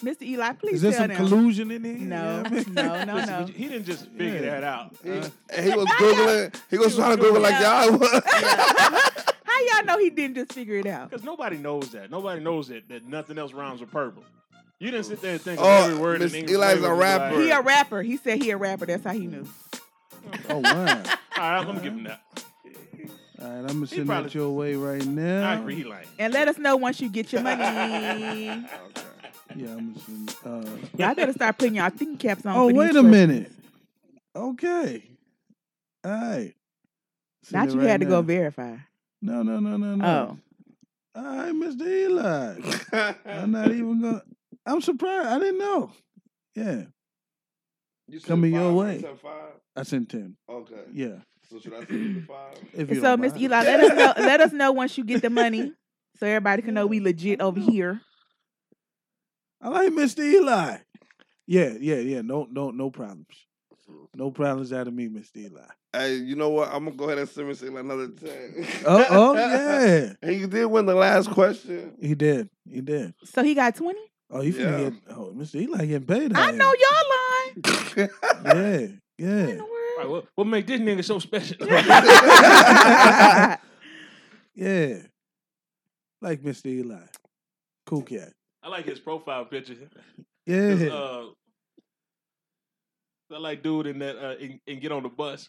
Mr. Eli, please
Is there
tell
some
them.
collusion in there?
No,
You know what I mean?
no, no,
Listen,
no.
He didn't just figure
Yeah.
that out.
And he was googling. He was trying to Google like y'all was.
How y'all know he didn't just figure it out?
Because nobody knows that. Nobody knows that that nothing else rhymes with purple. You didn't sit there and think of
Oh,
every word
Miss
in English.
Eli's a
language,
rapper.
like,
He a rapper. He said he a rapper. That's how he knew.
Oh wow!
All right, I'm gonna give him that.
All right, I'm gonna send
probably-
that your way right now.
I agree, he lying.
And let us know once you get your money.
Yeah, I'm gonna send. Uh,
Y'all better start putting y'all thinking caps on. for
oh
these
wait a
questions.
minute. Okay. All right. Send
Not
it
you
right
had to
now.
go verify.
No, no, no, no, no. Oh. All right, Mr. Eli. I'm not even gonna. I'm surprised. I didn't know. Yeah,
You said
coming
five.
your
You
way.
said five?
I sent ten.
Okay.
Yeah.
So should I send you the five?
If you
so,
don't
Miss
mind.
Eli, let us know. Let us know once you get the money, so everybody can know we legit over here.
I like Mr. Eli. Yeah, yeah, yeah. No, no, no problems.
Mm-hmm.
No problems out of me, Mr. Eli.
Hey, you know what? I'm gonna go ahead and send Miss Eli another ten.
Oh, oh, yeah.
He did win the last question.
He did. He did.
So he got twenty.
Oh, you finna
Yeah.
get. Oh, Mr. Eli getting paid.
I
out
know y'all lying.
here. Yeah, yeah,
All right, what, what make this nigga so special?
yeah. Like Mr. Eli, cool cat.
I like his profile picture.
Yeah.
His, uh, that like dude in that uh, in, in get on the bus.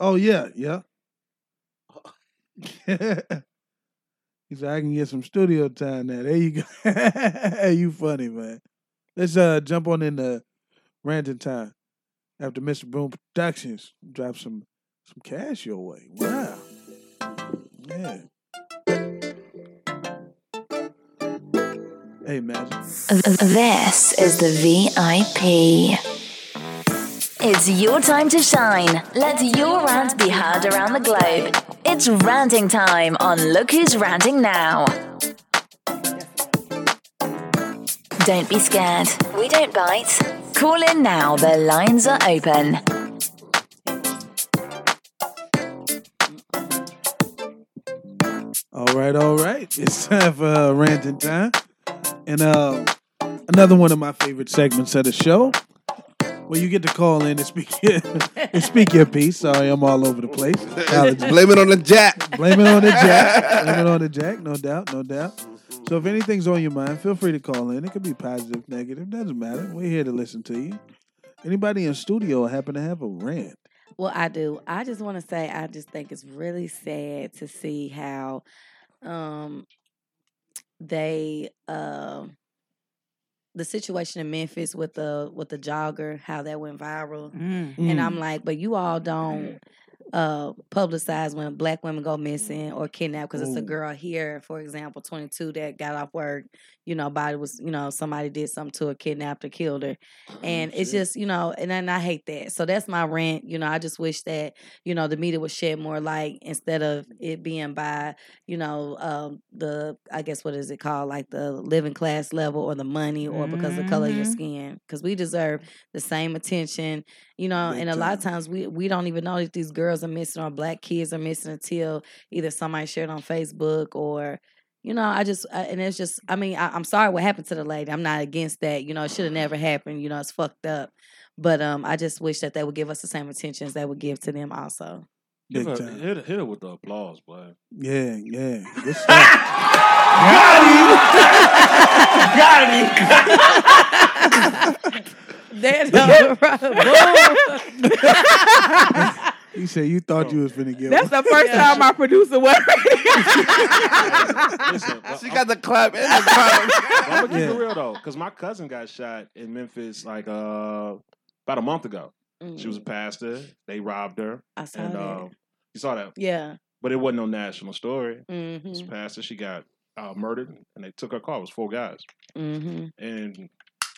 Oh yeah, yeah. He said, I can get some studio time now. There you go. you funny, man. Let's uh jump on in the ranting time after Mr. Boom Productions drop some some cash your way. Wow. Yeah. Hey, man.
This is the VIP.
It's your time to shine. Let your rant be heard around the globe. It's ranting time on Look Who's Ranting Now. Don't be scared. We don't bite. Call in now. The lines are open.
All right, all right. It's time for uh, ranting time, and uh, another one of my favorite segments of the show, where you get to call in and speak and speak your piece. Sorry, I'm all over the place. Apologies.
Blame it on the jack.
Blame it on the jack. Blame it on the jack. No doubt, no doubt. So if anything's on your mind, feel free to call in. It could be positive, negative, doesn't matter. We're here to listen to you. Anybody in studio happen to have a rant?
Well, I do. I just want to say I just think it's really sad to see how um they uh, the situation in Memphis with the with the jogger, how that went viral.
Mm.
And
Mm.
I'm like, but you all don't uh publicize when black women go missing or kidnapped because it's a
Ooh.
girl here, for example, 22 that got off work, you know, body was, you know, somebody did something to her, kidnapped her, killed her. And it's just, you know, and, and I hate that. So that's my rant. You know, I just wish that, you know, the media would shed more light instead of it being by, you know, um, the, I guess, what is it called? Like the living class level or the money or because of the color of your
Mhm.
skin. Because we deserve the same attention, you know,
Big
and a lot of times we, we don't even know that these girls are missing or black kids are missing until either somebody shared on Facebook or, you know, I just I, and it's just I mean I, I'm sorry what happened to the lady. I'm not against that. You know, it should have never happened. You know, it's fucked up. But um, I just wish that they would give us the same attention as they would give to them also.
Give
Big
her, hit, her- hit her with the applause, boy.
Yeah, yeah. Good stuff.
That's the
You said you thought you was finna get one.
first time my producer was.
she got the clap and the clap.
I'm gonna keep it real though, because my cousin got shot in Memphis like uh about a month ago. She
Mm-hmm.
was a pastor. They robbed her.
Mm. I saw
and, um,
that.
you saw that?
Yeah.
But it wasn't no national story.
Mhm.
This pastor, she got uh, murdered, and they took her car. It was four guys,
Mhm.
and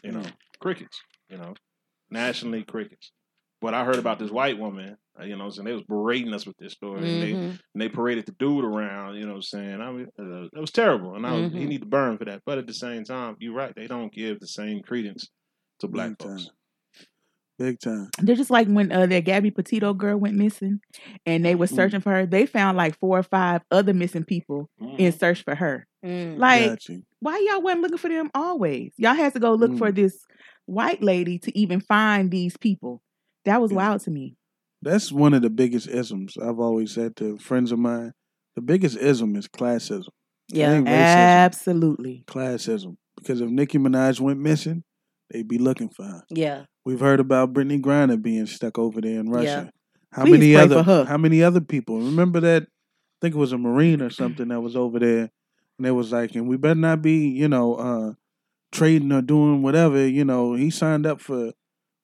you know crickets. You know, nationally crickets. But I heard about this white woman. uh, You know, what I'm saying they was berating us with this story. and they
Mhm.
and they paraded the dude around. You know, what I'm saying I mean, uh, it was terrible, and I was, he
Mhm.
need to burn for that. But at the same time, you're right. They don't give the same credence to black folks.
Big time.
They're just like when uh, that Gabby Petito girl went missing, and they
Mm.
were searching for her. They found like four or five other missing people
Mm.
in search for her. Like,
Gotcha.
why y'all wasn't looking for them always? Y'all had to go look for
Mm.
this white lady to even find these people. That was wild to me.
That's one of the biggest isms I've always said to friends of mine. The biggest ism is classism. It ain't racism,
absolutely.
classism. Because if Nicki Minaj went missing, they'd be looking for her.
Yeah.
We've heard about Brittany Griner being stuck over there in Russia. How
Please
many
pray
other
for her.
how many other people? Remember that I think it was a Marine or something that was over there and it was like, and we better not be, you know, uh trading or doing whatever, you know, he signed up for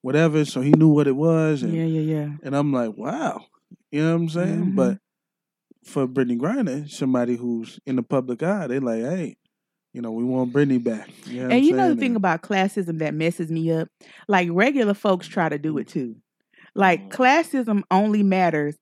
whatever, so he knew what it was and
Yeah, yeah, yeah.
and I'm like, wow. You know what I'm saying?
Mhm.
But for Brittany Griner, somebody who's in the public eye, they like, hey, you know, we want Brittany back. You know what I'm
and you know
saying?
the thing about classism that messes me up? Like regular folks try to do it too. Like
Mm-hmm.
classism only matters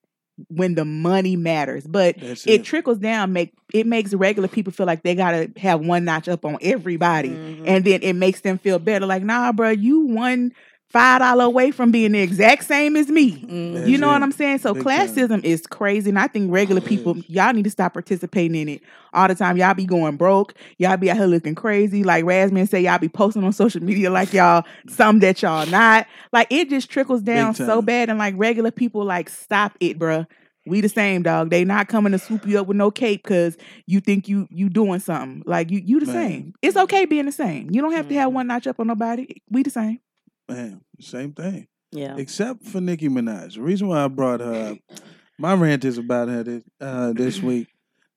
when the money matters. But
That's
it,
it.
trickles down, make it makes regular people feel like they gotta have one notch up on everybody.
Mm-hmm.
And then it makes them feel better. Like, nah, bro, you one five dollar away from being the exact same as me. You
That's
know what
it.
I'm saying? So
Big time.
classism is crazy. And I think regular people, y'all need to stop participating in it all the time. Y'all be going broke. Y'all be out here looking crazy. Like Rasmus say, y'all be posting on social media like y'all some that y'all not. Like it just trickles down so
time.
bad. And like regular people, like stop it, bruh. We the same dog. They not coming to swoop you up with no cape because you think you you doing something. Like you you the
Man.
same. It's okay being the same. You don't have to have one notch up on nobody. We the same.
Man, same thing.
Yeah.
Except for Nicki Minaj. The reason why I brought her up, my rant is about her this, uh, this week.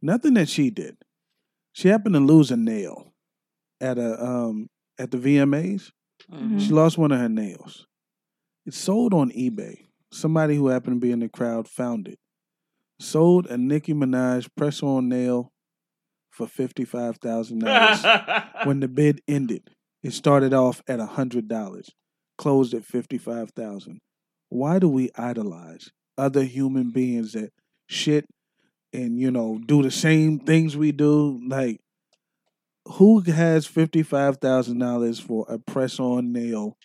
Nothing that she did. She happened to lose a nail at a um at the VMAs.
Mm-hmm.
Mhm.
She lost one of her nails. It sold on eBay. Somebody who happened to be in the crowd found it. Sold a Nicki Minaj press on nail for fifty five thousand dollars when the bid ended. It started off at hundred dollars, closed at fifty five thousand. Why do we idolize other human beings that shit and you know do the same things we do? Like, who has fifty five thousand dollars for a press on nail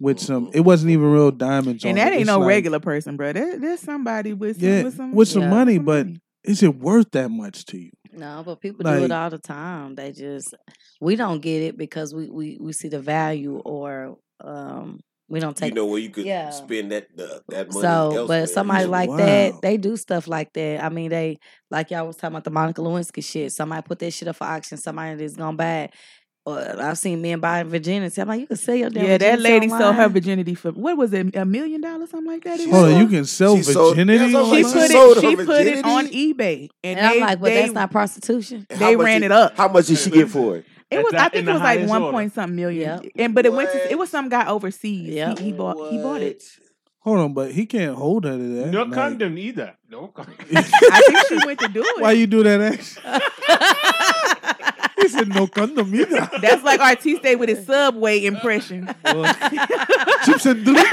with some? It wasn't even real diamonds.
And
on
that
it.
ain't
It's
no
like-
regular person, bro. That, that's somebody with some,
Yeah,
with some, Yeah.
money, but is it worth that much to you?
No, but people do
Like-
it all the time. They just we don't get it because we we, we see the value or um we don't take
you know where you could
yeah.
spend that the, that money.
So,
elsewhere.
but somebody
Yeah.
like that, they do stuff like that. I mean, they like y'all was talking about the Monica Lewinsky shit. Somebody put that shit up for auction. Somebody that's gonna buy it. Or I've seen men buying virginity. I'm like, you can sell your damn
Yeah, that
virginity
lady sold her
online.
virginity for what was it, a million dollars, something like that? it
Hold
was
on, you
for?
can sell
She sold-
virginity.
that's all She she put it- sold her she put it on eBay, and
and, I'm
they-
like, well,
they-
that's not prostitution.
They ran it up.
How much did she get for it?
It was. I think it was like one point something million. And but it went to. It was some guy overseas. He, he bought. He bought it.
Hold on, but he can't hold her to that.
No
like,
condom either. No condom.
I think she went to do it.
Why you do that? Action? he said no condom either.
That's like Artiste with his subway impression.
Chips and dip.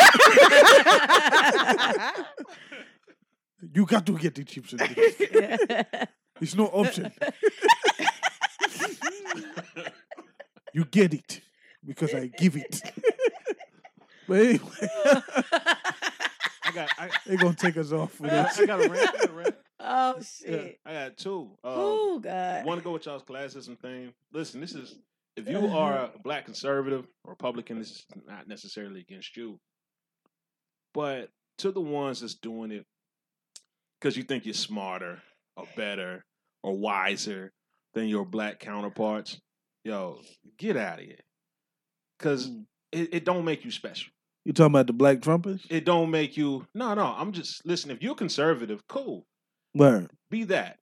You got to get the chips and dip. It's no option. you get it because I give it. but anyway,
I got. I,
they're gonna take us off
I
with
got,
this.
I got a rant. I got a rant.
Oh
Yeah,
shit.
I got two. Um,
Oh, God.
Want to go with y'all's classism thing? Listen, this is if you are a black conservative or Republican, this is not necessarily against you, but to the ones that's doing it because you think you're smarter or better or wiser than your black counterparts, yo, get out of here. Because
Mm.
it, it don't make you special.
You talking about the black trumpets?
It don't make you. No, no. I'm just listen. If you're conservative, cool
Word.
be that.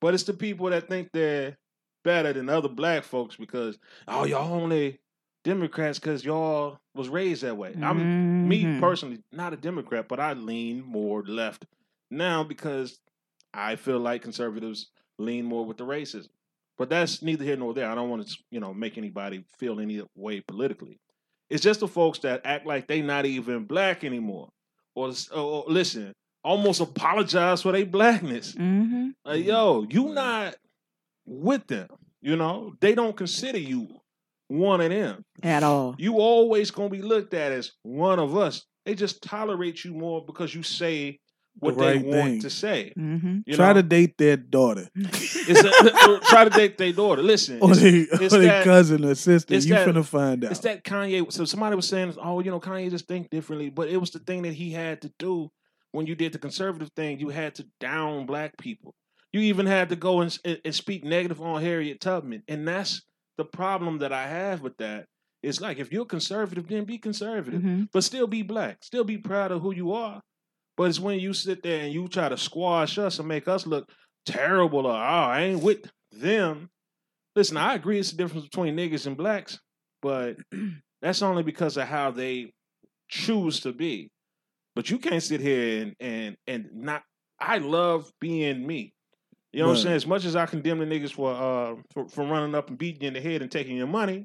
But it's the people that think they're better than other black folks because oh y'all only Democrats because y'all was raised that way. I'm me
Mhm.
personally not a Democrat, but I lean more left now because I feel like conservatives lean more with the racism. But that's neither here nor there. I don't want to you know make anybody feel any way politically. It's just the folks that act like they not even black anymore, or, or listen, almost apologize for their blackness.
Mm-hmm.
Like, yo, you not with them. You know, they don't consider you one of them.
At all.
You always gonna be looked at as one of us. They just tolerate you more because you say what
The right
they want
thing.
to say.
Mm-hmm.
You
Try to
know?
date their daughter
It's a- uh, try to date their daughter. Listen,
or
it's-
their,
it's
or their
that-
cousin or sister.
it's
You
that-
finna find out.
It's that Kanye. So somebody was saying, "Oh, you know, Kanye just think differently," but it was the thing that he had to do when you did the conservative thing. You had to down black people. You even had to go and, and and speak negative on Harriet Tubman, and that's the problem that I have with that. It's like if you're conservative, then be conservative,
Mhm.
but still be black, still be proud of who you are. But it's when you sit there and you try to squash us and make us look terrible, or oh, I ain't with them. Listen, I agree it's the difference between niggas and blacks, but that's only because of how they choose to be. But you can't sit here and and and not. I love being me. You know what I'm
Right.
saying? As much as I condemn the niggas for uh for, for running up and beating you in the head and taking your money,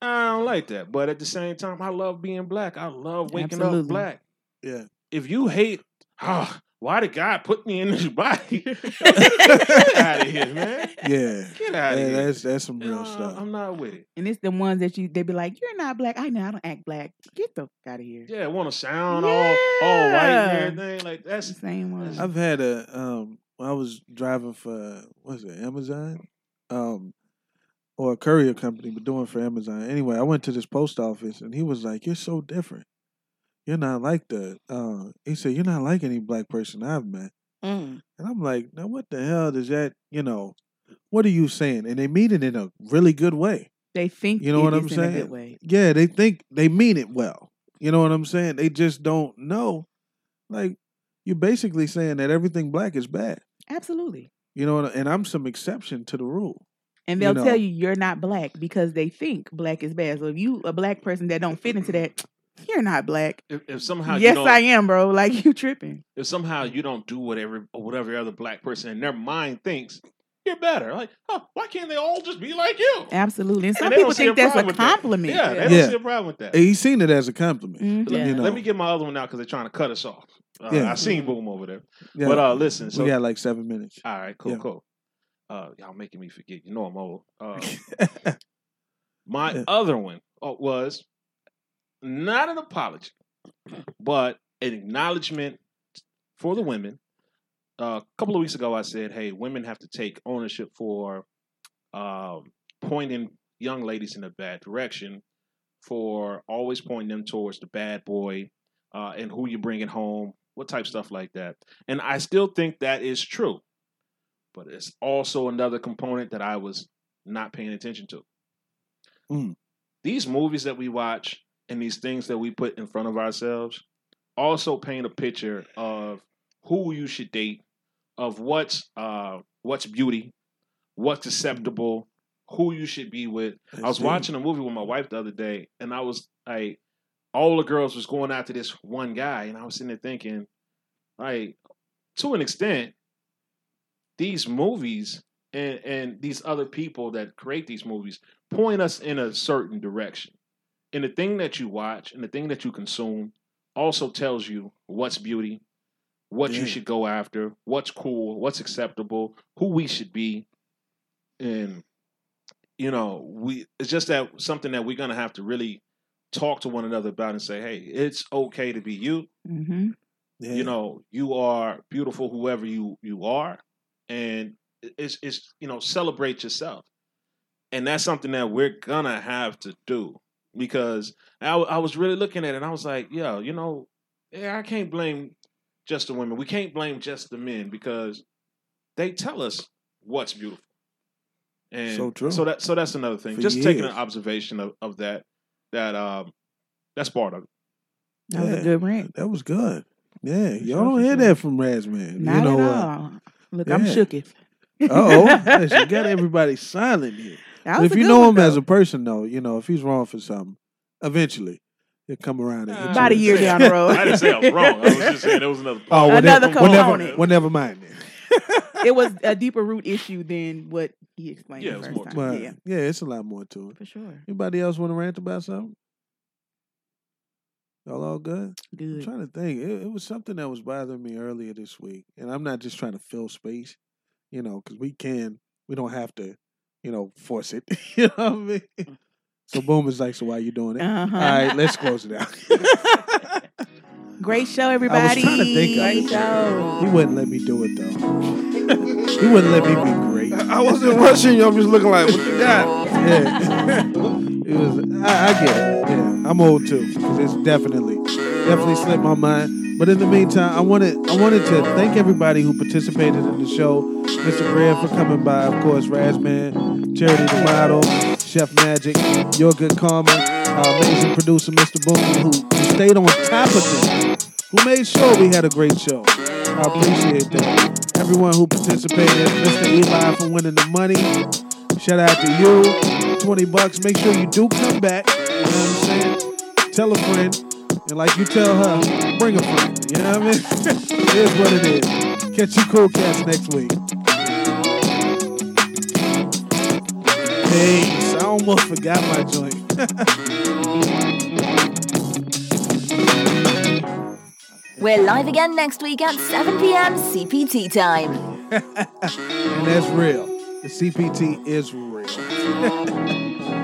I don't like that. But at the same time, I love being black. I love waking up
Absolutely.
black.
Yeah.
If you hate, ah, why did God put me in this body? Get out of here, man.
Yeah.
Get outta
Yeah,
here.
That's that's some real stuff.
I'm not with it.
And it's the ones that you they be like, you're not black. I know I don't act black. Get the fuck out of here.
Yeah, want to sound all all white and everything. Like that's the
same one.
I've had a um when I was driving for what is it, Amazon? Um or a courier company, but doing for Amazon. Anyway, I went to this post office and he was like, You're so different. You're not like the uh he said, You're not like any black person I've met.
Mm.
And I'm like, Now what the hell does that you know, what are you saying? And they mean it in a really good way.
They think
You know
it
what
is
I'm saying?
in a good way.
Yeah, they think they mean it well. You know what I'm saying? They just don't know. Like, you're basically saying that everything black is bad.
Absolutely.
You know, and I'm some exception to the rule.
And they'll
know.
tell you you're not black because they think black is bad. So if you a black person that don't fit into that, you're not black.
If, if somehow you
yes,
don't-
I am, bro. Like you tripping.
if somehow you don't do whatever or whatever the other black person in their mind thinks you're better like oh, why can't they all just be like you
Absolutely. And some
they
people
don't see
think
a
that's a
problem with that.
compliment. Mm-hmm.
Yeah, they don't see a problem with that.
And He's seen it as a compliment.
Let,
You know,
let me get my other one out because they're trying to cut us off uh,
Yeah.
i seen boom over there
Yeah.
but uh listen
We
so
got like seven minutes.
all right cool
Yeah.
cool uh y'all making me forget you know i'm old uh, my other one uh, was not an apology but an acknowledgement for the women. Uh, a couple of weeks ago, I said, "Hey, women have to take ownership for um, pointing young ladies in a bad direction, for always pointing them towards the bad boy uh, and who you're bringing home, what type stuff like that." And I still think that is true, but it's also another component that I was not paying attention to.
Mm.
These movies that we watch and these things that we put in front of ourselves also paint a picture of who you should date, of what's uh what's beauty, what's acceptable, who you should be with. I was
Indeed.
watching a movie with my wife the other day, and I was like, all the girls was going after this one guy, and I was sitting there thinking, like, to an extent, these movies and and these other people that create these movies point us in a certain direction. And the thing that you watch and the thing that you consume also tells you what's beauty, what you should go after, what's cool, what's acceptable, who we should be. And you know, we it's just that something that we're gonna have to really talk to one another about and say, hey, it's okay to be you.
Mm-hmm.
You know, you are beautiful, whoever you you are, and it's it's you know celebrate yourself, and that's something that we're gonna have to do because I, w- I was really looking at it and I was like, yo, you know, yeah, I can't blame just the women. We can't blame just the men because they tell us what's beautiful. And
So true.
So that so that's another thing.
For
just taking an
years.
observation of, of that that um that's part of it.
That was a
Yeah,
good rant.
That was good. Yeah,
sure,
y'all don't
for
hear
sure.
that from Razman.
Not
you know
at
uh,
all. Look, I'm
yeah.
shooketh.
Uh-oh. she got everybody silent here.
That
But
was
if
a
you
good
know
one,
him as
though.
a person, though, you know, if he's wrong for something, eventually he'll come around. And hit you
About a
with
year
it.
down the road.
I didn't say I was wrong. I was just saying there was another
Oh, well,
Another
never- well, never-
component.
well, never mind. then.
it was a deeper root issue than what he explained
Yeah, it
the
was
first
more
time.
But,
Yeah.
yeah. it's a lot more to it.
For sure.
Anybody else want to rant about something? Y'all all good?
Good.
I'm trying to think. It, it was something that was bothering me earlier this week, and I'm not just trying to fill space, you know, because we can. We don't have to, you know, force it. you know what I mean?
Mm.
So boom is like, so why you doing it?
Uh-huh.
All right, let's close it out.
Great show, everybody.
I was trying to think
Great
of
show.
it. He wouldn't let me do it though. He wouldn't let me be great.
I wasn't rushing you. I'm just looking like, what you got?
Yeah. it was. I, I get it. Yeah, I'm old too. 'cause It's definitely, definitely slipped my mind. But in the meantime, I wanted, I wanted to thank everybody who participated in the show. Mr. Graham for coming by, of course, Razman, Charity the Model, Chef Magic, Your Good Karma, our amazing producer Mr. Boone, who, who stayed on top of things, who made sure we had a great show. I appreciate that. Everyone who participated, Mr. Eli for winning the money. Shout out to you. 20 bucks. Make sure you do come back. You know what I'm saying? Tell a friend. And like you tell her, bring a friend. You know what I mean? it is what it is. Catch you cool cats next week. Peace. I almost forgot my joint.
We're live again next week at 7 p.m. CPT time.
And that's real. The CPT is real.